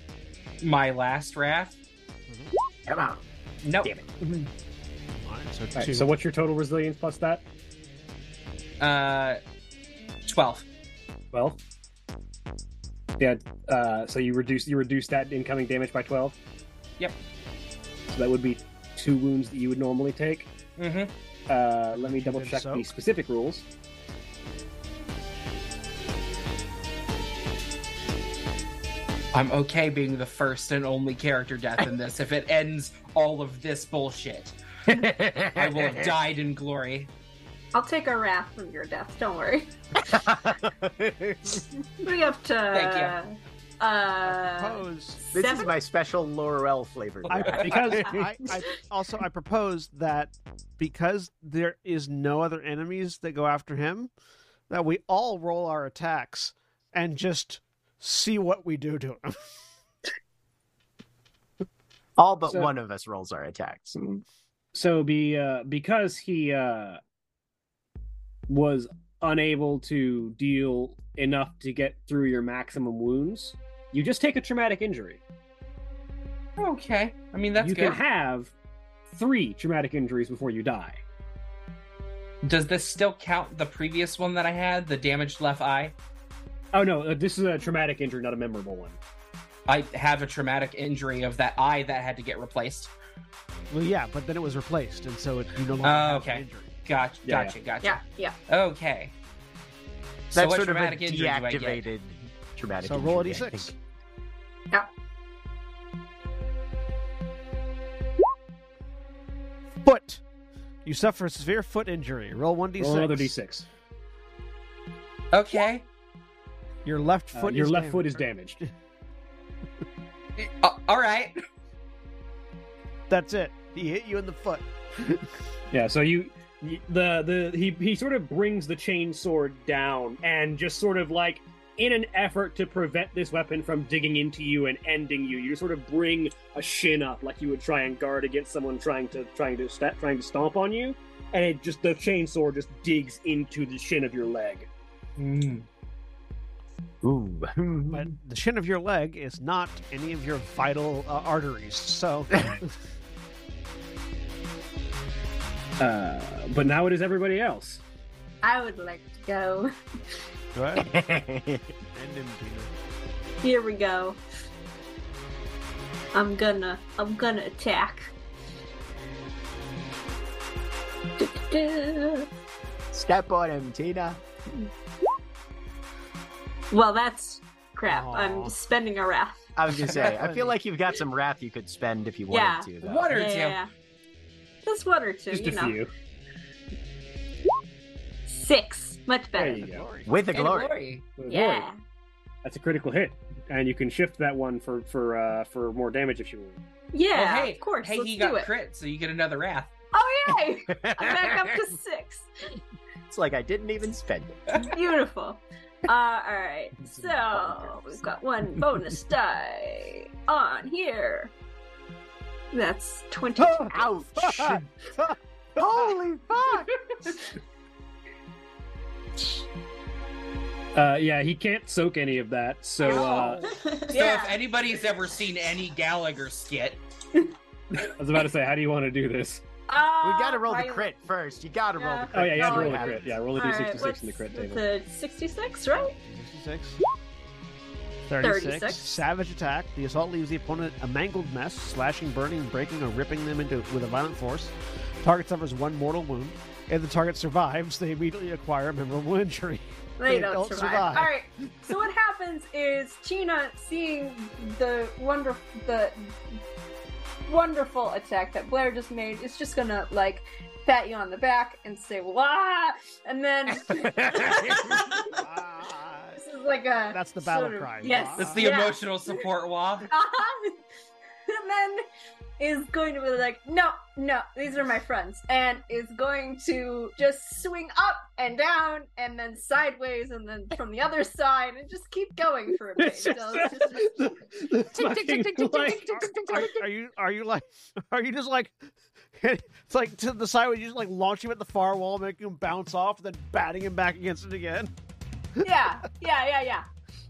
Speaker 6: my last wrath.
Speaker 2: Mm-hmm. Come on.
Speaker 6: Nope.
Speaker 2: Damn
Speaker 5: All right, so
Speaker 1: All right,
Speaker 5: two.
Speaker 1: so what's your total resilience plus that?
Speaker 6: Uh, twelve.
Speaker 1: Twelve. Yeah. Uh, so you reduce you reduce that incoming damage by twelve.
Speaker 6: Yep.
Speaker 1: So that would be two wounds that you would normally take.
Speaker 6: Mm-hmm.
Speaker 1: Uh, let me double
Speaker 5: then
Speaker 1: check the
Speaker 5: soak.
Speaker 1: specific rules.
Speaker 6: I'm okay being the first and only character death in this. if it ends all of this bullshit,
Speaker 2: it.
Speaker 6: I will have died in glory.
Speaker 9: I'll take a wrath from your death. Don't worry. We up to.
Speaker 6: Thank
Speaker 9: Uh,
Speaker 5: propose.
Speaker 2: This
Speaker 9: seven?
Speaker 2: is my special Laurel flavored.
Speaker 5: I,
Speaker 1: Because-
Speaker 5: because I, I, also I propose that because there is no other enemies that go after him, that we all roll our attacks and just see what we do to him.
Speaker 2: All but
Speaker 1: So-
Speaker 2: one of us rolls our attacks.
Speaker 1: so be uh, because he uh, was unable to deal enough to get through your maximum wounds you just take a traumatic injury
Speaker 6: you. Okay. I mean that's
Speaker 1: you
Speaker 6: good.
Speaker 1: can have three traumatic injuries before you die
Speaker 6: Does this still count the previous one that I had, the damaged left eye?
Speaker 1: oh no uh, this is a traumatic injury not a memorable one
Speaker 6: I have a traumatic injury of that eye that had to get replaced.
Speaker 5: Well, yeah, but then it was replaced, and so it, you no longer
Speaker 6: Oh,
Speaker 5: have an
Speaker 6: okay.
Speaker 5: injury.
Speaker 6: Gotcha.
Speaker 1: Yeah,
Speaker 6: Gotcha. Gotcha.
Speaker 9: yeah, yeah.
Speaker 6: Okay.
Speaker 2: That's
Speaker 6: so what
Speaker 2: sort of a
Speaker 6: traumatic injury do I get?
Speaker 2: deactivated traumatic
Speaker 5: So roll a
Speaker 2: injury, I
Speaker 5: d6.
Speaker 2: think.
Speaker 5: Foot. You suffer a severe foot injury. Roll one d6.
Speaker 1: roll another d6
Speaker 6: Okay.
Speaker 5: Your left
Speaker 1: Uh,
Speaker 5: foot.
Speaker 1: your
Speaker 5: is
Speaker 1: left
Speaker 5: damaged.
Speaker 1: foot is damaged
Speaker 6: Uh, all right.
Speaker 5: That's it. He hit you in the foot.
Speaker 1: yeah so you you- the the he, he sort of brings the chain sword down and just sort of like in an effort to prevent this weapon from digging into you and ending you you sort of bring a shin up like you would try and guard against someone trying to trying to sta trying to stomp on you and it just the chain sword just digs into the shin of your leg
Speaker 2: Ooh.
Speaker 6: Mm.
Speaker 5: But the shin of your leg is not any of your vital uh, arteries. So
Speaker 1: uh, but now it is everybody else
Speaker 9: I would like to go.
Speaker 5: go ahead.
Speaker 9: Here we go. I'm gonna I'm gonna attack. Du-du-du.
Speaker 2: Step on him, Tina.
Speaker 9: Well, that's crap.
Speaker 5: Aw.
Speaker 9: I'm spending a wrath.
Speaker 2: I was gonna say, I feel like you've got some wrath you could spend if you wanted
Speaker 9: Yeah.
Speaker 2: to. Though.
Speaker 6: One or
Speaker 9: Yeah. Just one or two,
Speaker 1: just
Speaker 9: you
Speaker 1: a
Speaker 9: know.
Speaker 1: few
Speaker 9: Six. Much
Speaker 1: There
Speaker 9: better.
Speaker 1: you go.
Speaker 2: with the
Speaker 6: And
Speaker 2: glory.
Speaker 9: Yeah.
Speaker 1: That's a critical hit, and you can shift that one for for uh, for more damage if you want.
Speaker 9: Yeah,
Speaker 6: Well, hey,
Speaker 9: of course.
Speaker 6: Hey,
Speaker 9: Let's
Speaker 6: he
Speaker 9: do
Speaker 6: got
Speaker 9: it.
Speaker 6: crit, so you get another wrath.
Speaker 9: Oh, yay! I'm back up to six.
Speaker 2: It's like I didn't even spend it.
Speaker 9: Beautiful. Uh, all right. So we've got one bonus die on here. That's 22.
Speaker 2: Ouch!
Speaker 4: Fuck.
Speaker 2: Holy fuck!
Speaker 1: Uh, yeah, he can't soak any of that, so uh,
Speaker 6: So if anybody's ever seen any Gallagher skit,
Speaker 1: I was about to say, how do you want to do this?
Speaker 9: Uh,
Speaker 2: We gotta roll the
Speaker 9: right-
Speaker 2: crit first. You gotta roll the
Speaker 9: Yeah.
Speaker 2: crit.
Speaker 1: Oh yeah, you have to roll the
Speaker 2: Happens.
Speaker 1: crit. Yeah, roll the
Speaker 9: All
Speaker 1: d6
Speaker 9: right,
Speaker 1: to six
Speaker 9: what's
Speaker 1: in the crit table.
Speaker 9: The 66, right?
Speaker 5: 66.
Speaker 9: 36.
Speaker 5: Savage attack. The assault leaves the opponent a mangled mess, slashing, burning, breaking, or ripping them into with a violent force. Target suffers one mortal wound. If the target survives, they immediately acquire a memorable injury.
Speaker 9: They
Speaker 5: They
Speaker 9: don't,
Speaker 5: don't
Speaker 9: survive.
Speaker 5: survive.
Speaker 9: All right. So what happens is Gina, seeing the wonderful the wonderful attack that Blair just made, is just gonna like pat you on the back and say "wah," and then this is like a
Speaker 5: That's the battle
Speaker 9: sort of-
Speaker 5: cry.
Speaker 9: Yes,
Speaker 6: it's the
Speaker 9: Yeah.
Speaker 6: emotional support wall.
Speaker 9: and then is going to be like, no, no, these are my friends, and is going to just swing up and down, and then sideways, and then from the other side, and just keep going for a bit.
Speaker 1: It's
Speaker 9: So
Speaker 1: just-
Speaker 9: it's just-
Speaker 1: the- the fucking light.
Speaker 5: are, are- are you are you like are you just like it's like to the side where you just like launch him at the far wall, making him bounce off, then batting him back against it again.
Speaker 9: yeah, yeah, yeah, yeah,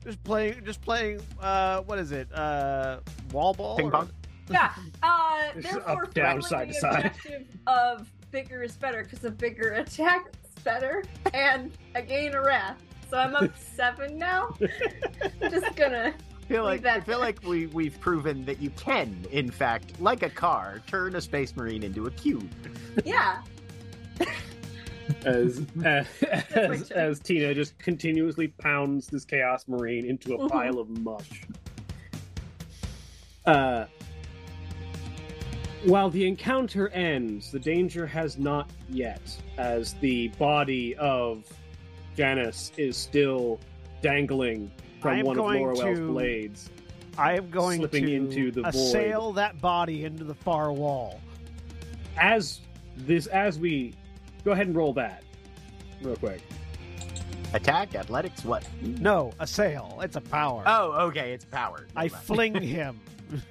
Speaker 5: Just playing, just playing. Uh, what is it? Uh, wall ball.
Speaker 2: Ping
Speaker 5: or-
Speaker 2: pong?
Speaker 9: yeah. Uh,
Speaker 1: It's
Speaker 9: therefore,
Speaker 1: up, down, side
Speaker 9: finally the
Speaker 1: to side.
Speaker 9: objective of bigger is better because a bigger attack is better, and a gain a wrath. So I'm up seven now. just
Speaker 2: I
Speaker 9: gonna.
Speaker 2: feel like I
Speaker 9: Exactly.
Speaker 2: feel like we we've proven that you can, in fact, like a car, turn a space marine into a cube.
Speaker 9: Yeah.
Speaker 1: as, uh,
Speaker 9: my
Speaker 1: as
Speaker 9: turn.
Speaker 1: as Tina just continuously pounds this chaos marine into a
Speaker 9: Mhm.
Speaker 1: pile of mush. Uh, while the encounter ends, the danger has not yet, as the body of Janice is still dangling from
Speaker 5: I'm
Speaker 1: one of
Speaker 5: going
Speaker 1: Lorwell's
Speaker 5: to-
Speaker 1: blades.
Speaker 5: I am going
Speaker 1: Slipping
Speaker 5: to
Speaker 1: into the void.
Speaker 5: assail that body into the far wall.
Speaker 1: As this, as we go ahead and roll that real quick.
Speaker 2: Attack, athletics, what?
Speaker 5: No, assail. It's a power.
Speaker 2: Oh, okay, it's power.
Speaker 5: I
Speaker 2: Never mind.
Speaker 5: fling him.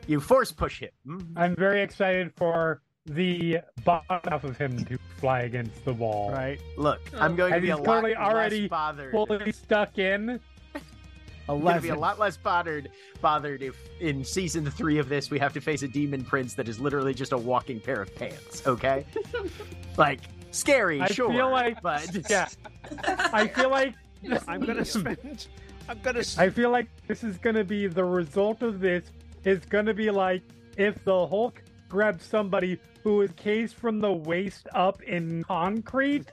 Speaker 2: you force push him. Mhm.
Speaker 4: I'm very excited for the bottom half of him to fly against the wall.
Speaker 5: Right,
Speaker 2: Look, I'm going to
Speaker 4: And
Speaker 2: be a
Speaker 4: he's
Speaker 2: lot
Speaker 4: clearly already
Speaker 2: less bothered.
Speaker 4: Fully stuck in.
Speaker 2: I'm going to be a
Speaker 5: eleven.
Speaker 2: lot less bothered bothered if in season three of this we have to face a demon prince that is literally just a walking pair of pants. Okay, like scary,
Speaker 4: I
Speaker 2: sure,
Speaker 4: feel like-
Speaker 2: but
Speaker 4: Yeah. I feel like
Speaker 5: I'm gonna spend. I'm gonna. s-
Speaker 4: I feel like this is going to be the result of this is going to be like if the Hulk grabs somebody who is cased from the waist up in concrete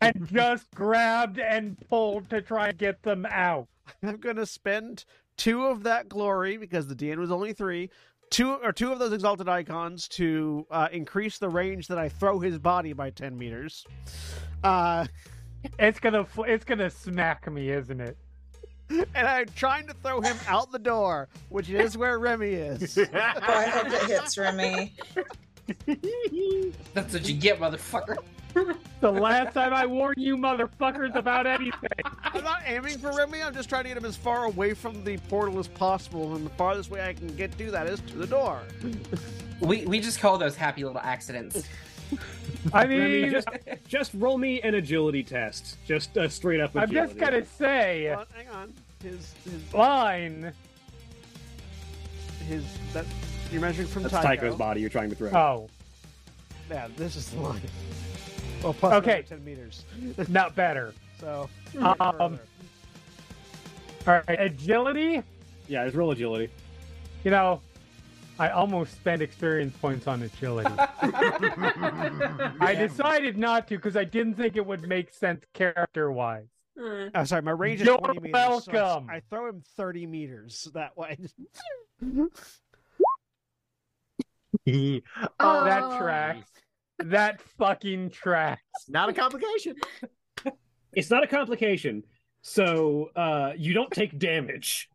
Speaker 4: and just grabbed and pulled to try and get them out.
Speaker 5: I'm gonna spend two of that glory because the DN was only three. Two or two of those exalted icons to uh, increase the range that I throw his body by ten meters. Uh,
Speaker 4: It's gonna fl- it's gonna smack me, isn't it?
Speaker 5: and I'm trying to throw him out the door, which is where Remy is.
Speaker 7: Oh, I hope it hits Remy.
Speaker 6: That's what you get, motherfucker.
Speaker 4: The last time I warned you motherfuckers about anything.
Speaker 5: I'm not aiming for Remy. I'm just trying to get him as far away from the portal as possible, and the farthest way I can get to that is to the door.
Speaker 6: We we just call those happy little accidents.
Speaker 4: I
Speaker 1: Remy,
Speaker 4: mean,
Speaker 1: just, just roll me an agility test. Just a straight up
Speaker 4: I'm
Speaker 1: agility.
Speaker 4: just gonna say,
Speaker 5: Hold on, hang on. His his
Speaker 4: line.
Speaker 5: his that you're measuring from
Speaker 1: That's
Speaker 5: Tycho.
Speaker 1: Tycho's body you're trying to throw.
Speaker 4: Oh,
Speaker 5: Yeah, this is the line. Well, plus another
Speaker 4: Okay.
Speaker 5: ten meters.
Speaker 4: not better.
Speaker 5: So
Speaker 4: Um,
Speaker 5: further.
Speaker 4: All right, agility.
Speaker 1: Yeah, just roll agility.
Speaker 4: You know, I almost spent experience points on agility. I decided not to because I didn't think it would make sense character wise.
Speaker 9: Hmm.
Speaker 5: Oh, sorry, my range is
Speaker 4: You're
Speaker 5: 20 meters. so I-
Speaker 4: welcome.
Speaker 5: I, throw him 30 meters that way.
Speaker 4: That
Speaker 5: Oh,
Speaker 9: Oh. Oh.
Speaker 4: tracks. That fucking tracks.
Speaker 2: not a complication.
Speaker 1: It's not a complication, so uh, you don't take damage,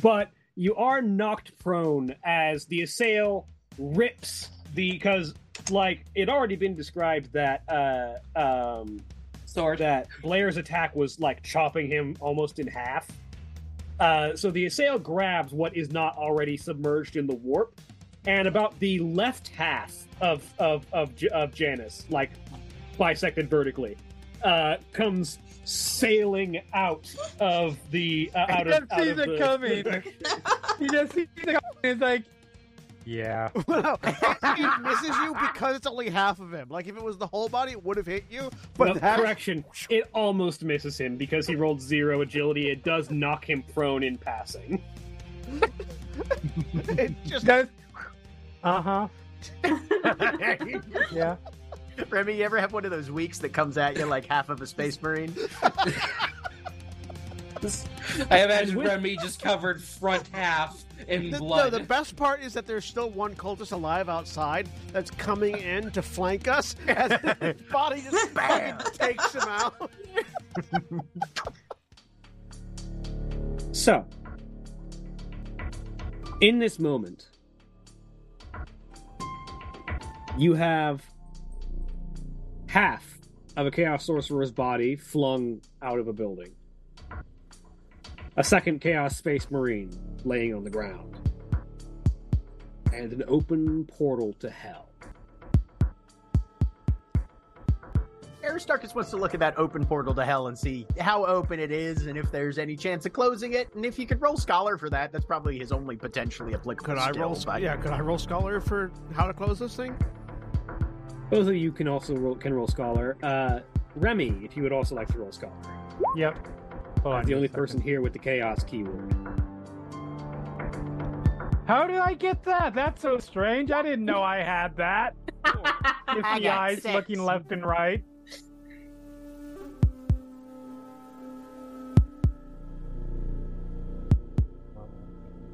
Speaker 1: but you are knocked prone as the assail rips the because like it already been described that uh, um,
Speaker 6: Sword.
Speaker 1: that Blair's attack was like chopping him almost in half. Uh, so the assail grabs what is not already submerged in the warp, and about the left half of of of, J- of Janus, like bisected vertically, uh, comes sailing out of the uh, out
Speaker 4: He
Speaker 1: of,
Speaker 4: just
Speaker 1: out
Speaker 4: sees
Speaker 1: of the,
Speaker 4: it coming. he just sees it coming. It's like, yeah.
Speaker 5: Wow. he misses you because it's only half of him. Like if it was the whole body, it would have hit you. But
Speaker 1: No,
Speaker 5: that
Speaker 1: correction, it almost misses him because he rolled zero agility. It does knock him prone in passing.
Speaker 5: it just Uh-huh.
Speaker 4: Uh huh. Yeah.
Speaker 2: Remy, you ever have one of those weeks that comes at you like half of a space marine?
Speaker 6: I imagine Remy just covered front half in
Speaker 5: The, no,
Speaker 6: blood.
Speaker 5: the best part is that there's still one cultist alive outside that's coming in to flank us as the body just bam, takes him out.
Speaker 1: So, in this moment, you have half of a Chaos Sorcerer's body flung out of a building, a second Chaos Space Marine laying on the ground, and an open portal to hell.
Speaker 2: Aristarchus wants to look at that open portal to hell and see how open it is and if there's any chance of closing it. And if you could roll scholar for that, that's probably his only potentially applicable
Speaker 5: Could I
Speaker 2: skill,
Speaker 5: roll?
Speaker 2: but-
Speaker 5: Yeah, could I roll scholar for how to close this thing?
Speaker 1: Both of you can also roll, can roll scholar. Uh, Remy, if you would also like to roll scholar,
Speaker 4: Yep. Hold on
Speaker 1: the
Speaker 4: a
Speaker 1: only
Speaker 4: second.
Speaker 1: person here with the chaos keyword.
Speaker 4: How did I get that? That's so strange. I didn't know I had that.
Speaker 9: I
Speaker 4: Iffy
Speaker 9: got
Speaker 4: eyes
Speaker 9: six.
Speaker 4: looking left and right.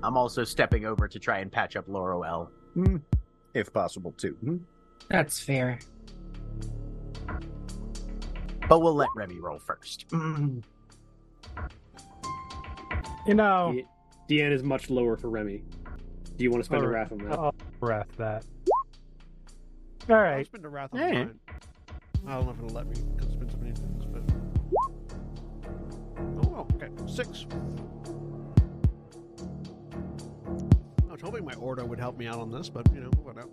Speaker 2: I'm also stepping over to try and patch up Laurel, if possible, too.
Speaker 6: That's fair.
Speaker 2: But we'll let Remy roll first.
Speaker 4: You know,
Speaker 1: Deanne is much lower for Remy. Do you want to spend a
Speaker 4: Alright.
Speaker 1: wrath on that?
Speaker 4: I'll breath that. All
Speaker 5: I'll
Speaker 4: right.
Speaker 5: spend a wrath on
Speaker 2: Yeah.
Speaker 5: mine. I don't know if it'll let me because it's been so many things, but. Oh, okay. Six. I was hoping my order would help me out on this, but, you know, what not?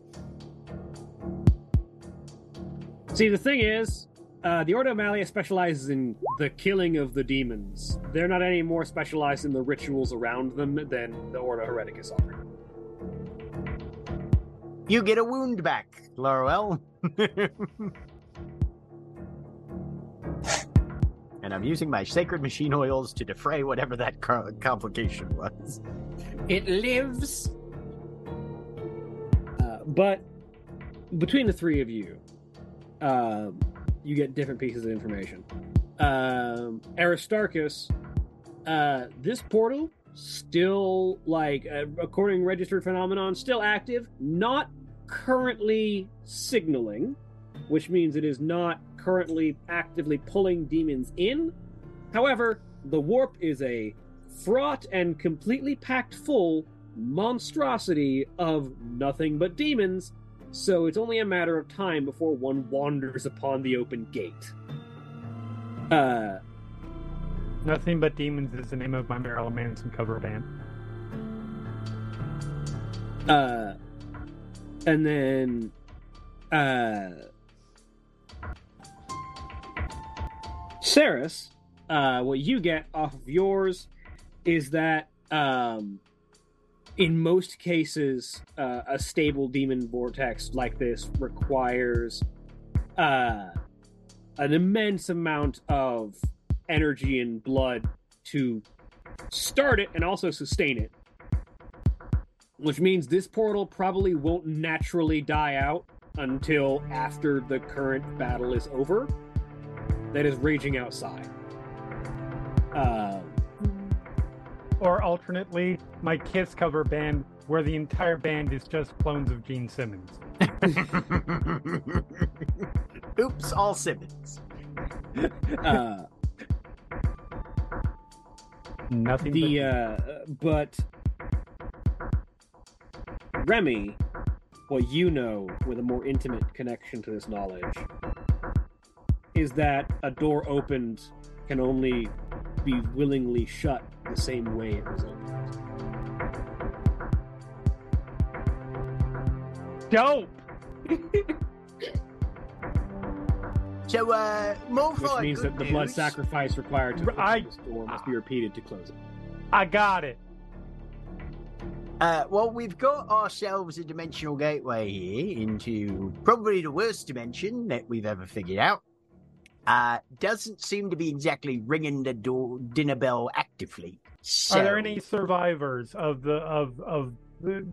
Speaker 1: See, the thing is, uh, the Order of Malia specializes in the killing of the demons. They're not any more specialized in the rituals around them than the Order Hereticus are.
Speaker 2: You get a wound back, Laurel. and I'm using my sacred machine oils to defray whatever that co- complication was.
Speaker 6: It lives.
Speaker 1: Uh, but between the three of you, um, you get different pieces of information. Um, Aristarchus, uh, this portal still like uh, according to registered phenomenon still active not currently signaling which means it is not currently actively pulling demons in however the warp is a fraught and completely packed full monstrosity of nothing but demons, so it's only a matter of time before one wanders upon the open gate. Uh,
Speaker 4: Nothing but demons is the name of my Marilyn Manson cover band.
Speaker 1: uh, and then, uh, Saris, uh, what you get off of yours is that, um, in most cases, uh, a stable demon vortex like this requires uh, an immense amount of energy and blood to start it and also sustain it. Which means this portal probably won't naturally die out until after the current battle is over that is raging outside. Uh,
Speaker 4: Or alternately, my Kiss cover band, where the entire band is just clones of Gene Simmons.
Speaker 2: Oops, all Simmons.
Speaker 1: Uh,
Speaker 4: Nothing.
Speaker 1: the uh, but Remy, what you know with a more intimate connection to this knowledge is that a door opened can only be willingly shut the same way it was opened.
Speaker 4: but dope.
Speaker 2: So, uh, more for
Speaker 1: Which means
Speaker 2: good
Speaker 1: that the blood
Speaker 2: news.
Speaker 1: sacrifice required to
Speaker 4: R-
Speaker 1: open
Speaker 4: I-
Speaker 1: this door must be repeated to close it.
Speaker 4: I got it.
Speaker 2: Uh, well, we've got ourselves a dimensional gateway here into probably the worst dimension that we've ever figured out. Uh, doesn't seem to be exactly ringing the door dinner bell actively. So,
Speaker 4: Are there any survivors of the of of the,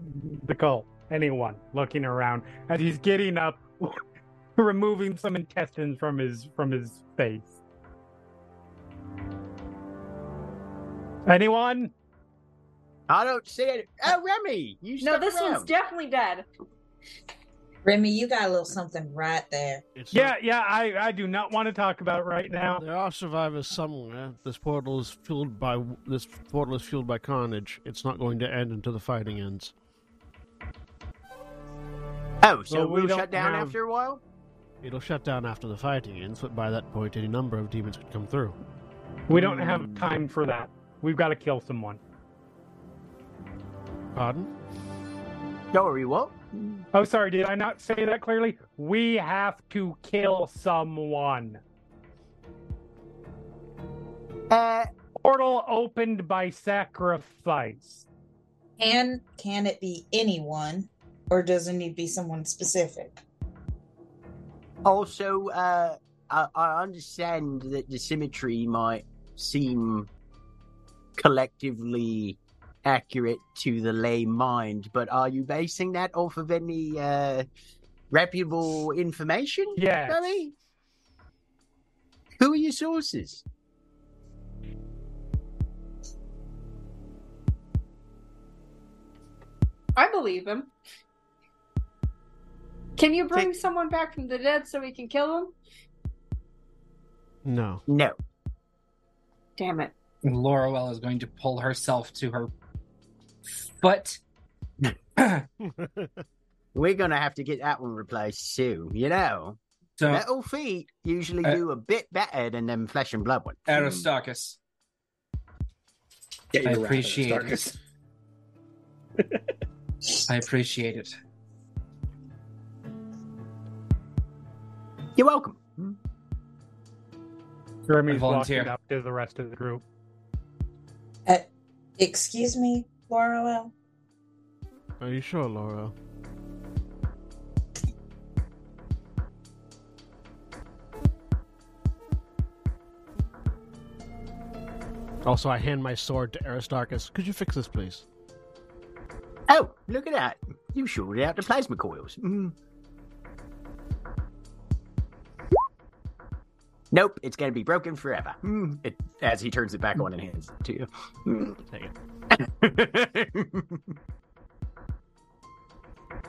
Speaker 4: the cult? Anyone looking around as he's getting up, removing some intestines from his from his face. Anyone?
Speaker 2: I don't see it. Oh, Remy, you
Speaker 9: No,
Speaker 2: stuck
Speaker 9: this one's
Speaker 2: around.
Speaker 9: definitely dead.
Speaker 7: Remy, you got a little something right there.
Speaker 5: It's
Speaker 4: Yeah, yeah. I I do not want to talk about it right now.
Speaker 5: There are survivors somewhere. This portal is fueled by this portal is fueled by carnage. It's not going to end until the fighting ends.
Speaker 2: Oh, so
Speaker 4: Well, we
Speaker 2: we'll
Speaker 4: don't
Speaker 2: shut down
Speaker 4: have-
Speaker 2: after a while.
Speaker 5: It'll shut down after the fighting ends, but by that point, any number of demons could come through.
Speaker 4: We don't have time for that. We've got to kill someone.
Speaker 5: Pardon?
Speaker 2: Sorry, what?
Speaker 4: Oh, sorry. Did I not say that clearly? We have to kill someone.
Speaker 2: Uh,
Speaker 4: Portal opened by sacrifice.
Speaker 7: Can can it be anyone, or does it need to be someone specific?
Speaker 2: Also, uh, I, I understand that the symmetry might seem collectively accurate to the lay mind, but are you basing that off of any uh, reputable information?
Speaker 4: Yes.
Speaker 2: Remy? Who are your sources?
Speaker 9: I believe him. Can you bring someone back from the dead so we can kill them?
Speaker 5: No.
Speaker 2: No.
Speaker 9: Damn it.
Speaker 6: Laurel is going to pull herself to her foot.
Speaker 2: We're going to have to get that one replaced too. You know,
Speaker 6: So,
Speaker 2: metal feet usually
Speaker 6: Uh,
Speaker 2: do a bit better than them flesh and blood ones.
Speaker 6: Aristarchus,
Speaker 1: Get
Speaker 6: I
Speaker 1: your wrath,
Speaker 6: appreciate
Speaker 1: Aristarchus.
Speaker 6: it. I appreciate it.
Speaker 2: You're welcome.
Speaker 4: Jeremy's
Speaker 6: volunteer.
Speaker 4: walking up to the rest of the group.
Speaker 7: Excuse me, Laurel.
Speaker 5: Are you sure, Laura? Also, I hand my sword to Aristarchus. Could you fix this, please?
Speaker 2: Oh, look at that. You shorted out the plasma coils.
Speaker 5: Mm-hmm.
Speaker 2: Mm. Nope, it's going to be broken forever. Mm. It, as he turns it back on and hands it to you.
Speaker 5: Take it.
Speaker 2: Mm.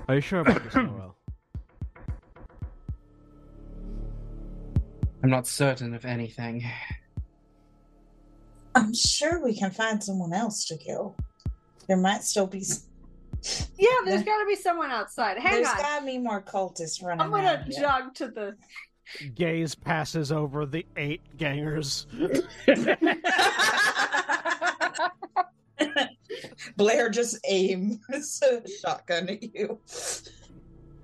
Speaker 5: Are you sure about this, Laurel?
Speaker 6: I'm not certain of anything.
Speaker 7: I'm sure we can find someone else to kill. There might still be. s-
Speaker 9: Yeah, there's got to be someone outside. Hang
Speaker 7: There's
Speaker 9: on.
Speaker 7: gotta be more cultists running.
Speaker 9: I'm gonna
Speaker 7: around here.
Speaker 9: jog to the.
Speaker 5: Gaze passes over the eight gangers.
Speaker 7: Blair just aim a shotgun at you.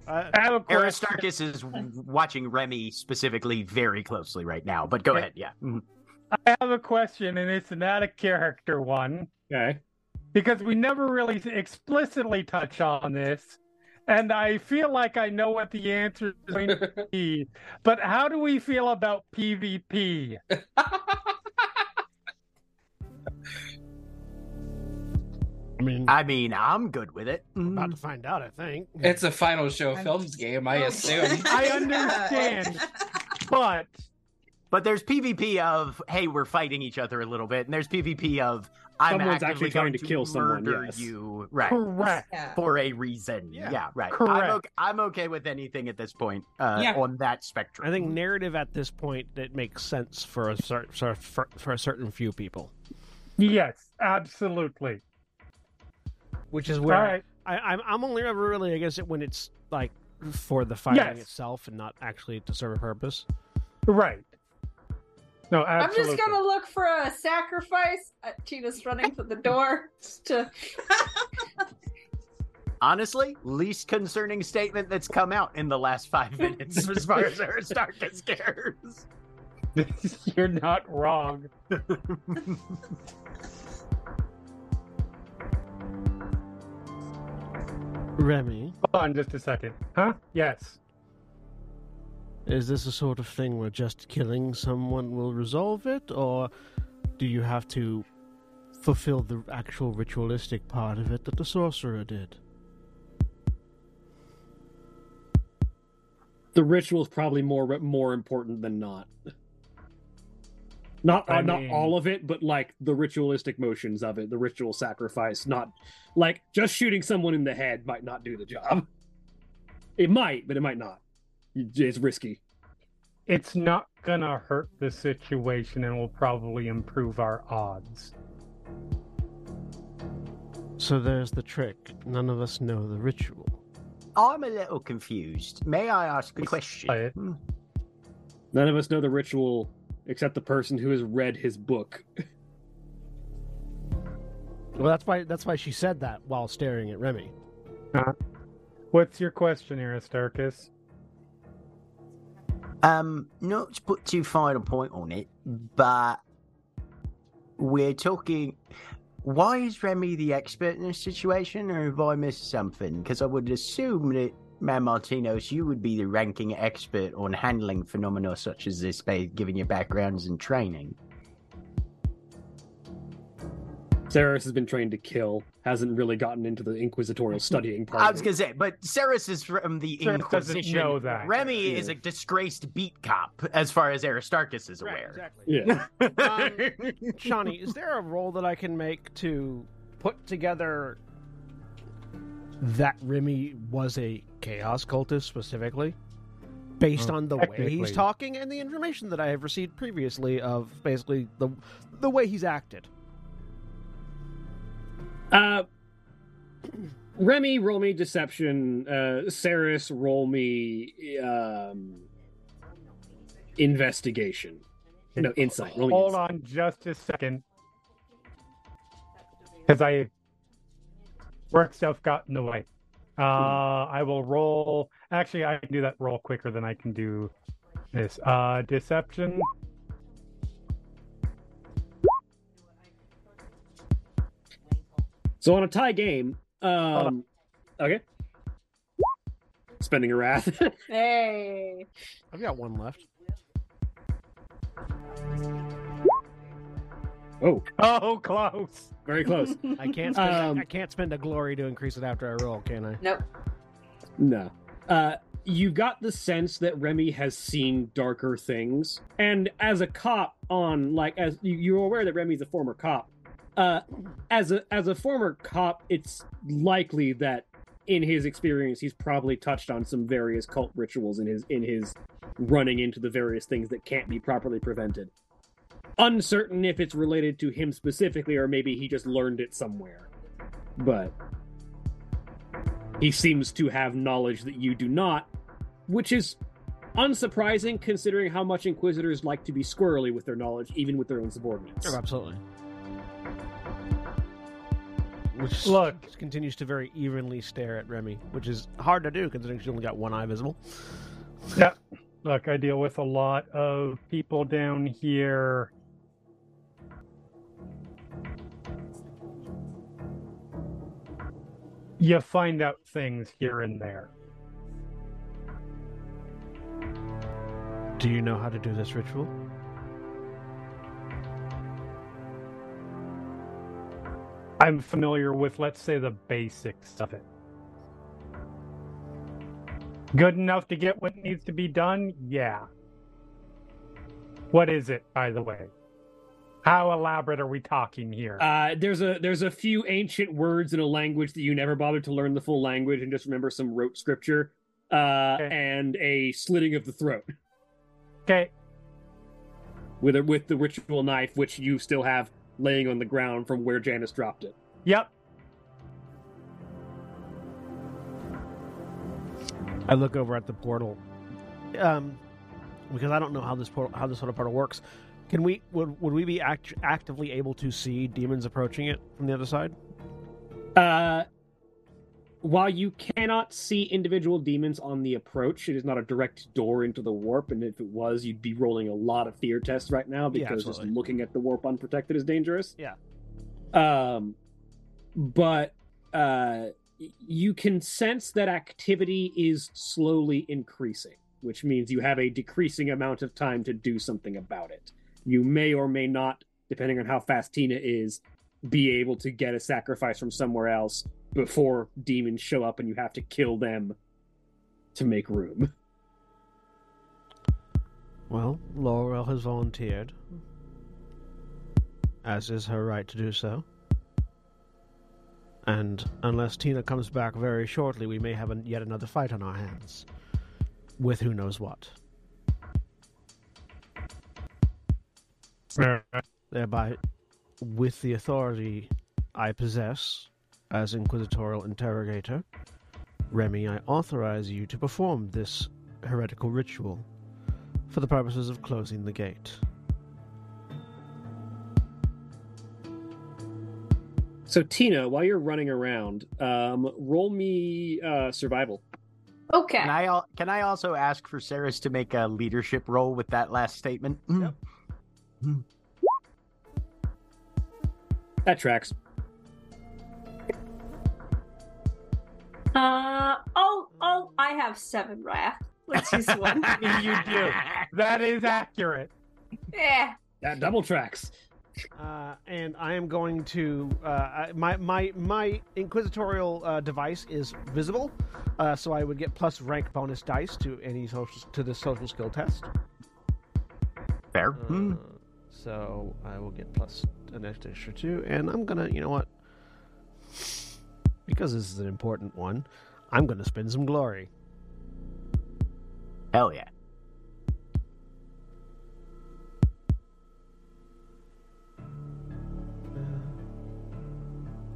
Speaker 5: Uh,
Speaker 4: I have a question.
Speaker 2: Aristarchus is w- watching Remy specifically very closely right now, but go ahead, yeah. Mm.
Speaker 4: I have a question, and it's not a character one
Speaker 1: Okay.
Speaker 4: because we never really explicitly touch on this. And I feel like I know what the answer is going to be. But how do we feel about PvP?
Speaker 5: I mean,
Speaker 2: I mean, I'm good with it. Mm.
Speaker 5: about to find out, I think.
Speaker 6: it's a final show films game, I assume.
Speaker 4: I understand. But
Speaker 2: But there's PvP of, hey, we're fighting each other a little bit, and there's PvP of, I'm
Speaker 1: Someone's
Speaker 2: actively
Speaker 1: actually trying
Speaker 2: going
Speaker 1: to kill someone,
Speaker 2: murder
Speaker 1: yes.
Speaker 2: You right
Speaker 4: Correct.
Speaker 7: Yeah.
Speaker 2: for a reason.
Speaker 10: Yeah.
Speaker 2: Yeah, right. I'm
Speaker 4: Correct.
Speaker 2: okay, I'm okay with anything at this point uh,
Speaker 11: Yeah.
Speaker 2: on that spectrum.
Speaker 5: I think narrative at this point it makes sense for a cer- cer- for, for a certain few people,
Speaker 4: Yes, absolutely.
Speaker 5: which is where
Speaker 4: All right.
Speaker 5: I, I'm I'm only ever really against it when it's like for the fighting
Speaker 4: Yes.
Speaker 5: itself and not actually to serve a purpose.
Speaker 4: Right. No,
Speaker 9: I'm
Speaker 4: absolutely.
Speaker 9: just gonna look for a sacrifice. Uh, Tina's running for the door just to
Speaker 2: Honestly, least concerning statement that's come out in the last five minutes as far as Aristarchus cares.
Speaker 4: You're not wrong.
Speaker 5: Remy,
Speaker 4: Hold on just a second. Huh? Yes.
Speaker 5: is this a sort of thing where just killing someone will resolve it, or do you have to fulfill the actual ritualistic part of it that the sorcerer did?
Speaker 1: The ritual's probably more more important than not. Not
Speaker 4: I
Speaker 1: uh, not
Speaker 4: mean-
Speaker 1: all of it, but like the ritualistic motions of it, the ritual sacrifice. Not like just shooting someone in the head might not do the job. It might, but it might not. It's risky.
Speaker 4: It's not gonna hurt the situation and will probably improve our odds.
Speaker 5: So there's the trick. None of us know the ritual.
Speaker 2: I'm a little confused. May I ask a
Speaker 4: I-
Speaker 2: question?
Speaker 1: None of us know the ritual except the person who has read his book.
Speaker 5: Well, that's why that's why she said that while staring at Remy.
Speaker 4: Uh, What's your question, Aristarchus?
Speaker 2: Um, not to put too fine a point on it, but we're talking. Why is Remy the expert in this situation, or have I missed something? Because I would assume that, Man Martinos, you would be the ranking expert on handling phenomena such as this, ba- given your backgrounds and training.
Speaker 1: Ceres has been trained to kill, hasn't really gotten into the inquisitorial studying part.
Speaker 2: I
Speaker 1: of
Speaker 2: was
Speaker 1: it.
Speaker 2: going to say, but Ceres is from the
Speaker 4: Ceres doesn't
Speaker 2: Inquisition.
Speaker 4: know that.
Speaker 2: Remy
Speaker 1: Yeah.
Speaker 2: is a disgraced beat cop, as far as Aristarchus is aware.
Speaker 10: exactly.
Speaker 1: Yeah.
Speaker 5: Um, Shawnee, is there a role that I can make to put together that Remy was a chaos cultist specifically? Based
Speaker 4: Well,
Speaker 5: on the way he's
Speaker 4: Uh, technically-
Speaker 5: talking and the information that I have received previously of basically the the way he's acted.
Speaker 1: Uh, Remy, roll me deception. Uh, Ceres, roll me um, investigation. No, insight. Roll me
Speaker 4: Hold
Speaker 1: insight.
Speaker 4: on just a second. Because I work stuff got in the way. Uh, I will roll. Actually, I can do that roll quicker than I can do this. Uh, deception.
Speaker 1: So on a tie game, um, okay. Spending a wrath.
Speaker 9: hey.
Speaker 5: I've got one left.
Speaker 1: oh,
Speaker 4: Oh, close.
Speaker 1: very close.
Speaker 5: I can't spend
Speaker 1: Um,
Speaker 5: I can't spend a glory to increase it after I roll, can I?
Speaker 9: Nope.
Speaker 1: No. Uh, you got the sense that Remy has seen darker things, and as a cop, on like as you, you're aware that Remy's a former cop. Uh, as a as a former cop, it's likely that in his experience, he's probably touched on some various cult rituals in his in his running into the various things that can't be properly prevented. Uncertain if it's related to him specifically, or maybe he just learned it somewhere. But he seems to have knowledge that you do not, which is unsurprising considering how much Inquisitors like to be squirrely with their knowledge, even with their own subordinates.
Speaker 5: Sure, absolutely. Which
Speaker 4: Look.
Speaker 5: just continues to very evenly stare at Remy, which is hard to do considering she's only got one eye visible.
Speaker 4: Yeah. Look, I deal with a lot of people down here. You find out things here and there.
Speaker 5: Do you know how to do this ritual?
Speaker 4: I'm familiar with, let's say, the basics of it. Good enough to get what needs to be done? Yeah. What is it, by the way? How elaborate are we talking here?
Speaker 1: Uh, there's a there's a few ancient words in a language that you never bothered to learn the full language and just remember some rote scripture uh,
Speaker 4: Okay.
Speaker 1: and a slitting of the throat
Speaker 4: okay.
Speaker 1: with a, with the ritual knife, which you still have laying on the ground from where Janice dropped it.
Speaker 4: Yep.
Speaker 5: I look over at the portal, um, because I don't know how this portal, how this sort of portal works. Can we would, would we be act- actively able to see demons approaching it from the other side?
Speaker 1: Uh, while you cannot see individual demons on the approach, it is not a direct door into the warp, and if it was, you'd be rolling a lot of fear tests right now
Speaker 5: Yeah,
Speaker 1: because just
Speaker 5: absolutely.
Speaker 1: looking at the warp unprotected is dangerous.
Speaker 5: Yeah.
Speaker 1: Um, but uh, y- you can sense that activity is slowly increasing, which means you have a decreasing amount of time to do something about it. You may or may not, depending on how fast Tina is, be able to get a sacrifice from somewhere else before demons show up and you have to kill them to make room.
Speaker 5: Well, Laurel has volunteered, as is her right to do so. And unless Tina comes back very shortly, we may have an, yet another fight on our hands. With who knows what. Thereby, with the authority I possess as Inquisitorial Interrogator, Remy, I authorize you to perform this heretical ritual for the purposes of closing the gate.
Speaker 1: So Tina, while you're running around, um, roll me uh, survival.
Speaker 9: Okay.
Speaker 2: Can I al- can I also ask for Saris to make a leadership role with that last statement? Mm.
Speaker 1: That tracks.
Speaker 9: Uh oh oh I have seven wrath. Let's use one.
Speaker 4: You do. That is accurate.
Speaker 9: yeah.
Speaker 1: That double tracks.
Speaker 5: Uh, and I am going to uh, I- my my my inquisitorial uh, device is visible, uh, so I would get plus rank bonus dice to any social to the social skill test.
Speaker 2: Fair.
Speaker 5: Uh,
Speaker 1: Hmm.
Speaker 2: Mm.
Speaker 5: So I will get plus an extra two, and I'm gonna you know what because this is an important one, I'm gonna spin some glory.
Speaker 2: Hell yeah.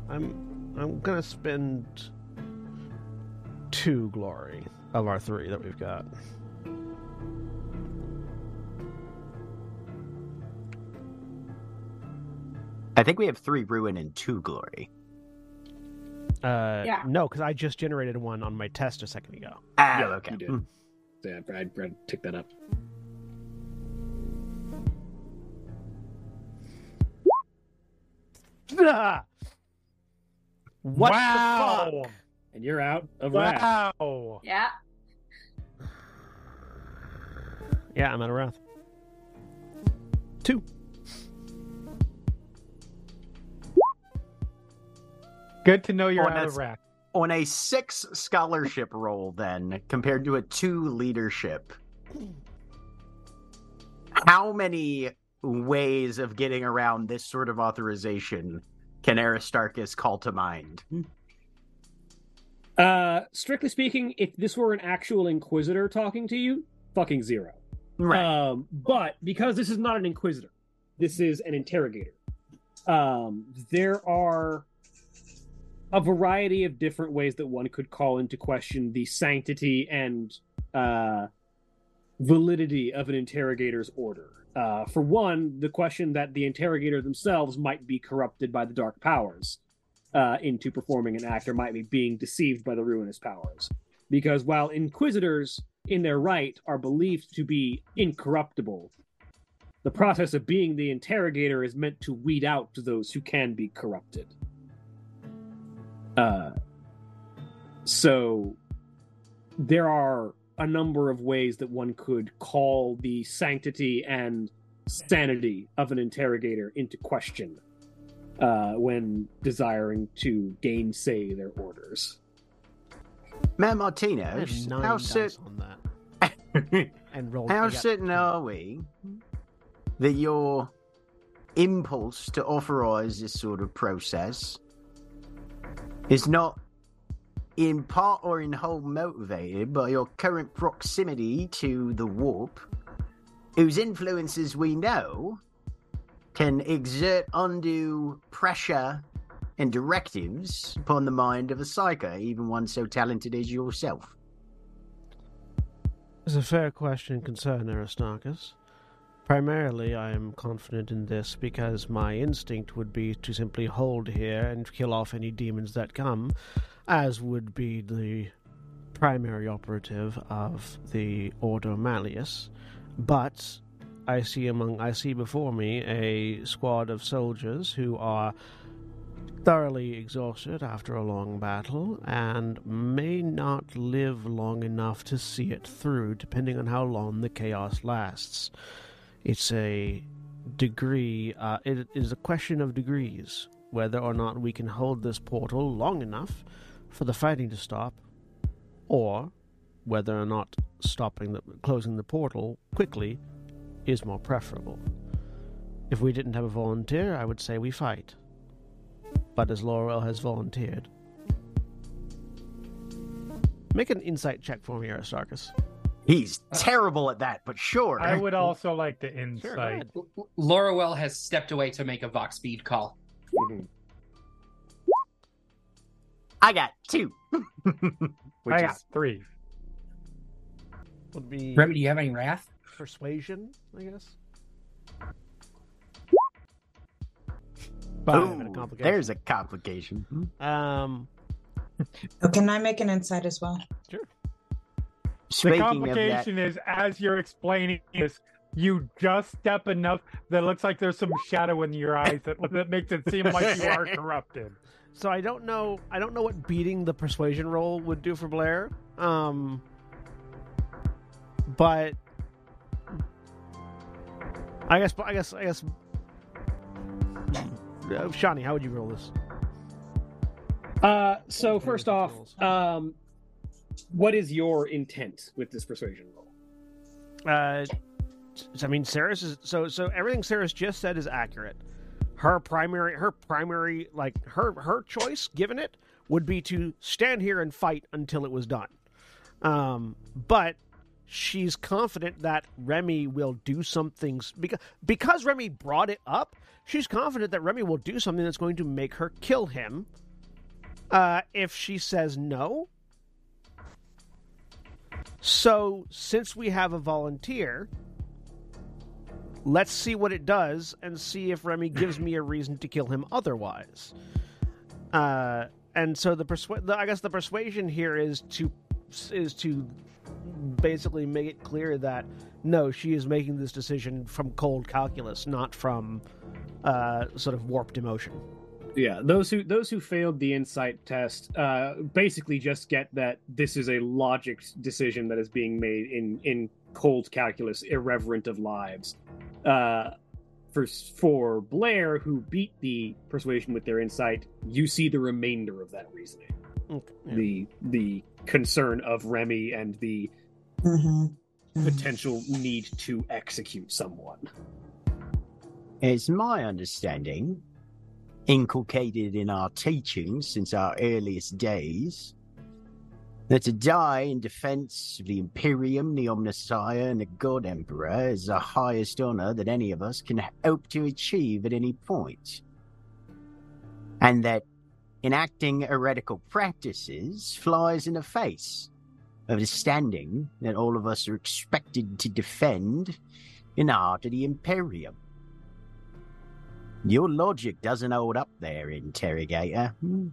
Speaker 5: I'm I'm gonna spend two glory of our three that we've got.
Speaker 2: I think we have three ruin and two glory.
Speaker 5: Uh,
Speaker 9: Yeah.
Speaker 5: No, because I just generated one on my test a second ago.
Speaker 2: Ah,
Speaker 1: Yeah,
Speaker 2: okay.
Speaker 1: you did.
Speaker 2: Mm.
Speaker 1: Yeah, Brad, Brad, pick that up.
Speaker 5: what
Speaker 4: wow.
Speaker 5: the fuck?
Speaker 1: And you're out of wrath.
Speaker 4: Wow.
Speaker 9: Yeah.
Speaker 5: Yeah, I'm out of wrath. Two.
Speaker 4: Good to know you're
Speaker 2: Oh,
Speaker 4: out
Speaker 2: that's-
Speaker 4: of rack.
Speaker 2: On a six scholarship roll, then compared to a two leadership, how many ways of getting around this sort of authorization can Aristarchus call to mind?
Speaker 1: Uh, strictly speaking, if this were an actual inquisitor talking to you, fucking zero.
Speaker 2: Right.
Speaker 1: Um, but because this is not an inquisitor, this is an interrogator. Um, there are a variety of different ways that one could call into question the sanctity and uh, validity of an interrogator's order. Uh, for one, the question that the interrogator themselves might be corrupted by the dark powers uh, into performing an act or might be being deceived by the ruinous powers. Because while inquisitors in their right are believed to be incorruptible. The process of being the interrogator is meant to weed out those who can be corrupted. Uh, so there are a number of ways that one could call the sanctity and sanity of an interrogator into question uh, when desiring to gainsay their orders.
Speaker 2: Ma'am
Speaker 5: I
Speaker 2: Martinez,
Speaker 5: have nine
Speaker 2: how
Speaker 5: dice
Speaker 2: sit
Speaker 5: on that. And rolled. I
Speaker 2: How
Speaker 5: got-
Speaker 2: certain are we that your impulse to authorize this sort of process is not in part or in whole motivated by your current proximity to the warp, whose influences we know can exert undue pressure and directives upon the mind of a psycho, even one so talented as yourself.
Speaker 5: It's a fair question and concern, Aristarchus. Primarily, I am confident in this because my instinct would be to simply hold here and kill off any demons that come, as would be the primary operative of the Ordo Malleus. But I see among I see before me a squad of soldiers who are thoroughly exhausted after a long battle and may not live long enough to see it through, depending on how long the chaos lasts. It's a degree, uh, it is a question of degrees whether or not we can hold this portal long enough for the fighting to stop, or whether or not stopping the, closing the portal quickly is more preferable. If we didn't have a volunteer, I would say we fight but as Laurel has volunteered. Make an insight check for me, Aristarchus.
Speaker 2: He's terrible at that, but sure.
Speaker 4: I would also like to
Speaker 5: Sure,
Speaker 4: insight.
Speaker 5: go ahead.
Speaker 6: Laurel has stepped away to make a Vox speed call.
Speaker 2: I got two.
Speaker 4: I
Speaker 2: Which
Speaker 4: got
Speaker 2: is
Speaker 4: three.
Speaker 5: Would be
Speaker 6: Remy, do you have any wrath?
Speaker 5: persuasion, I guess.
Speaker 4: Five.
Speaker 5: Ooh.
Speaker 2: boom.
Speaker 5: complication.
Speaker 2: There's a complication. Hmm?
Speaker 5: Um,
Speaker 7: Oh, can I make an insight as well?
Speaker 4: The
Speaker 2: Speaking of that,
Speaker 4: complication is as you're explaining this, you just step enough that it looks like there's some shadow in your eyes that, that makes it seem like you are corrupted.
Speaker 5: so I don't know. I don't know what beating the persuasion roll would do for Blair. Um, but I guess. I guess. I guess. Uh, Shawnee, how would you roll this?
Speaker 1: Uh, so first off, um, what is your intent with this persuasion roll?
Speaker 5: Uh, I mean, Sarah's is so so. Everything Sarah's just said is accurate. Her primary, her primary, like her her choice given it would be to stand here and fight until it was done. Um, but she's confident that Remy will do something because because Remy brought it up. She's confident that Remy will do something that's going to make her kill him. Uh, if she says no, so, since we have a volunteer, let's see what it does and see if Remy gives me a reason to kill him otherwise. Uh, and so the persu- the, I guess the persuasion here is to is to basically make it clear that no, she is making this decision from cold calculus, not from uh, sort of warped emotion.
Speaker 1: Yeah, those who those who failed the insight test uh, basically just get that this is a logic decision that is being made in in cold calculus, irreverent of lives. Uh, for for Blair, who beat the persuasion with their insight, you see the remainder of that reasoning,
Speaker 5: Okay.
Speaker 1: the the concern of Remy and the
Speaker 7: Mm-hmm.
Speaker 1: potential need to execute someone.
Speaker 2: it's my understanding, inculcated in our teachings since our earliest days, that to die in defense of the Imperium, the Omnissiah, and the God Emperor is the highest honor that any of us can hope to achieve at any point. And that enacting heretical practices flies in the face of the standing that all of us are expected to defend in the heart of the Imperium. Your logic doesn't hold up there, interrogator. Hmm.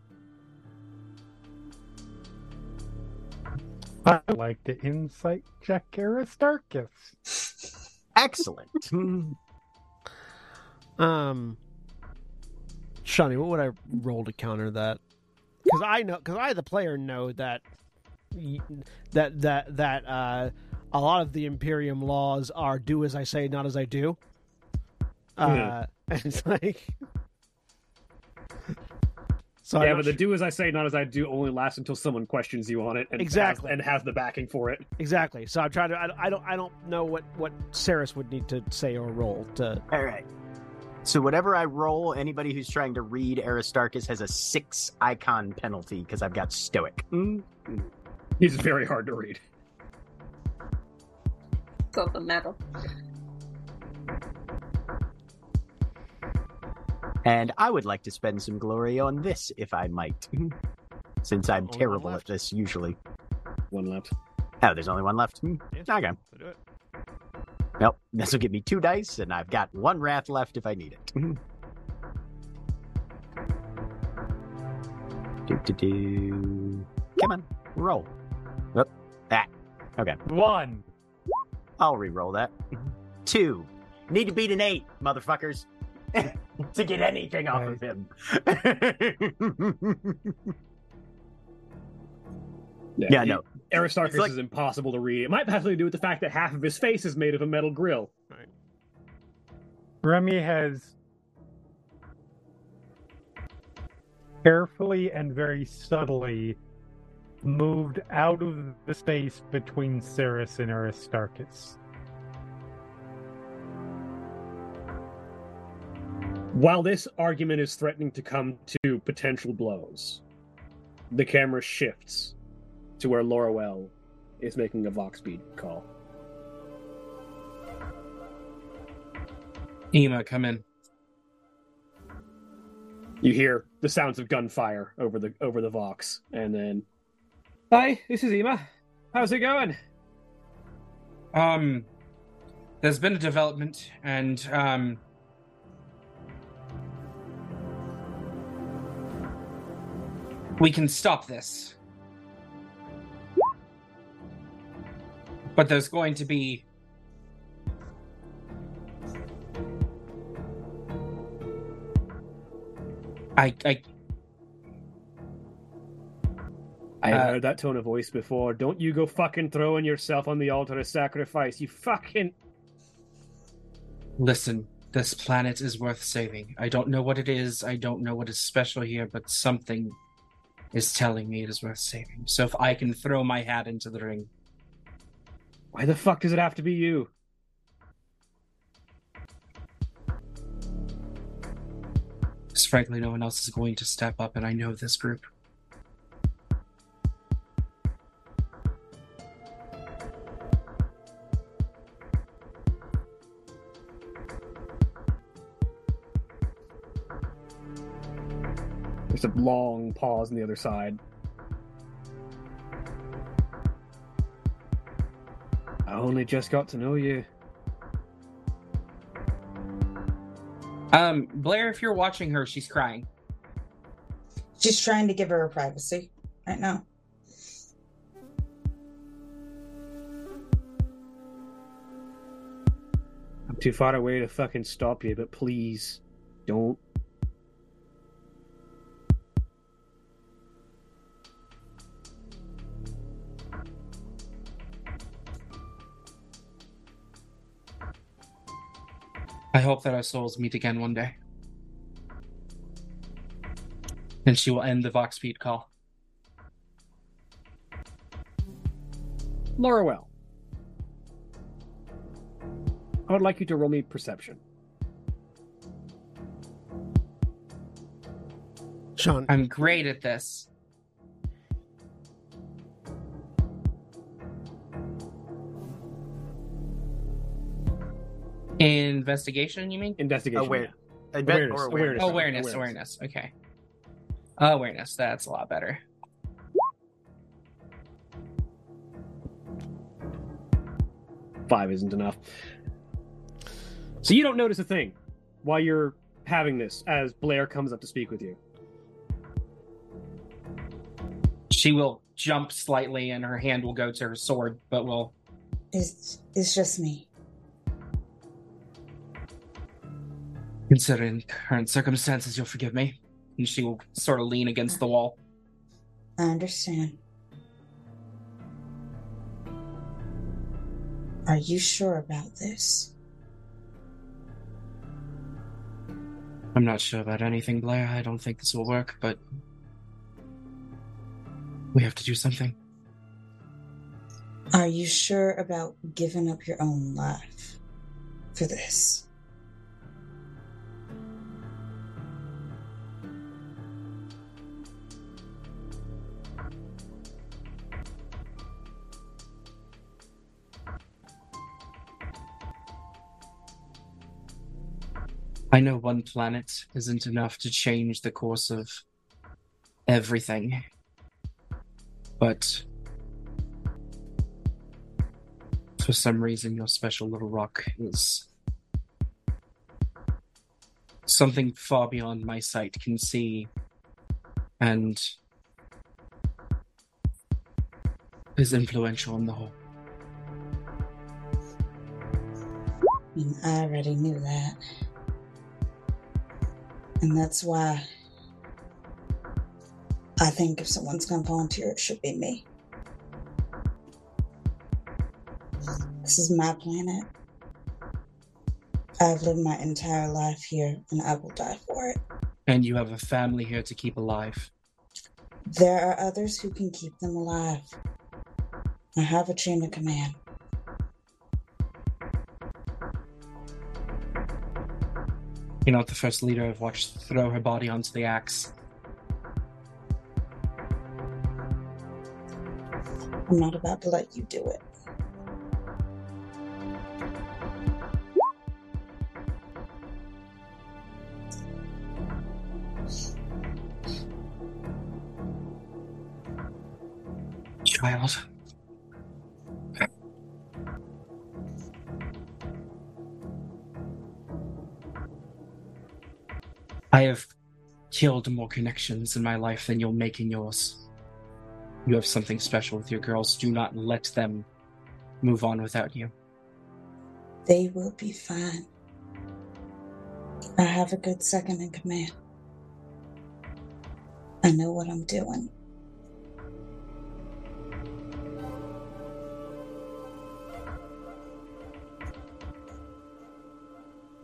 Speaker 4: I would like to insight check Aristarchus.
Speaker 2: Excellent. Hmm.
Speaker 5: Um, Shawnee, what would I roll to counter that? Because I know, because I, the player, know that y- that that that uh, a lot of the Imperium laws are "do as I say, not as I do." Uh,
Speaker 1: Hmm.
Speaker 5: and it's like, so I'm
Speaker 1: yeah,
Speaker 5: not
Speaker 1: but the
Speaker 5: su-
Speaker 1: do as I say, not as I do only lasts until someone questions you on it and has-
Speaker 5: Exactly.
Speaker 1: and has the backing for it.
Speaker 5: exactly. So I'm trying to. I, I don't. I don't know what what Saris would need to say or roll to
Speaker 2: All right. So whatever I roll, anybody who's trying to read Aristarchus has a six icon penalty because I've got Stoic.
Speaker 1: He's very hard to read.
Speaker 9: Go the metal.
Speaker 2: And I would like to spend some glory on this if I might. Since I'm
Speaker 5: Only one
Speaker 2: terrible at
Speaker 5: left.
Speaker 2: this usually.
Speaker 1: One left.
Speaker 2: Oh, there's only one left. Hmm.
Speaker 5: Yes.
Speaker 2: Okay.
Speaker 5: So do it.
Speaker 2: Nope. This will give me two dice, and I've got one wrath left if I need it. do, do, do. Come on, roll. Oop, that.
Speaker 4: One.
Speaker 2: I'll re-roll that. Two. Need to beat an eight, motherfuckers, to get anything off of him. yeah, no.
Speaker 1: Aristarchus
Speaker 2: It's like-
Speaker 1: is impossible to read. It might have to do with the fact that half of his face is made of a metal grill.
Speaker 4: Remy has carefully and very subtly moved out of the space between Ceres and Aristarchus.
Speaker 1: While this argument is threatening to come to potential blows, the camera shifts to where Lorwell is making a Vox speed call.
Speaker 6: Ema, come in.
Speaker 1: You hear the sounds of gunfire over the over the Vox, and then Hi, this is Ema. How's it going?
Speaker 6: Um, there's been a development, and um, we can stop this. But there's going to be I I
Speaker 1: I
Speaker 6: Uh,
Speaker 1: heard that tone of voice before. Don't you go fucking throwing yourself on the altar of sacrifice. You fucking
Speaker 6: Listen, this planet is worth saving. I don't know what it is. I don't know what is special here, but something is telling me it is worth saving. So if I can throw my hat into the ring,
Speaker 1: Why the fuck does it have to be you?
Speaker 6: because frankly, no one else is going to step up, and I know this group.
Speaker 1: There's a long pause on the other side. I only just got to know you.
Speaker 6: Um, Blair, if you're watching her, she's crying.
Speaker 7: She's trying to give her privacy right now.
Speaker 1: I'm too far away to fucking stop you, but please don't.
Speaker 6: I hope that our souls meet again one day. And she will end the Vox feed call.
Speaker 1: Laura Well. I would like you to roll me perception.
Speaker 8: Sean,
Speaker 6: I'm great at this. Investigation, you mean?
Speaker 1: Investigation.
Speaker 2: Aware- I bet-
Speaker 1: Awareness,
Speaker 2: or
Speaker 1: awareness.
Speaker 2: awareness.
Speaker 6: awareness,
Speaker 1: Awareness.
Speaker 6: awareness. Okay. Awareness. That's a lot better.
Speaker 1: Five isn't enough. So you don't notice a thing while you're having this as Blair comes up to speak with you.
Speaker 6: She will jump slightly and her hand will go to her sword, but will
Speaker 7: It's, it's just me.
Speaker 6: considering current circumstances, you'll forgive me. And she will sort of lean against the wall.
Speaker 7: I understand. Are you sure about this?
Speaker 6: I'm not sure about anything, Blair. I don't think this will work, but we have to do something.
Speaker 7: Are you sure about giving up your own life for this?
Speaker 6: I know one planet isn't enough to change the course of everything. But for some reason, your special little rock is something far beyond my sight can see and is influential on the whole.
Speaker 12: I already knew that. And that's why I think if someone's going to volunteer, it should be me. This is my planet. I've lived my entire life here and I will die for it.
Speaker 6: And you have a family here to keep alive.
Speaker 12: There are others who can keep them alive. I have a chain of command.
Speaker 6: You're not the first leader I've watched throw her body onto the axe.
Speaker 12: I'm not about to let you do it.
Speaker 6: Child. I have killed more connections in my life than you'll make in yours. You have something special with your girls. Do not let them move on without you.
Speaker 12: They will be fine. I have a good second in command. I know what I'm doing.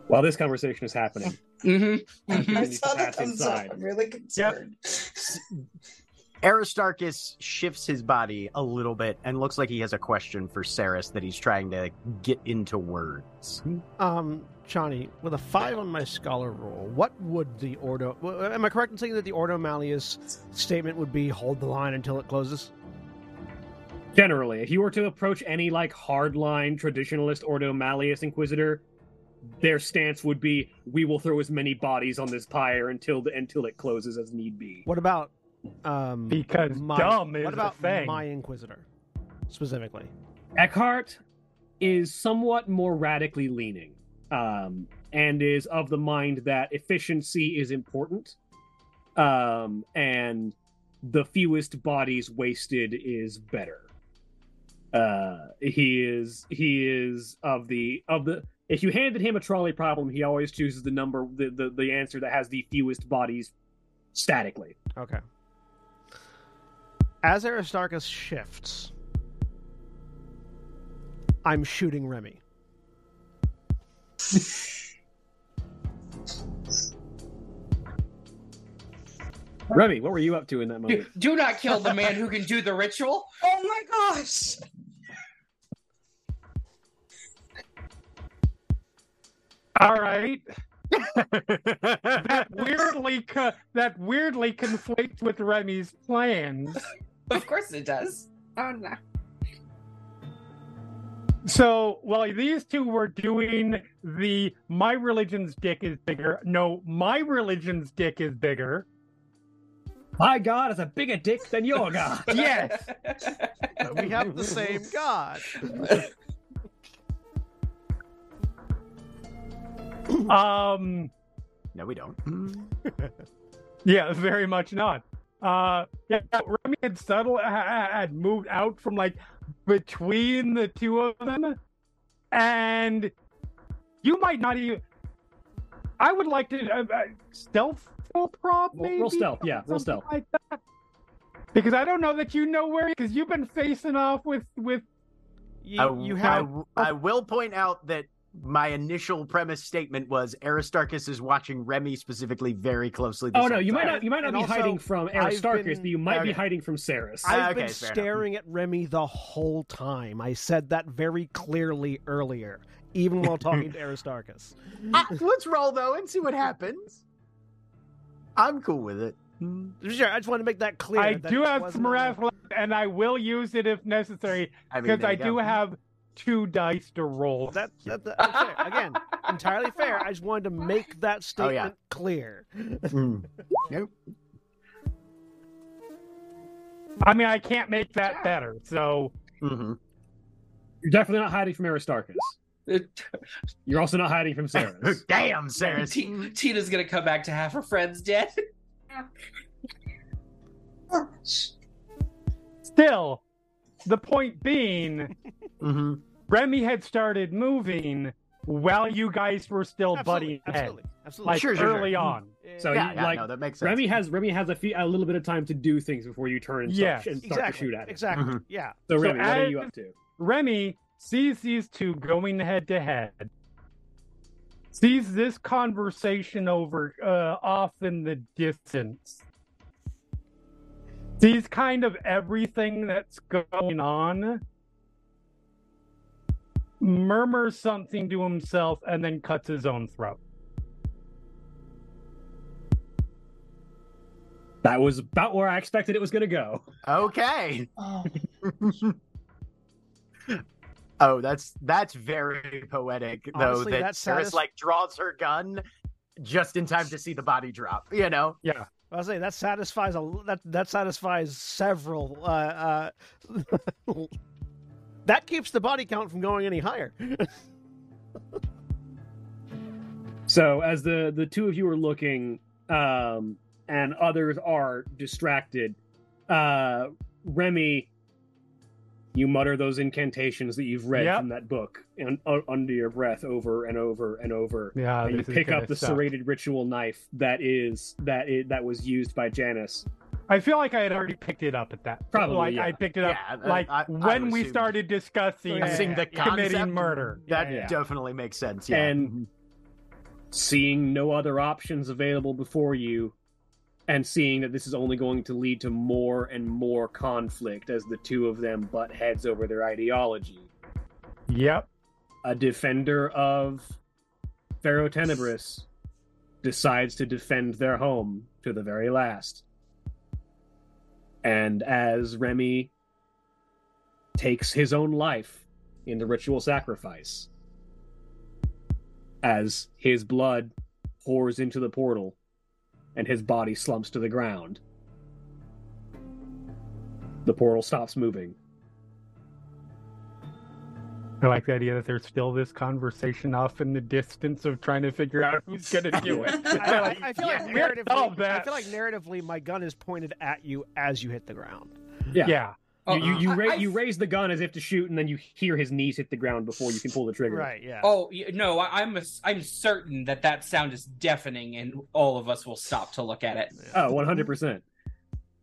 Speaker 1: While this conversation is happening,
Speaker 6: Mm-hmm.
Speaker 1: Mhm.
Speaker 7: I
Speaker 1: Need to
Speaker 7: saw that
Speaker 1: pass
Speaker 7: thumbs up.
Speaker 1: inside.
Speaker 7: I'm really concerned.
Speaker 2: Aristarchus shifts his body a little bit and looks like he has a question for Saris that he's trying to get into words.
Speaker 5: Um, Chani, with a five on my scholar roll, what would the Ordo? w- Am I correct in saying that the Ordo Malleus statement would be "hold the line until it closes"?
Speaker 1: generally, if you were to approach any like hardline traditionalist Ordo Malleus Inquisitor, their stance would be, "We will throw as many bodies on this pyre until the, until it closes as need be."
Speaker 5: What about um?
Speaker 4: Because
Speaker 5: my,
Speaker 4: dumb is
Speaker 5: what about
Speaker 4: a thing.
Speaker 5: my Inquisitor specifically?
Speaker 1: Eckhart is somewhat more radically leaning, um, and is of the mind that efficiency is important, um, and the fewest bodies wasted is better. Uh, he is he is of the of the. If you handed him a trolley problem, he always chooses the number the the, the answer that has the fewest bodies statically.
Speaker 5: Okay. As Aristarchus shifts, I'm shooting Remy.
Speaker 1: Remy, what were you up to in that moment?
Speaker 6: Do, do not kill the man who can do the ritual.
Speaker 7: Oh my gosh!
Speaker 4: All right. that weirdly co- that weirdly conflicts with Remy's plans.
Speaker 6: Of course it does.
Speaker 9: Oh no.
Speaker 4: So while these two were doing the my religion's dick is bigger, no, my religion's dick is bigger.
Speaker 1: My God is a bigger dick than your God.
Speaker 4: Yes.
Speaker 5: We have the same god.
Speaker 4: um
Speaker 2: No, we don't.
Speaker 4: Yeah, very much not. Uh, yeah, Remy and Settle had moved out from like between the two of them, and you might not even. I would like to uh, uh, stealth roll, prob
Speaker 1: Roll-
Speaker 4: maybe.
Speaker 1: roll stealth, yeah, roll
Speaker 4: something
Speaker 1: stealth.
Speaker 4: like that. Because I don't know that you know where because you've been facing off with with
Speaker 5: You,
Speaker 2: I,
Speaker 5: you
Speaker 2: I-
Speaker 5: have
Speaker 2: I will point out that my initial premise statement was Aristarchus is watching Remy specifically very closely. This
Speaker 1: Oh no,
Speaker 2: whole
Speaker 1: you might
Speaker 2: time.
Speaker 1: not you might not
Speaker 5: And
Speaker 1: be
Speaker 5: also,
Speaker 1: hiding from
Speaker 5: I've
Speaker 1: Aristarchus,
Speaker 5: been-
Speaker 1: but you might
Speaker 2: okay.
Speaker 1: be hiding from Saris.
Speaker 2: I-
Speaker 5: I've
Speaker 2: okay,
Speaker 5: been
Speaker 2: fair enough.
Speaker 5: staring at Remy the whole time. I said that very clearly earlier, even while talking to Aristarchus.
Speaker 2: Ah, let's roll though and see what happens. I'm cool with it.
Speaker 5: Sure, I just want to make that clear.
Speaker 4: I
Speaker 5: that
Speaker 4: do
Speaker 5: it
Speaker 4: have
Speaker 5: wasn't
Speaker 4: some
Speaker 5: a-
Speaker 4: wrath left, and I will use it if necessary
Speaker 2: I mean,
Speaker 4: because
Speaker 2: there
Speaker 4: I
Speaker 2: you
Speaker 4: do
Speaker 2: go.
Speaker 4: have two dice to roll.
Speaker 5: That, that, that- that's fair. Again, entirely fair. I just wanted to make that
Speaker 2: Oh, yeah.
Speaker 5: statement clear.
Speaker 2: Mm. nope.
Speaker 4: I mean, I can't make that better. So
Speaker 2: hmm
Speaker 1: You're definitely not hiding from Aristarchus. You're also not hiding from Sarah's.
Speaker 2: Damn, Sarah.
Speaker 6: T- Tina's gonna come back to half her friends dead.
Speaker 4: still, the point being,
Speaker 2: hmm
Speaker 4: Remy had started moving while you guys were still butting
Speaker 5: Absolutely,
Speaker 4: heads,
Speaker 5: absolutely, absolutely.
Speaker 4: like
Speaker 2: Sure, sure, sure.
Speaker 4: early on.
Speaker 1: So
Speaker 2: Yeah,
Speaker 1: you,
Speaker 2: yeah,
Speaker 1: like
Speaker 2: no, that makes sense.
Speaker 1: Remy has Remy has a, few, a little bit of time to do things before you turn and start,
Speaker 4: Yes.
Speaker 1: and start
Speaker 5: exactly,
Speaker 1: to shoot at him.
Speaker 5: exactly.
Speaker 2: Mhm.
Speaker 5: Yeah,
Speaker 1: So,
Speaker 4: So
Speaker 1: Remy, what are
Speaker 4: as-
Speaker 1: you up to?
Speaker 4: Remy sees these two going head to head, sees this conversation over uh, off in the distance, sees kind of everything that's going on, murmurs something to himself, and then cuts his own throat.
Speaker 1: That was about where I expected it was going to go.
Speaker 2: Okay.
Speaker 12: Oh,
Speaker 2: oh, that's that's very poetic though.
Speaker 5: Honestly,
Speaker 2: That,
Speaker 5: that
Speaker 2: Sarah's
Speaker 5: satis-
Speaker 2: like draws her gun just in time to see the body drop. You know.
Speaker 5: I was saying that satisfies a that that satisfies several. Uh, uh, that keeps the body count from going any higher.
Speaker 4: Oh,
Speaker 1: So as the the two of you are looking, um, and others are distracted, uh, Remy, you mutter those incantations that you've read
Speaker 4: Yep.
Speaker 1: from that book and uh, under your breath over and over and over.
Speaker 4: Yeah,
Speaker 1: and you pick up the serrated ritual knife that is that is, that was used by Janice.
Speaker 4: I feel like I had already picked it up at that.
Speaker 1: Probably,
Speaker 4: like
Speaker 1: yeah.
Speaker 4: I picked it up.
Speaker 2: Yeah, I-
Speaker 4: Like
Speaker 2: I- I
Speaker 4: when we
Speaker 2: assumed-
Speaker 4: started discussing
Speaker 5: Yeah,
Speaker 2: Seeing the
Speaker 4: committing
Speaker 2: concept,
Speaker 4: murder.
Speaker 2: That
Speaker 1: Yeah.
Speaker 2: definitely makes sense. Yeah. Mm-hmm.
Speaker 1: And- Seeing no other options available before you, and seeing that this is only going to lead to more and more conflict as the two of them butt heads over their ideology.
Speaker 4: Yep.
Speaker 1: a defender of Pharaoh Tenebris decides to defend their home to the very last. And as Remy takes his own life in the ritual sacrifice, as his blood pours into the portal and his body slumps to the ground, the portal stops moving.
Speaker 4: I like the idea that there's still this conversation off in the distance of trying to figure out who's going to do it.
Speaker 5: I, I, I feel like
Speaker 4: Yeah, solve
Speaker 5: narratively, I
Speaker 4: that.
Speaker 5: feel like narratively, my gun is pointed at you as you hit the ground.
Speaker 1: Yeah.
Speaker 4: yeah.
Speaker 6: Oh,
Speaker 1: you you, you,
Speaker 6: I-
Speaker 1: ra-
Speaker 6: I-
Speaker 1: you raise the gun as if to shoot, and then you hear his knees hit the ground before you can pull the trigger.
Speaker 5: Right. Yeah.
Speaker 6: Oh y- no, I- I'm a, I'm certain that that sound is deafening, and all of us will stop to look at it.
Speaker 1: Oh, 100%.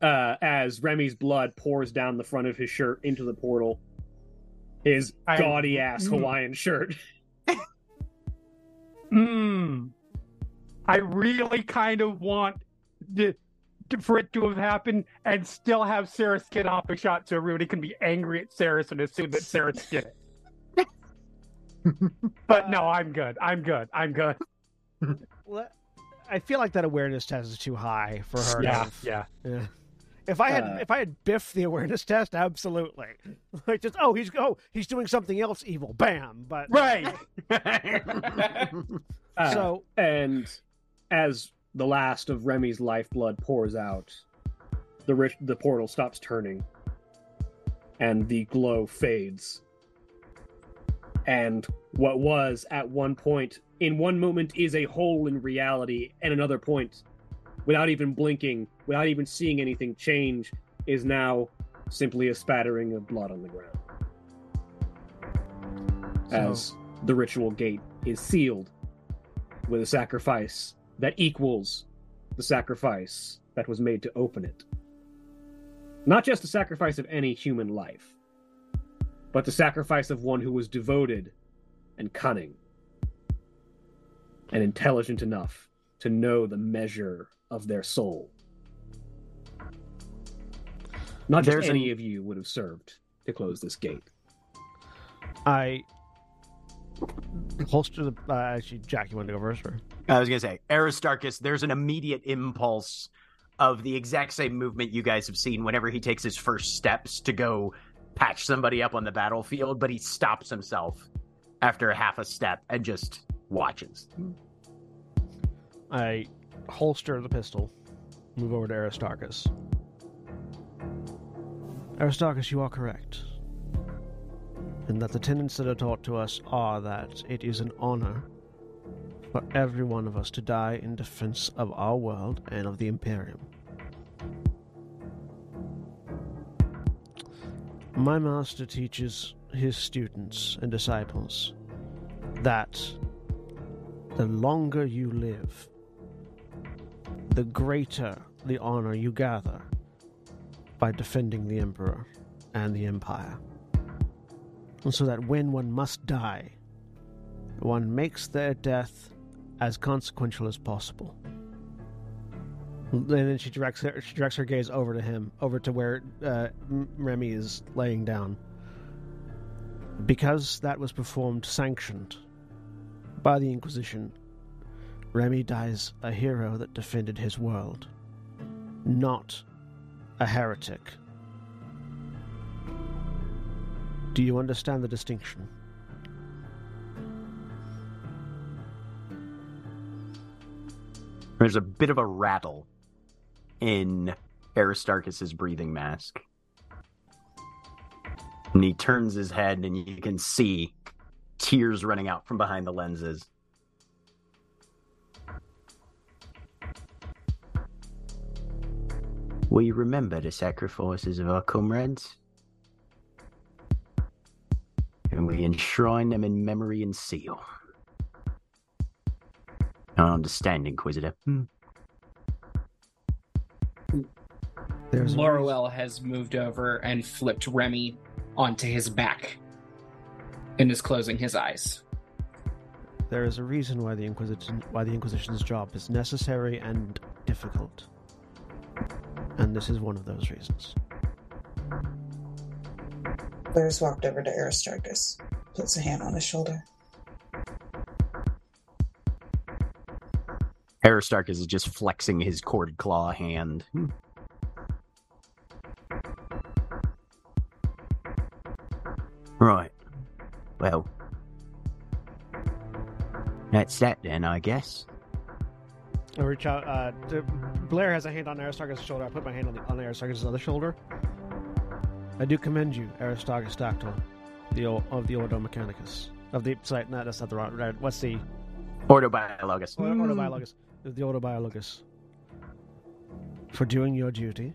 Speaker 1: Uh, as Remy's blood pours down the front of his shirt into the portal, his
Speaker 4: I-
Speaker 1: gaudy ass
Speaker 4: Mm.
Speaker 1: Hawaiian shirt.
Speaker 4: Mm. I really kind of want the, to- for it to have happened and still have Sarah get off a shot so everybody can be angry at Sarah and assume that Sarah did it. but no, Oh, I'm good. I'm good. I'm good.
Speaker 5: Le- I feel like that awareness test is too high for her. to
Speaker 4: Yeah.
Speaker 5: have-
Speaker 4: Yeah.
Speaker 5: yeah. If I had
Speaker 1: Uh,
Speaker 5: if I had biffed the awareness test, absolutely. Like just oh he's oh he's doing something else evil. Bam. But
Speaker 4: Right.
Speaker 1: Uh,
Speaker 5: so
Speaker 1: and as the last of Remy's lifeblood pours out, the rich, the portal stops turning, and the glow fades. And what was at one point, in one moment, is a hole in reality, and another point, without even blinking, without even seeing anything change, is now simply a spattering of blood on the ground. As the ritual gate is sealed with a sacrifice that equals the sacrifice that was made to open it. Not just the sacrifice of any human life, but the sacrifice of one who was devoted and cunning and intelligent enough to know the measure of their soul. Not just
Speaker 2: There's an-
Speaker 1: any of you would have served to close this gate.
Speaker 5: I holster the. Uh, actually, Jack, you want to go first? Or?
Speaker 2: I was gonna say, Aristarchus, there's an immediate impulse of the exact same movement you guys have seen whenever he takes his first steps to go patch somebody up on the battlefield, but he stops himself after half a step and just watches.
Speaker 5: I holster the pistol, move over to Aristarchus. Aristarchus, you are correct. And that the tenets that are taught to us are that it is an honor for every one of us to die in defense of our world and of the Imperium. My master teaches his students and disciples that the longer you live, the greater the honor you gather by defending the Emperor and the Empire. And so that when one must die, one makes their death as consequential as possible. And then she directs her, she directs her gaze over to him, over to where uh, M- Remy is laying down. Because that was performed sanctioned by the Inquisition, Remy dies a hero that defended his world, not a heretic. Do you understand the distinction?
Speaker 2: There's a bit of a rattle in Aristarchus's breathing mask. And he turns his head, and you can see tears running out from behind the lenses. We remember the sacrifices of our comrades, and we enshrine them in memory and seal. I understand, Inquisitor.
Speaker 5: There's a reason-
Speaker 6: Lorwell has moved over and flipped Remy onto his back and is closing his eyes.
Speaker 5: There is a reason why the Inquisition why the Inquisition's job is necessary and difficult. And this is one of those reasons.
Speaker 7: Blair's walked over to Aristarchus, puts a hand on his shoulder.
Speaker 2: Aristarchus is just flexing his cord claw hand. Right. Well, that's that then, I guess.
Speaker 5: I reach out. Uh, to- Blair has a hand on Aristarchus' shoulder. I put my hand on, the, on Aristarchus' other shoulder. I do commend you, Aristarchus Dactyl, the or- of the Ordo Mechanicus. Of the sorry, no, that's not the right. right what's the
Speaker 2: Ordo Biologus.
Speaker 5: Ordo, Ordo Biologus? Of Hmm. the Ordo Biologus for doing your duty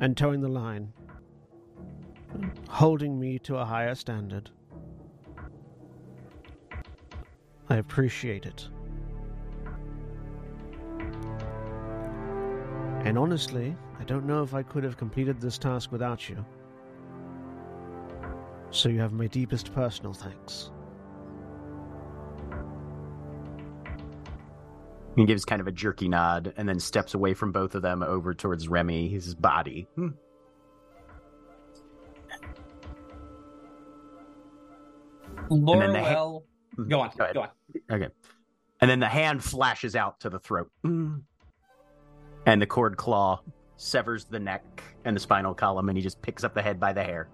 Speaker 5: and towing the line, holding me to a higher standard. I appreciate it. And honestly, I don't know if I could have completed this task without you. So you have my deepest personal thanks.
Speaker 2: He gives kind of a jerky nod and then steps away from both of them over towards Remy, his body. Hmm. then the ha- Mhm.
Speaker 6: Lorwell, go on,
Speaker 2: Go ahead.
Speaker 6: go on.
Speaker 2: Okay. And then the hand flashes out to the throat. Mm. And the cord claw severs the neck and the spinal column, and he just picks up the head by the hair.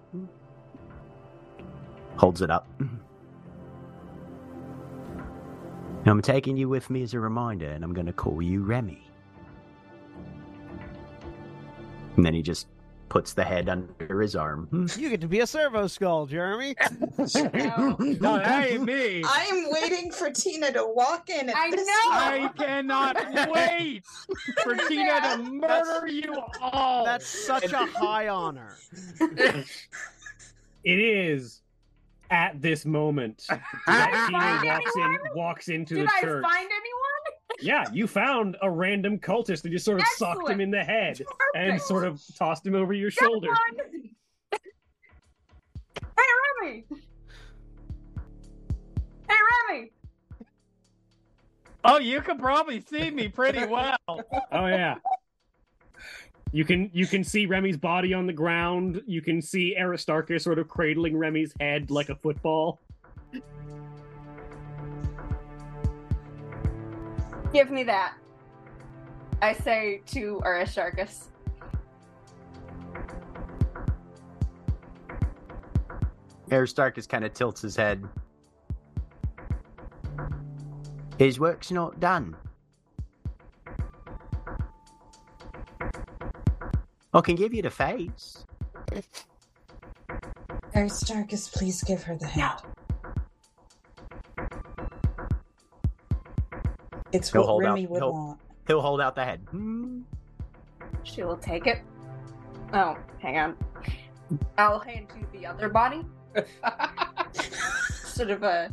Speaker 2: Holds it up. I'm taking you with me as a reminder, and I'm going to call you Remy. And then he just puts the head under his
Speaker 8: Hmm?
Speaker 2: arm.
Speaker 13: You get to be a servo skull, Jeremy.
Speaker 4: No, that ain't me.
Speaker 14: I am waiting for Tina to walk in. At
Speaker 9: I
Speaker 14: this
Speaker 9: know!
Speaker 4: I cannot wait for Tina to murder you all.
Speaker 13: That's such a high honor.
Speaker 1: It is at this moment that Tina walks in, walks into
Speaker 9: Did
Speaker 1: the
Speaker 9: I
Speaker 1: church.
Speaker 9: find anyone?
Speaker 1: Yeah, you found a random cultist and just sort of socked him
Speaker 9: Excellent.
Speaker 1: in the head and
Speaker 9: Perfect.
Speaker 1: sort of tossed him over your
Speaker 9: Got
Speaker 1: shoulder.
Speaker 9: one. hey, Remy. Hey, Remy.
Speaker 4: Oh, you can probably see me pretty well.
Speaker 1: Oh yeah. You can you can see Remy's body on the ground. You can see Aristarchus sort of cradling Remy's head like a football.
Speaker 9: Give me that. I say to Aristarchus.
Speaker 2: Aristarchus kind of tilts his head. His work's not done. I can give you the face.
Speaker 12: Aristarchus, please give her the hand. It's
Speaker 2: No,
Speaker 12: what
Speaker 2: hold
Speaker 12: Remy
Speaker 2: up.
Speaker 12: would
Speaker 2: No.
Speaker 12: want.
Speaker 2: He'll hold out the head. Hmm.
Speaker 9: She will take it. Oh, hang on. I'll hand you the other body. sort of a.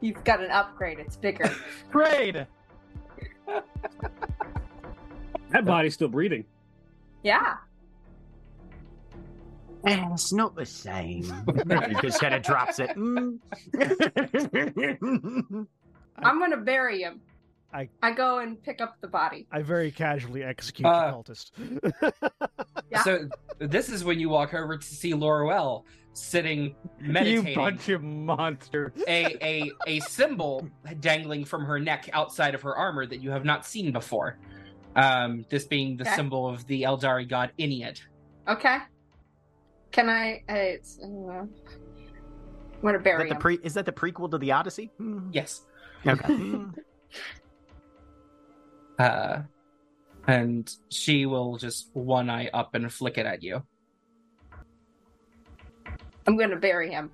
Speaker 9: You've got an upgrade. It's bigger.
Speaker 4: Trade.
Speaker 1: That body's still breathing.
Speaker 9: Yeah.
Speaker 2: Eh, it's not the same. he just kind of drops it. Hmm.
Speaker 9: I'm gonna bury him.
Speaker 8: I-
Speaker 9: I go and pick up the body.
Speaker 8: I very casually execute
Speaker 6: Uh,
Speaker 8: the cultist.
Speaker 9: Yeah.
Speaker 6: So this is when you walk over to see Laurel sitting
Speaker 4: You
Speaker 6: meditating.
Speaker 4: bunch of monsters.
Speaker 6: a, a a symbol dangling from her neck outside of her armor that you have not seen before. Um, this being the
Speaker 9: Okay.
Speaker 6: symbol of the Eldari god Iniad.
Speaker 9: Okay. Can I? I it's, I don't know. I'm gonna
Speaker 2: Is
Speaker 9: bury
Speaker 2: that the
Speaker 9: him.
Speaker 2: pre? Is that the prequel to the Odyssey?
Speaker 12: Mm-hmm.
Speaker 2: Hmm.
Speaker 6: Yes.
Speaker 2: Okay. Hmm.
Speaker 6: Uh, and she will just one eye up and flick it at you.
Speaker 9: I'm gonna bury him.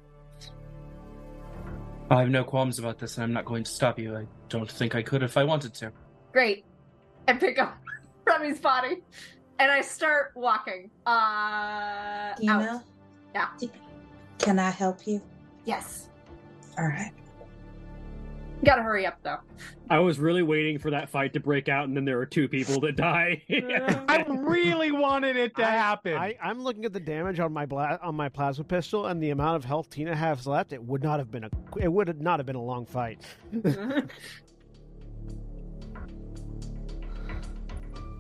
Speaker 6: I have no qualms about this, and I'm not going to stop you. I don't think I could if I wanted to.
Speaker 9: Great. I pick up Remy's body, and I start walking. Uh, out.
Speaker 12: Ina?
Speaker 9: Yeah.
Speaker 12: Can I help you?
Speaker 9: Yes.
Speaker 12: All right.
Speaker 9: Gotta hurry up though.
Speaker 1: I was really waiting for that fight to break out, and then there were two people that die.
Speaker 4: I really wanted it to
Speaker 8: I-
Speaker 4: happen.
Speaker 8: I, I'm looking at the damage on my bla- on my plasma pistol and the amount of health Tina has left. It would not have been a it would not have been a long fight.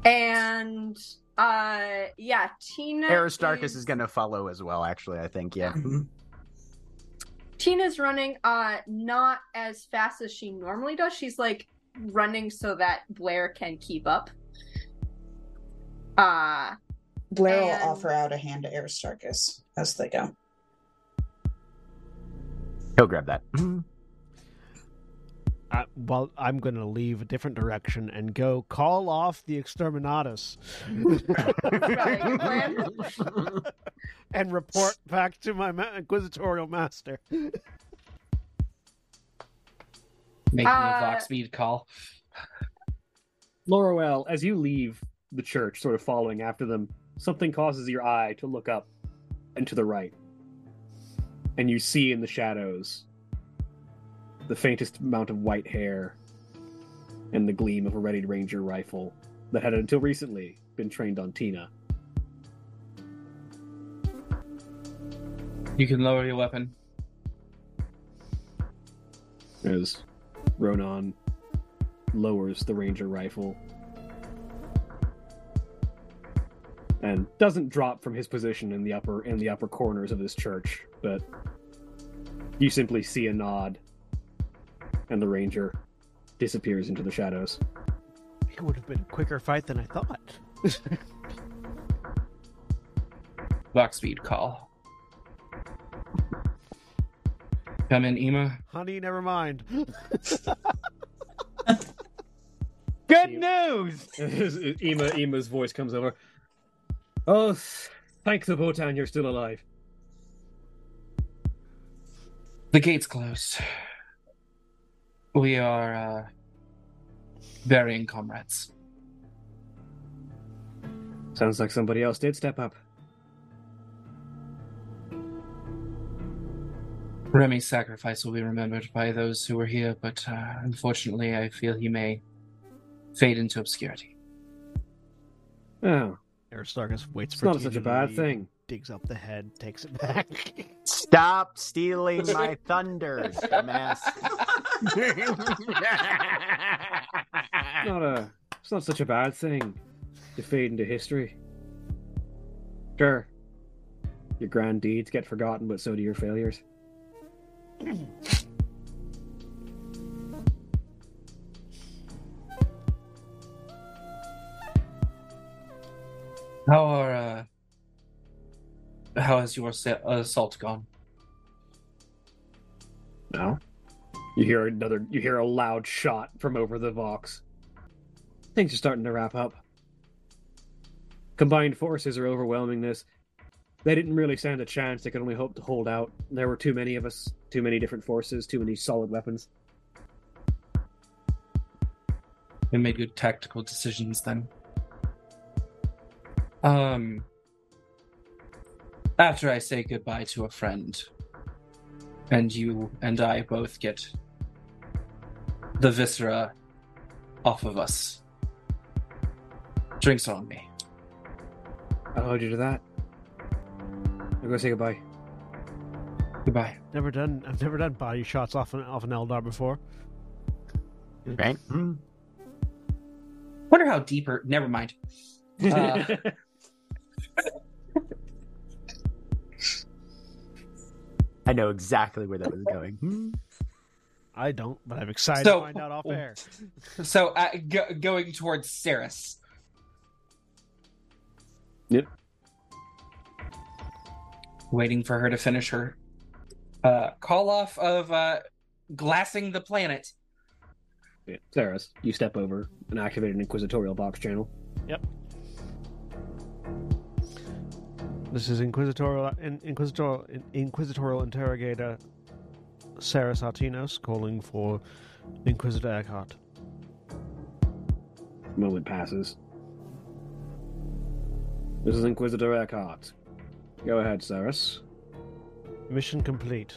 Speaker 9: and uh, yeah, Tina.
Speaker 2: Aristarchus is going to follow as well. Actually, I think. Yeah.
Speaker 12: Mm-hmm.
Speaker 9: Tina's running uh not as fast as she normally does. She's like running so that Blair can keep up. Uh
Speaker 12: Blair will
Speaker 9: And-
Speaker 12: offer out a hand to Aristarchus as they go.
Speaker 2: He'll grab that.
Speaker 12: Mm-hmm.
Speaker 2: Hmm.
Speaker 8: Uh, well, I'm going to leave a different direction and go call off the exterminatus
Speaker 9: Probably a plan.
Speaker 8: and report back to my ma- inquisitorial master.
Speaker 6: Making
Speaker 9: Uh,
Speaker 6: a Vox speed call.
Speaker 1: Laurel, as you leave the church, sort of following after them, something causes your eye to look up and to the right. And you see in the shadows the faintest amount of white hair and the gleam of a ready ranger rifle that had until recently been trained on Tina.
Speaker 6: You can lower your weapon.
Speaker 1: As Ronan lowers the ranger rifle and doesn't drop from his position in the upper in the upper corners of this church, but you simply see a nod and the ranger disappears into the shadows.
Speaker 8: It would have been a quicker fight than I thought.
Speaker 6: Vox speed call. Come in, Ema.
Speaker 8: Honey, never mind.
Speaker 4: Good
Speaker 1: You-
Speaker 4: news.
Speaker 1: Ema Ema's voice comes over. Oh, thank the Botan you're still alive.
Speaker 6: The gate's closed. We are uh, burying comrades.
Speaker 1: Sounds like somebody else did step up.
Speaker 6: Remy's sacrifice will be remembered by those who were here, but uh, unfortunately, I feel he may fade into obscurity.
Speaker 1: Oh,
Speaker 8: Aristarchus waits
Speaker 1: it's
Speaker 8: for
Speaker 1: not
Speaker 8: Tina
Speaker 1: such
Speaker 8: to
Speaker 1: a bad
Speaker 8: leave,
Speaker 1: thing.
Speaker 8: Digs up the head, takes it back.
Speaker 2: Stop stealing my thunder, dumbass.
Speaker 1: It's not a it's not such a bad thing to fade into history. Sure. Your grand deeds get forgotten, but so do your failures.
Speaker 6: How are uh, how has your sa- assault gone?
Speaker 1: No. You hear another. You hear a loud shot from over the box. Things are starting to wrap up. Combined forces are overwhelming this. They didn't really stand a chance. They could only hope to hold out. There were too many of us, too many different forces, too many solid weapons.
Speaker 6: We made good tactical decisions then. Um, after I say goodbye to a friend, and you and I both get the viscera off of us, drinks on me.
Speaker 1: I'll hold you to that. I'm gonna say goodbye.
Speaker 6: Goodbye.
Speaker 5: Never done. I've never done body shots off an off an Eldar before.
Speaker 2: Right? Hmm.
Speaker 6: Wonder how deeper. Never mind. Uh,
Speaker 2: I know exactly where that was going. Hmm.
Speaker 5: I don't, but I'm excited
Speaker 6: So-
Speaker 5: to find out off air.
Speaker 6: so uh, go- going towards Ceres.
Speaker 1: Yep.
Speaker 6: Waiting for her to finish her uh, call off of uh, glassing the planet.
Speaker 1: Yeah. Theros, you step over and activate an inquisitorial box channel.
Speaker 5: This is inquisitorial in, inquisitorial in, inquisitorial interrogator Sarah Sartinos calling for Inquisitor Eckhart.
Speaker 1: Moment passes. This is Inquisitor Eckhart. Go ahead, Saris.
Speaker 5: Mission complete.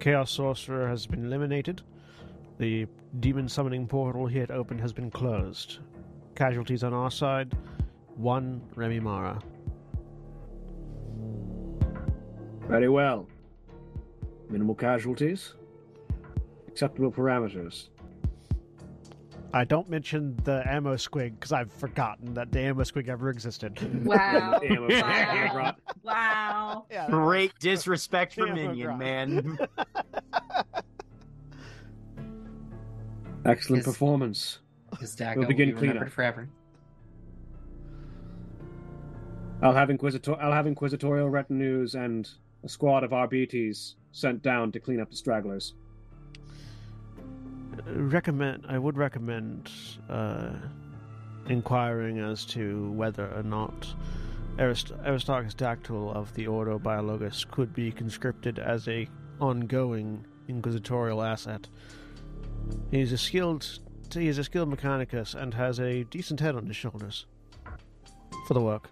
Speaker 5: Chaos Sorcerer has been eliminated. The demon summoning portal here at Open has been closed. Casualties on our side one Remy Mara.
Speaker 1: Very well. Minimal casualties. Acceptable parameters.
Speaker 5: I don't mention the ammo squig because I've forgotten that the ammo squig ever existed.
Speaker 9: Wow.
Speaker 1: Ammo- ammo rot.
Speaker 9: wow.
Speaker 5: yeah,
Speaker 2: Great disrespect for
Speaker 5: Yeah,
Speaker 2: Minion,
Speaker 5: Rock.
Speaker 2: man.
Speaker 1: Excellent
Speaker 6: Yes.
Speaker 1: performance.
Speaker 6: His dagger
Speaker 1: We'll begin
Speaker 6: will be remembered
Speaker 1: cleanup.
Speaker 6: forever.
Speaker 1: I'll have inquisitor. I'll have inquisitorial retinues and a squad of RBTs sent down to clean up the stragglers.
Speaker 5: recommend I would recommend uh, inquiring as to whether or not Arist- Aristarchus Dactyl of the Ordo Biologus could be conscripted as a ongoing inquisitorial asset. He is a skilled he is a skilled mechanicus and has a decent head on his shoulders for the work.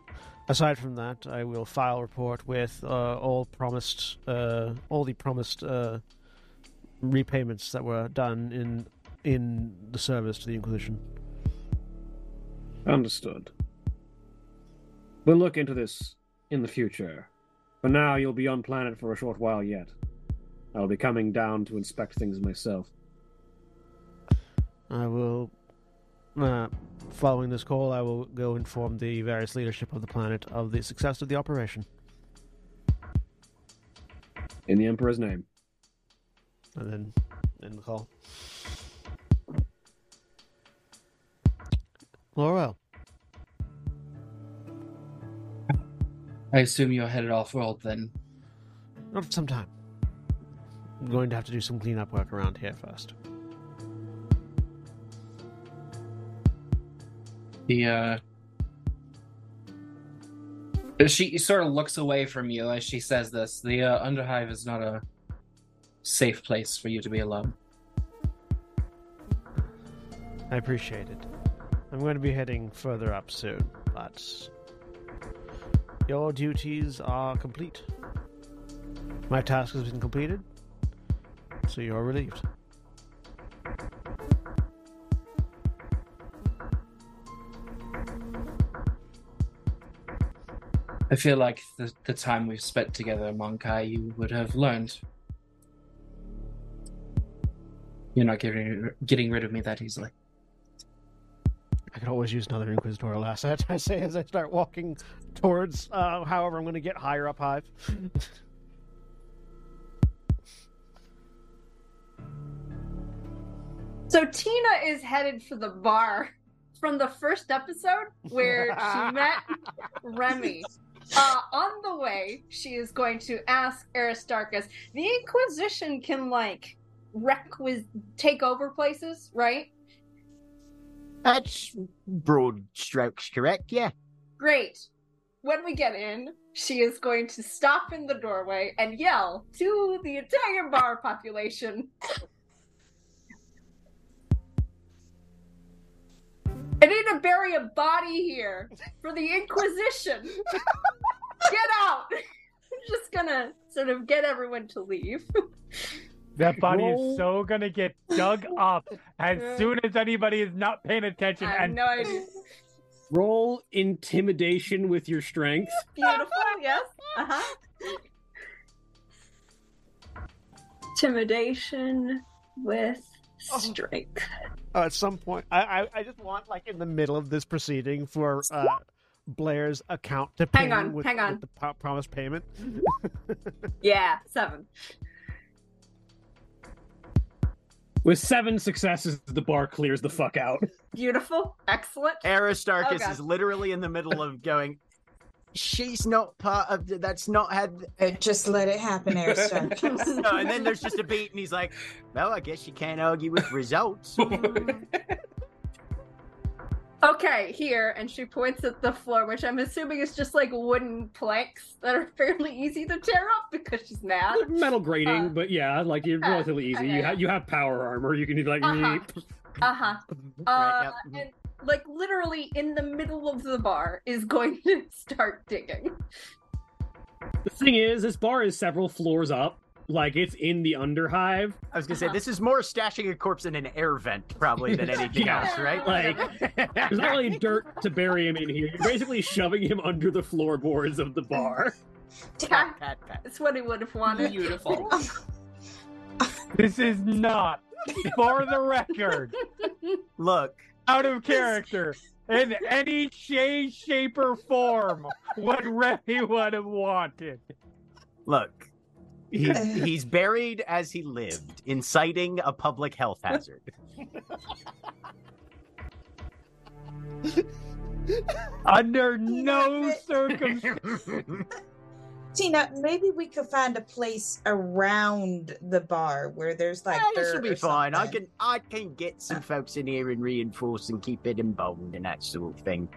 Speaker 5: Aside from that, I will file report with uh, all promised uh, all the promised uh, repayments that were done in in the service to the Inquisition.
Speaker 1: Understood. We'll look into this in the future. For now, you'll be on planet for a short while yet. I'll be coming down to inspect things myself.
Speaker 5: I will, uh, following this call, I will go inform the various leadership of the planet of the success of the operation.
Speaker 1: In the Emperor's name.
Speaker 5: And then end the call. Laurel,
Speaker 6: I assume you're headed off world then.
Speaker 5: not for some time. I'm going to have to do some cleanup work around here first.
Speaker 6: The uh she sort of looks away from you as she says this. The uh, Underhive is not a safe place for you to be alone.
Speaker 5: I appreciate it. I'm going to be heading further up soon, but your duties are complete. My task has been completed, so you're relieved.
Speaker 6: I feel like the, the time we've spent together, Monkai, you would have learned. You're not getting getting rid of me that easily.
Speaker 5: I could always use another inquisitorial asset. I say as I start walking towards, uh, however, I'm going to get higher up hive.
Speaker 9: So Tina is headed for the bar from the first episode where she met Remy. Uh, on the way, she is going to ask Aristarchus, the Inquisition can like requis take over places, right?
Speaker 2: That's broad strokes, correct? Yeah.
Speaker 9: Great. When we get in, she is going to stop in the doorway and yell to the entire bar population. I need to bury a body here for the Inquisition. get out! I'm just gonna sort of get everyone to leave.
Speaker 4: That body
Speaker 2: Roll.
Speaker 4: is so gonna get dug up as soon as anybody is not paying
Speaker 9: I
Speaker 4: attention.
Speaker 9: have
Speaker 4: And
Speaker 9: no idea.
Speaker 1: Roll intimidation with your strength.
Speaker 9: Beautiful, yes. Uh huh. Intimidation with
Speaker 3: Oh.
Speaker 9: strength.
Speaker 5: Uh, at some point, I, I I just want like in the middle of this proceeding for uh, Blair's account to
Speaker 9: Hang
Speaker 5: ping
Speaker 9: on,
Speaker 5: with,
Speaker 9: hang on. Mm-hmm.
Speaker 5: with the po- promised payment.
Speaker 9: Yeah, seven.
Speaker 1: With seven successes, the bar clears the fuck out.
Speaker 9: Beautiful, excellent. Oh,
Speaker 2: Aristarchus
Speaker 9: God.
Speaker 2: is literally in the middle of going, she's not part of the, that's not had.
Speaker 12: Uh, Just let it happen, Aristarchus.
Speaker 2: No, and then there's just a beat, and he's like, no, I guess you can't argue with results.
Speaker 9: Okay, here, and she points at the floor, which I'm assuming is just like wooden planks that are fairly easy to tear up because she's mad.
Speaker 1: Metal grating,
Speaker 9: Uh,
Speaker 1: but yeah, like you're
Speaker 9: uh,
Speaker 1: relatively easy.
Speaker 9: okay.
Speaker 1: You have you have power armor. You can do like
Speaker 9: Uh-huh.
Speaker 1: meep.
Speaker 9: Uh-huh. Uh
Speaker 2: Right,
Speaker 4: mm-hmm.
Speaker 2: yep.
Speaker 9: And like literally in the middle of the bar is going to start digging.
Speaker 1: The thing is, this bar is several floors up. Like it's in the underhive.
Speaker 2: I was gonna say
Speaker 9: Uh-huh.
Speaker 2: this is more stashing a corpse in an air vent probably than anything
Speaker 1: Yeah.
Speaker 2: else, right?
Speaker 1: Like there's not really dirt to bury him in here. You're basically shoving him under the floorboards of the bar.
Speaker 9: Yeah,
Speaker 2: pat, pat.
Speaker 9: it's what he would have wanted.
Speaker 6: Beautiful.
Speaker 4: this is not, for the record,
Speaker 2: Look,
Speaker 4: out of character in any shay, shape, or form what Remy would have wanted.
Speaker 2: look. He, he's buried as he lived, inciting a public health hazard.
Speaker 4: Under no
Speaker 12: it.
Speaker 4: circumstances.
Speaker 12: Tina, maybe we could find a place around the bar where there's like.
Speaker 2: Eh, this should
Speaker 12: dirt
Speaker 2: be
Speaker 12: or
Speaker 2: fine. I
Speaker 12: something.
Speaker 2: can I can get some folks in here and reinforce and keep it emboldened and that sort of thing.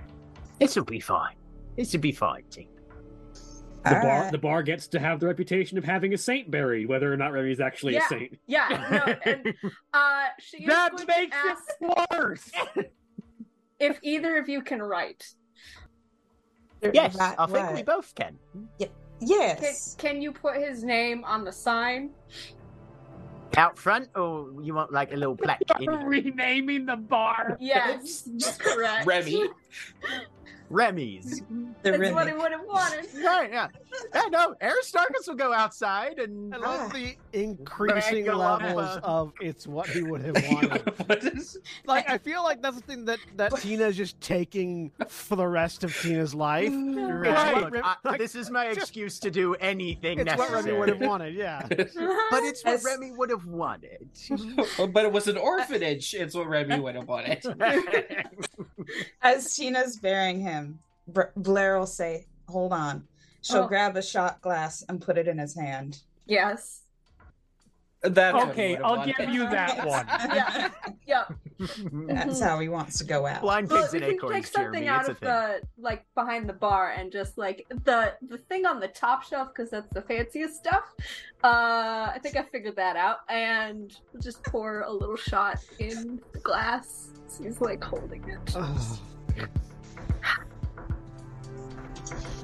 Speaker 2: This will be fine. This will be fine, team.
Speaker 1: The
Speaker 12: All
Speaker 1: bar
Speaker 12: right.
Speaker 1: the bar gets to have the reputation of having a saint buried, whether or not Remy's actually
Speaker 9: Yeah.
Speaker 1: a saint.
Speaker 9: Yeah, no, and uh she is
Speaker 4: That
Speaker 9: going
Speaker 4: makes
Speaker 9: to ask
Speaker 4: it worse.
Speaker 9: if either of you can write.
Speaker 2: Yes,
Speaker 12: Right,
Speaker 2: I think we
Speaker 12: right.
Speaker 2: both can.
Speaker 9: Can,
Speaker 12: Yes.
Speaker 9: can you put his name on the sign?
Speaker 2: Out front, or you want like a little plaque? in-
Speaker 4: Renaming the bar.
Speaker 9: Yes, correct.
Speaker 6: Remy.
Speaker 2: Remy's.
Speaker 12: The
Speaker 9: That's what he
Speaker 12: remnant.
Speaker 9: would have wanted.
Speaker 2: Right, yeah. yeah no, Aristarchus will go outside and Ah.
Speaker 5: I love the increasing
Speaker 2: Regular.
Speaker 5: levels of it's what he would have wanted.
Speaker 6: What is-
Speaker 5: like I feel like that's the thing that that Tina's just taking for the rest of Tina's life.
Speaker 12: Mm.
Speaker 5: It's
Speaker 4: Right.
Speaker 5: what Rem-
Speaker 2: I-
Speaker 5: like,
Speaker 2: this is my excuse to do anything
Speaker 5: it's what
Speaker 2: necessary.
Speaker 5: Remy would have wanted. Yeah.
Speaker 2: But it's what
Speaker 12: Yes.
Speaker 2: Remy would have wanted.
Speaker 6: Oh, but it was an orphanage. It's what Remy would have wanted.
Speaker 12: As Tina's burying him, Br- Blair will say, "Hold on." She'll
Speaker 9: Oh.
Speaker 12: grab a shot glass and put it in his hand.
Speaker 9: yes.
Speaker 6: That's what he
Speaker 4: Okay,
Speaker 6: would have
Speaker 4: I'll
Speaker 6: wanted.
Speaker 4: give you that one.
Speaker 9: Yeah. Yep.
Speaker 12: That's how he wants to go out.
Speaker 2: Blind
Speaker 9: Well,
Speaker 2: pigs
Speaker 9: we
Speaker 2: and
Speaker 9: can
Speaker 2: acorns,
Speaker 9: take something
Speaker 2: Jeremy.
Speaker 9: out
Speaker 2: It's a
Speaker 9: of
Speaker 2: thing.
Speaker 9: the like behind the bar and just like the the thing on the top shelf because that's the fanciest stuff. Uh, I think I figured that out, and we'll just pour a little shot in the glass. So He's like holding it.
Speaker 5: Ugh.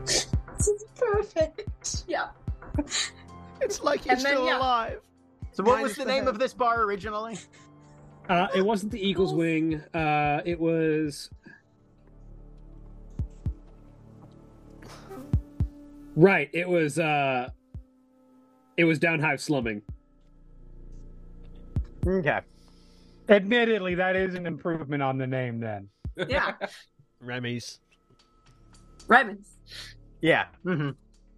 Speaker 12: This is perfect.
Speaker 9: Yeah.
Speaker 5: it's like he's
Speaker 9: And then,
Speaker 5: still
Speaker 9: yeah.
Speaker 5: alive.
Speaker 2: So, what
Speaker 5: Mine
Speaker 2: was
Speaker 5: is
Speaker 2: the
Speaker 5: the
Speaker 2: name
Speaker 5: head.
Speaker 2: of this bar originally?
Speaker 1: Uh, it wasn't the Eagle's Wing. Uh, it was. Right. It was. Uh, it was Downhive Slumming.
Speaker 2: Okay.
Speaker 4: Admittedly, that is an improvement on the name then.
Speaker 9: Yeah.
Speaker 5: Remy's.
Speaker 9: Remy's.
Speaker 2: Yeah. hmm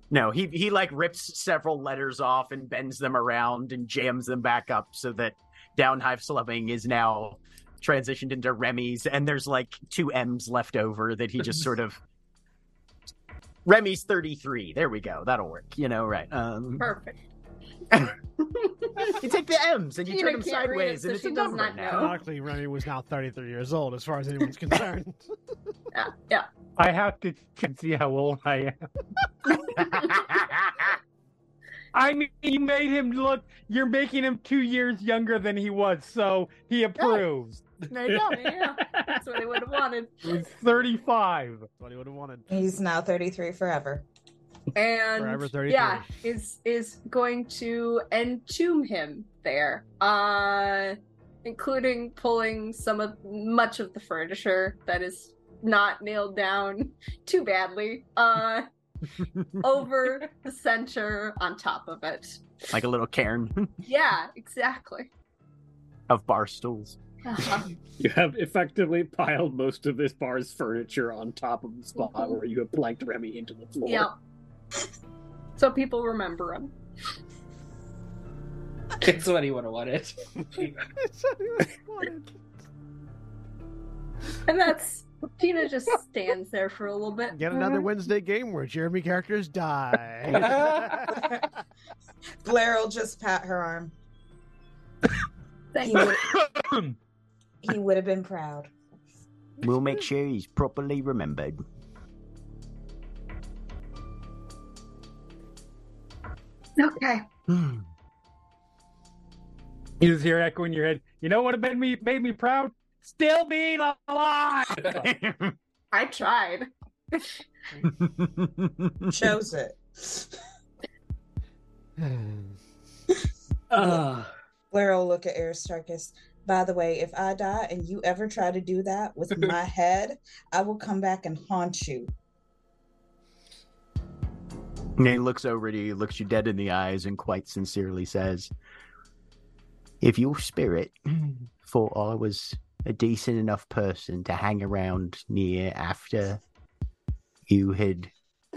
Speaker 2: No, he he like rips several letters off and bends them around and jams them back up so that Downhive Slumming is now transitioned into Remy's, and there's like two M's left over that he just sort of. Remy's 33. There we go. That'll work. You know, right. Um,
Speaker 9: Perfect.
Speaker 2: you take the M's and you
Speaker 9: Tina
Speaker 2: turn them
Speaker 9: can't read it,
Speaker 2: sideways,
Speaker 9: so
Speaker 2: and it's a
Speaker 9: she does
Speaker 2: number
Speaker 9: not
Speaker 2: now.
Speaker 9: know.
Speaker 5: Luckily, Remy was now 33 years old, as far as anyone's concerned.
Speaker 4: I have to check and see how old I am. I mean, you made him look. You're making him two years younger than he was, so he approves.
Speaker 2: there you go.
Speaker 9: yeah, that's what I would have wanted.
Speaker 4: He's 35.
Speaker 5: what he would have wanted.
Speaker 7: He's now 33 forever.
Speaker 9: And
Speaker 5: Forever 33.
Speaker 9: yeah, is is going to entomb him there, uh, including pulling some of much of the furniture that is not nailed down too badly uh, over the center on top of it.
Speaker 2: Like a little cairn
Speaker 9: Yeah, exactly.
Speaker 2: of bar stools.
Speaker 9: Uh-huh.
Speaker 1: You have effectively piled most of this bar's furniture on top of the spot where you have planked Remy into the floor.
Speaker 9: yeah. So people remember him.
Speaker 6: It's what he would have wanted.
Speaker 5: That's what he would have wanted.
Speaker 9: And that's Tina just stands there for a little bit.
Speaker 5: Get another Wednesday game where Jeremy characters die.
Speaker 7: Blair will just pat her arm.
Speaker 9: Thank
Speaker 7: He
Speaker 9: you.
Speaker 7: would, he would have been proud.
Speaker 2: We'll make sure he's properly remembered.
Speaker 9: Okay.
Speaker 4: You just hear echo in your head. You know what made me made me proud? Still being alive.
Speaker 9: I tried.
Speaker 7: Chose it.
Speaker 1: Ugh.
Speaker 7: Blair will look at Aristarchus. By the way, if I die and you ever try to do that with my head, I will come back and haunt you.
Speaker 2: And he looks over to you, looks you dead in the eyes, and quite sincerely says, If your spirit thought I was a decent enough person to hang around near after you had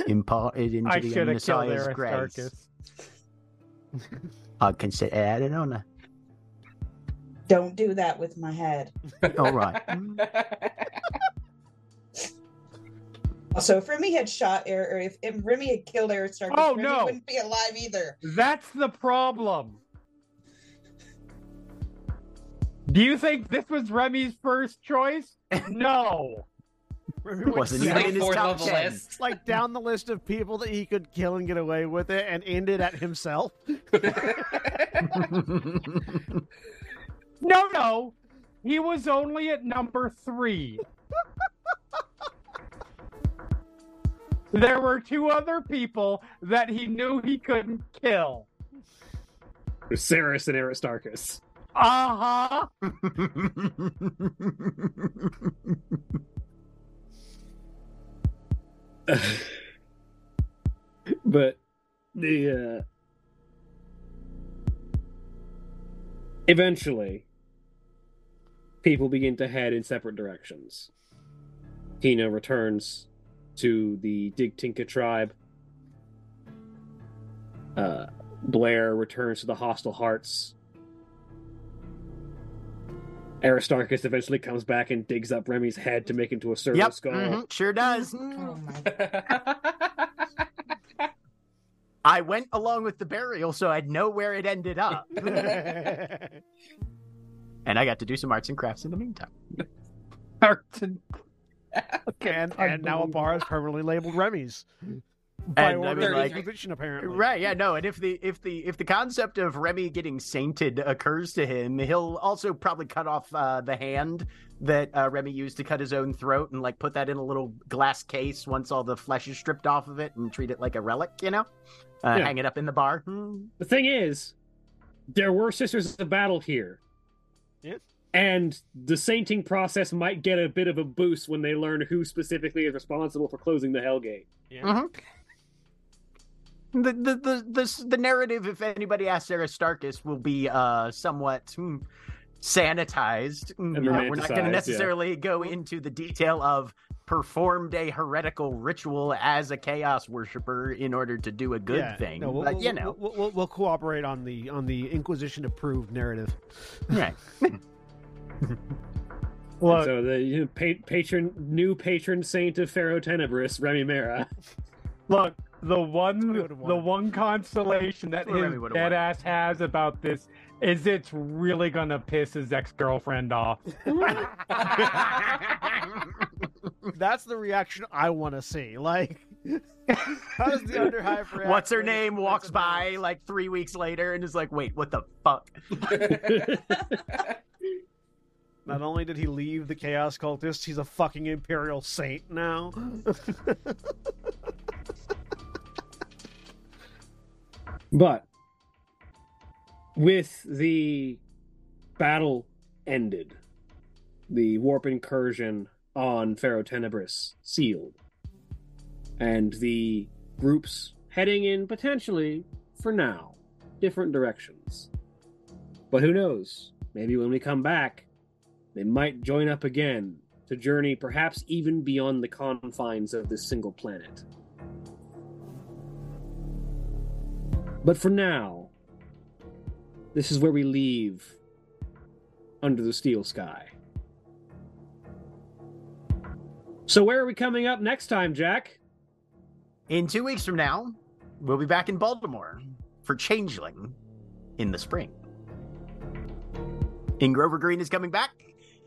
Speaker 2: imparted into
Speaker 4: I
Speaker 2: the
Speaker 4: should have killed
Speaker 2: Messiah's grace,
Speaker 4: Aristarchus.
Speaker 2: I'd consider that an honor.
Speaker 7: Don't do that with my head.
Speaker 2: All right.
Speaker 7: Also, if Remy had shot Air, or if, if Remy had killed Aristarchus,
Speaker 4: Oh,
Speaker 7: Remy
Speaker 4: no.
Speaker 7: wouldn't be alive either.
Speaker 4: That's the problem. Do you think this was Remy's first choice? No.
Speaker 5: Remy went
Speaker 2: Wasn't
Speaker 5: down-
Speaker 2: even
Speaker 6: like
Speaker 2: in his
Speaker 6: fourth
Speaker 2: top
Speaker 6: on the
Speaker 2: 10.
Speaker 6: list.
Speaker 5: like down the list of people that he could kill and get away with it and end it at himself.
Speaker 4: No, no. He was only at number three. there were two other people that he knew he couldn't kill.
Speaker 1: Cerus and Aristarchus.
Speaker 4: Uh huh.
Speaker 1: but the uh, eventually people begin to head in separate directions tina returns to the digtinka tribe uh, blair returns to the hostile hearts aristarchus eventually comes back and digs up remy's head to make into a servo
Speaker 2: yep.
Speaker 1: skull
Speaker 2: mhm, Sure does. Mm.
Speaker 7: Oh my
Speaker 2: I went along with the burial, so I'd know where it ended up. and I got to do some arts and crafts in the meantime.
Speaker 4: Arts-
Speaker 5: and and now a bar is permanently labeled Remy's. By
Speaker 2: And I
Speaker 5: order
Speaker 2: mean,
Speaker 5: of
Speaker 2: like-
Speaker 5: conviction, apparently.
Speaker 2: Right, yeah, no, and if the if the if the concept of Remy getting sainted occurs to him, he'll also probably cut off uh, the hand that uh, Remy used to cut his own throat and like put that in a little glass case once all the flesh is stripped off of it and treat it like a relic, you know, uh,
Speaker 1: Yeah.
Speaker 2: hang it up in the bar. Hmm.
Speaker 1: The thing is, there were Sisters of the Battle here.
Speaker 5: Yes.
Speaker 1: And the sainting process might get a bit of a boost when they learn who specifically is responsible for closing the Hellgate.
Speaker 4: Uh,
Speaker 5: Mm-hmm.
Speaker 2: The, the the this the narrative, if anybody asks Aristarchus, will be uh somewhat hmm, sanitized. Hmm,
Speaker 1: And
Speaker 2: uh, we're not going
Speaker 1: romanticized, yeah.
Speaker 2: to necessarily go into the detail of performed a heretical ritual as a chaos worshiper in order to do a good
Speaker 5: Yeah,
Speaker 2: thing.
Speaker 5: No, we'll,
Speaker 2: but
Speaker 5: we'll-
Speaker 2: you know,
Speaker 5: we'll, we'll, we'll cooperate on the on the Inquisition approved narrative.
Speaker 2: right?
Speaker 4: Look,
Speaker 1: so the you know, pa- patron, new patron saint of Pharaoh Tenebris, Remy Mera.
Speaker 4: look, the one
Speaker 5: We would've won.
Speaker 4: the one consolation that
Speaker 2: We really
Speaker 4: his
Speaker 2: would've
Speaker 4: dead
Speaker 2: won.
Speaker 4: ass has about this is it's really gonna piss his ex girlfriend off.
Speaker 5: That's the reaction I want to see. Like, how does the underhive react?
Speaker 2: What's her
Speaker 5: when it-
Speaker 2: name?
Speaker 5: when
Speaker 2: Walks
Speaker 5: it's
Speaker 2: by
Speaker 5: announced?
Speaker 2: like three weeks later and is like, wait, what the fuck?
Speaker 5: Not only did he leave the Chaos Cultists, he's a fucking Imperial Saint now.
Speaker 1: But with the battle ended, the warp incursion on Pharaoh Tenebris sealed, and the groups heading in potentially, for now, different directions. But who knows? Maybe when we come back, they might join up again to journey perhaps even beyond the confines of this single planet. But for now, this is where we leave under the steel sky. So, where are we coming up next time, Jack?
Speaker 2: In two weeks from now, we'll be back in Baltimore for Changeling in the spring. In Grover Green is coming back,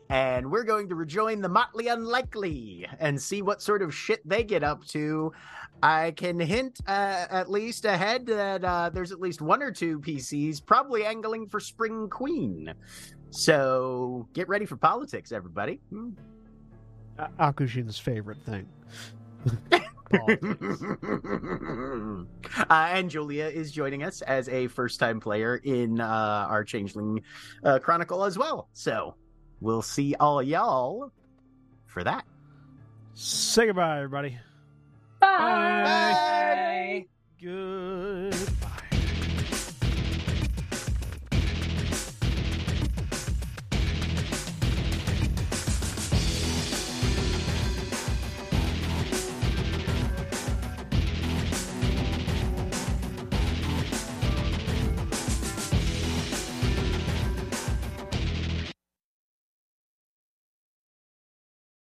Speaker 2: and we're going to rejoin the Motley Unlikely and see what sort of shit they get up to. I can hint uh, at least ahead that uh, there's at least one or two PCs probably angling for Spring Queen. So get ready for politics, everybody. Hmm.
Speaker 5: A- Akushin's favorite thing. Politics.
Speaker 2: uh, and Julia is joining us as a first time player in uh, our Changeling uh, Chronicle as well. So we'll see all y'all for that.
Speaker 5: Say goodbye, everybody.
Speaker 6: Bye.
Speaker 9: Bye.
Speaker 5: Good.